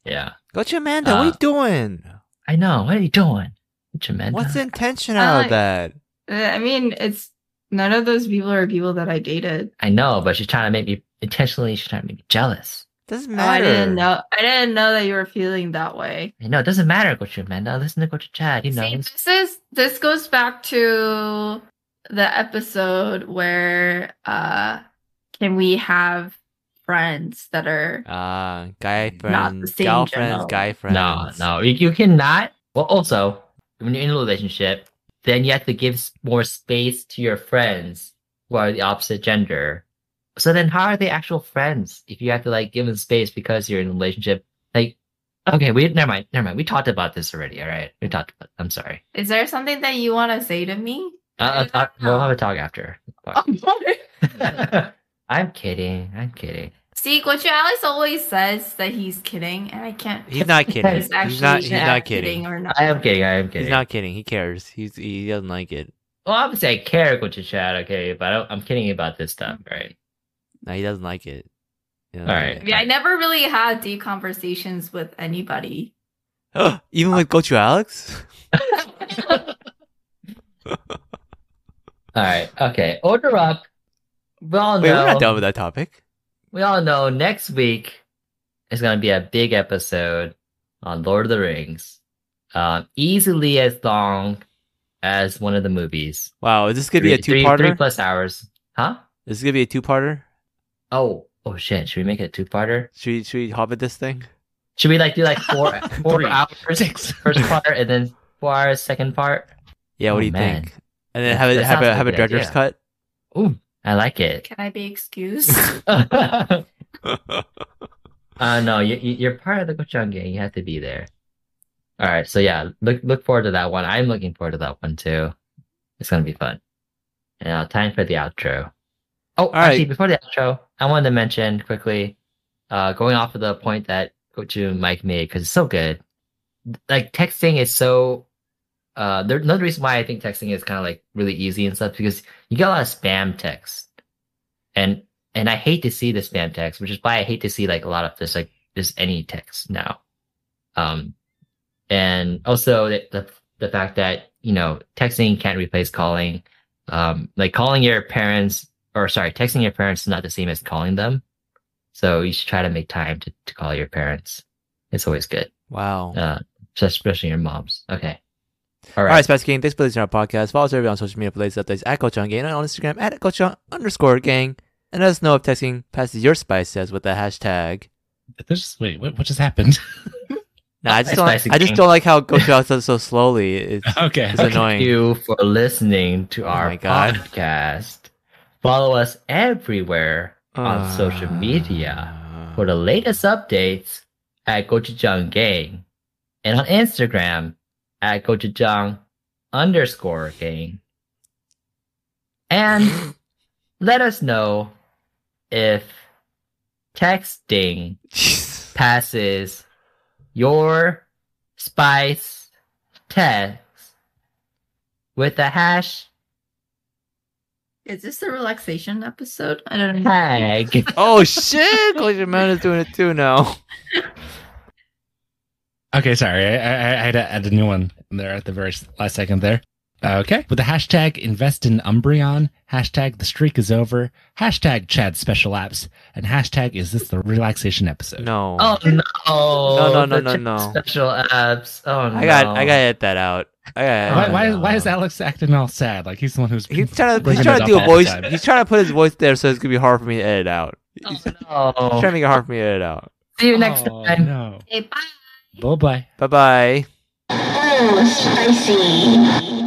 [SPEAKER 3] Yeah.
[SPEAKER 4] Go to Amanda.
[SPEAKER 6] Uh,
[SPEAKER 4] what are you doing?
[SPEAKER 3] I know. What are you doing? Jamenda?
[SPEAKER 4] What's the intention
[SPEAKER 6] I
[SPEAKER 4] out
[SPEAKER 6] like-
[SPEAKER 4] of that?
[SPEAKER 6] Uh, I mean, it's none of those people are people that I dated.
[SPEAKER 3] I know, but she's trying to make me intentionally she's trying to make me jealous.
[SPEAKER 4] Doesn't
[SPEAKER 6] Oh, I
[SPEAKER 4] matter.
[SPEAKER 6] didn't know. I didn't know that you were feeling that way.
[SPEAKER 3] I know it doesn't matter, Go to Amanda. Listen to Go to Chad. You know.
[SPEAKER 6] See, this is this goes back to the episode where uh can we have friends that are
[SPEAKER 4] Uh, guy
[SPEAKER 3] Not
[SPEAKER 4] friends,
[SPEAKER 6] the same
[SPEAKER 4] gal
[SPEAKER 6] general.
[SPEAKER 4] friends, guy friends.
[SPEAKER 3] no, no. You, you cannot well also when you're in a relationship, then you have to give s- more space to your friends who are the opposite gender. So then how are they actual friends if you have to like give them space because you're in a relationship? Like okay, we never mind, never mind. We talked about this already, all right. We talked about I'm sorry.
[SPEAKER 6] is there something that you want to say to me?
[SPEAKER 3] Uh, uh, uh, we'll have a talk after. I'm kidding. I'm kidding.
[SPEAKER 6] See, Gucci Alex always says that he's kidding, and I can't.
[SPEAKER 4] He's not kidding.
[SPEAKER 6] He's
[SPEAKER 4] He's,
[SPEAKER 6] actually
[SPEAKER 4] not. He's
[SPEAKER 6] yeah,
[SPEAKER 4] not kidding.
[SPEAKER 6] or not.
[SPEAKER 3] I am kidding. I am kidding.
[SPEAKER 4] He's not kidding. He cares. He's he doesn't like it.
[SPEAKER 3] well, obviously, I care what you chat, okay, but I don't, I'm kidding about this stuff,
[SPEAKER 4] Mm-hmm.
[SPEAKER 3] right?
[SPEAKER 4] No, he doesn't like it. You know,
[SPEAKER 3] All right.
[SPEAKER 6] Yeah, I never really had deep conversations with anybody.
[SPEAKER 4] Even with Gochu Alex.
[SPEAKER 3] All right. Okay. Order up. We all
[SPEAKER 4] Wait, we're
[SPEAKER 3] know.
[SPEAKER 4] not done with that topic.
[SPEAKER 3] we all know next week is going to be a big episode on Lord of the Rings. Um, easily as long as one of the movies.
[SPEAKER 4] Wow, is this gonna be a
[SPEAKER 3] Three- three-
[SPEAKER 4] two-parter?
[SPEAKER 3] Three plus hours. Huh?
[SPEAKER 4] is this gonna be a two-parter?
[SPEAKER 3] Oh. Oh shit. Should we make it a two-parter?
[SPEAKER 4] Should we, should we hobbit this thing?
[SPEAKER 3] Should we like do like four four
[SPEAKER 7] Three,
[SPEAKER 3] hours
[SPEAKER 7] six.
[SPEAKER 3] first part and then four hours second part?
[SPEAKER 4] Yeah. What
[SPEAKER 3] Oh,
[SPEAKER 4] do you
[SPEAKER 3] man.
[SPEAKER 4] think? And then
[SPEAKER 3] That-
[SPEAKER 4] have a
[SPEAKER 3] that
[SPEAKER 4] have
[SPEAKER 3] sounds
[SPEAKER 4] a
[SPEAKER 3] like
[SPEAKER 4] have
[SPEAKER 3] a
[SPEAKER 4] a
[SPEAKER 3] good
[SPEAKER 4] director's
[SPEAKER 3] idea.
[SPEAKER 4] cut.
[SPEAKER 3] Ooh, I like it.
[SPEAKER 6] Can I be excused?
[SPEAKER 3] uh no, you, you- you're part of the Gochang gang. You have to be there. All right, so yeah, look look forward to that one. I'm looking forward to that one too. It's gonna be fun. Now, time for the outro. Oh,
[SPEAKER 4] right.
[SPEAKER 3] actually, before the outro, I wanted to mention quickly, uh, going off of the point that Gochu and Mike made because it's so good. Like texting is so. Uh, there, another reason why I think texting is kind of like really easy and stuff because you get a lot of spam text, and and I hate to see the spam text, which is why I hate to see like a lot of this like just any text now. Um, and also the, the the fact that you know texting can't replace calling. Um, like calling your parents or sorry, texting your parents is not the same as calling them. So you should try to make time to, to call your parents. It's always good,
[SPEAKER 4] Wow.
[SPEAKER 3] uh, just especially your moms. Okay. All
[SPEAKER 4] All right,
[SPEAKER 3] right.
[SPEAKER 4] Spice Gang, thanks for listening to our podcast. Follow us everywhere on social media for latest updates at Coach on Gang and on Instagram at Coach on underscore gang. And let us know if texting passes your spice test with the hashtag.
[SPEAKER 7] This wait, what, what just happened?
[SPEAKER 4] Nah, I just don't.
[SPEAKER 3] Spicy
[SPEAKER 4] I just
[SPEAKER 3] Gang.
[SPEAKER 4] don't like how Coach out so so slowly. It's,
[SPEAKER 7] okay.
[SPEAKER 4] it's annoying.
[SPEAKER 3] Thank you for listening to
[SPEAKER 4] Oh
[SPEAKER 3] our
[SPEAKER 4] my God.
[SPEAKER 3] podcast. Follow us everywhere on
[SPEAKER 4] Ah.
[SPEAKER 3] social media for the latest updates at Gochujang Gang and on Instagram at Gochujang underscore gang. And let us know if texting passes your spice test with the hash
[SPEAKER 6] Is this the relaxation episode? I don't know.
[SPEAKER 3] tag.
[SPEAKER 4] oh shit! Coach Man is doing it too now.
[SPEAKER 7] Okay, sorry. I, I, I had to add a new one there at the very s- last second there. Okay. With the hashtag invest in Umbreon, hashtag the streak is over, hashtag Chad special apps, and hashtag is this the relaxation episode?
[SPEAKER 4] No.
[SPEAKER 3] Oh no!
[SPEAKER 4] No, no, no,
[SPEAKER 3] The
[SPEAKER 4] no,
[SPEAKER 3] chat
[SPEAKER 4] no.
[SPEAKER 3] Special apps. Oh no!
[SPEAKER 4] I got. I got to edit that out. I got.
[SPEAKER 7] Why, why, why is Alex acting all sad? Like he's the one who's
[SPEAKER 4] He's trying to.
[SPEAKER 7] bringing
[SPEAKER 4] He's
[SPEAKER 7] it
[SPEAKER 4] trying to
[SPEAKER 7] up
[SPEAKER 4] do a
[SPEAKER 7] all the
[SPEAKER 4] voice.
[SPEAKER 7] time.
[SPEAKER 8] Oh,
[SPEAKER 4] He's trying to put his voice there, so it's gonna be hard for me to edit out. He's
[SPEAKER 3] Oh,
[SPEAKER 4] trying to make it hard for me to edit out.
[SPEAKER 3] See you next
[SPEAKER 7] Oh,
[SPEAKER 3] time.
[SPEAKER 7] No.
[SPEAKER 6] Okay, bye.
[SPEAKER 7] Bye bye.
[SPEAKER 4] Bye bye.
[SPEAKER 9] Oh, spicy.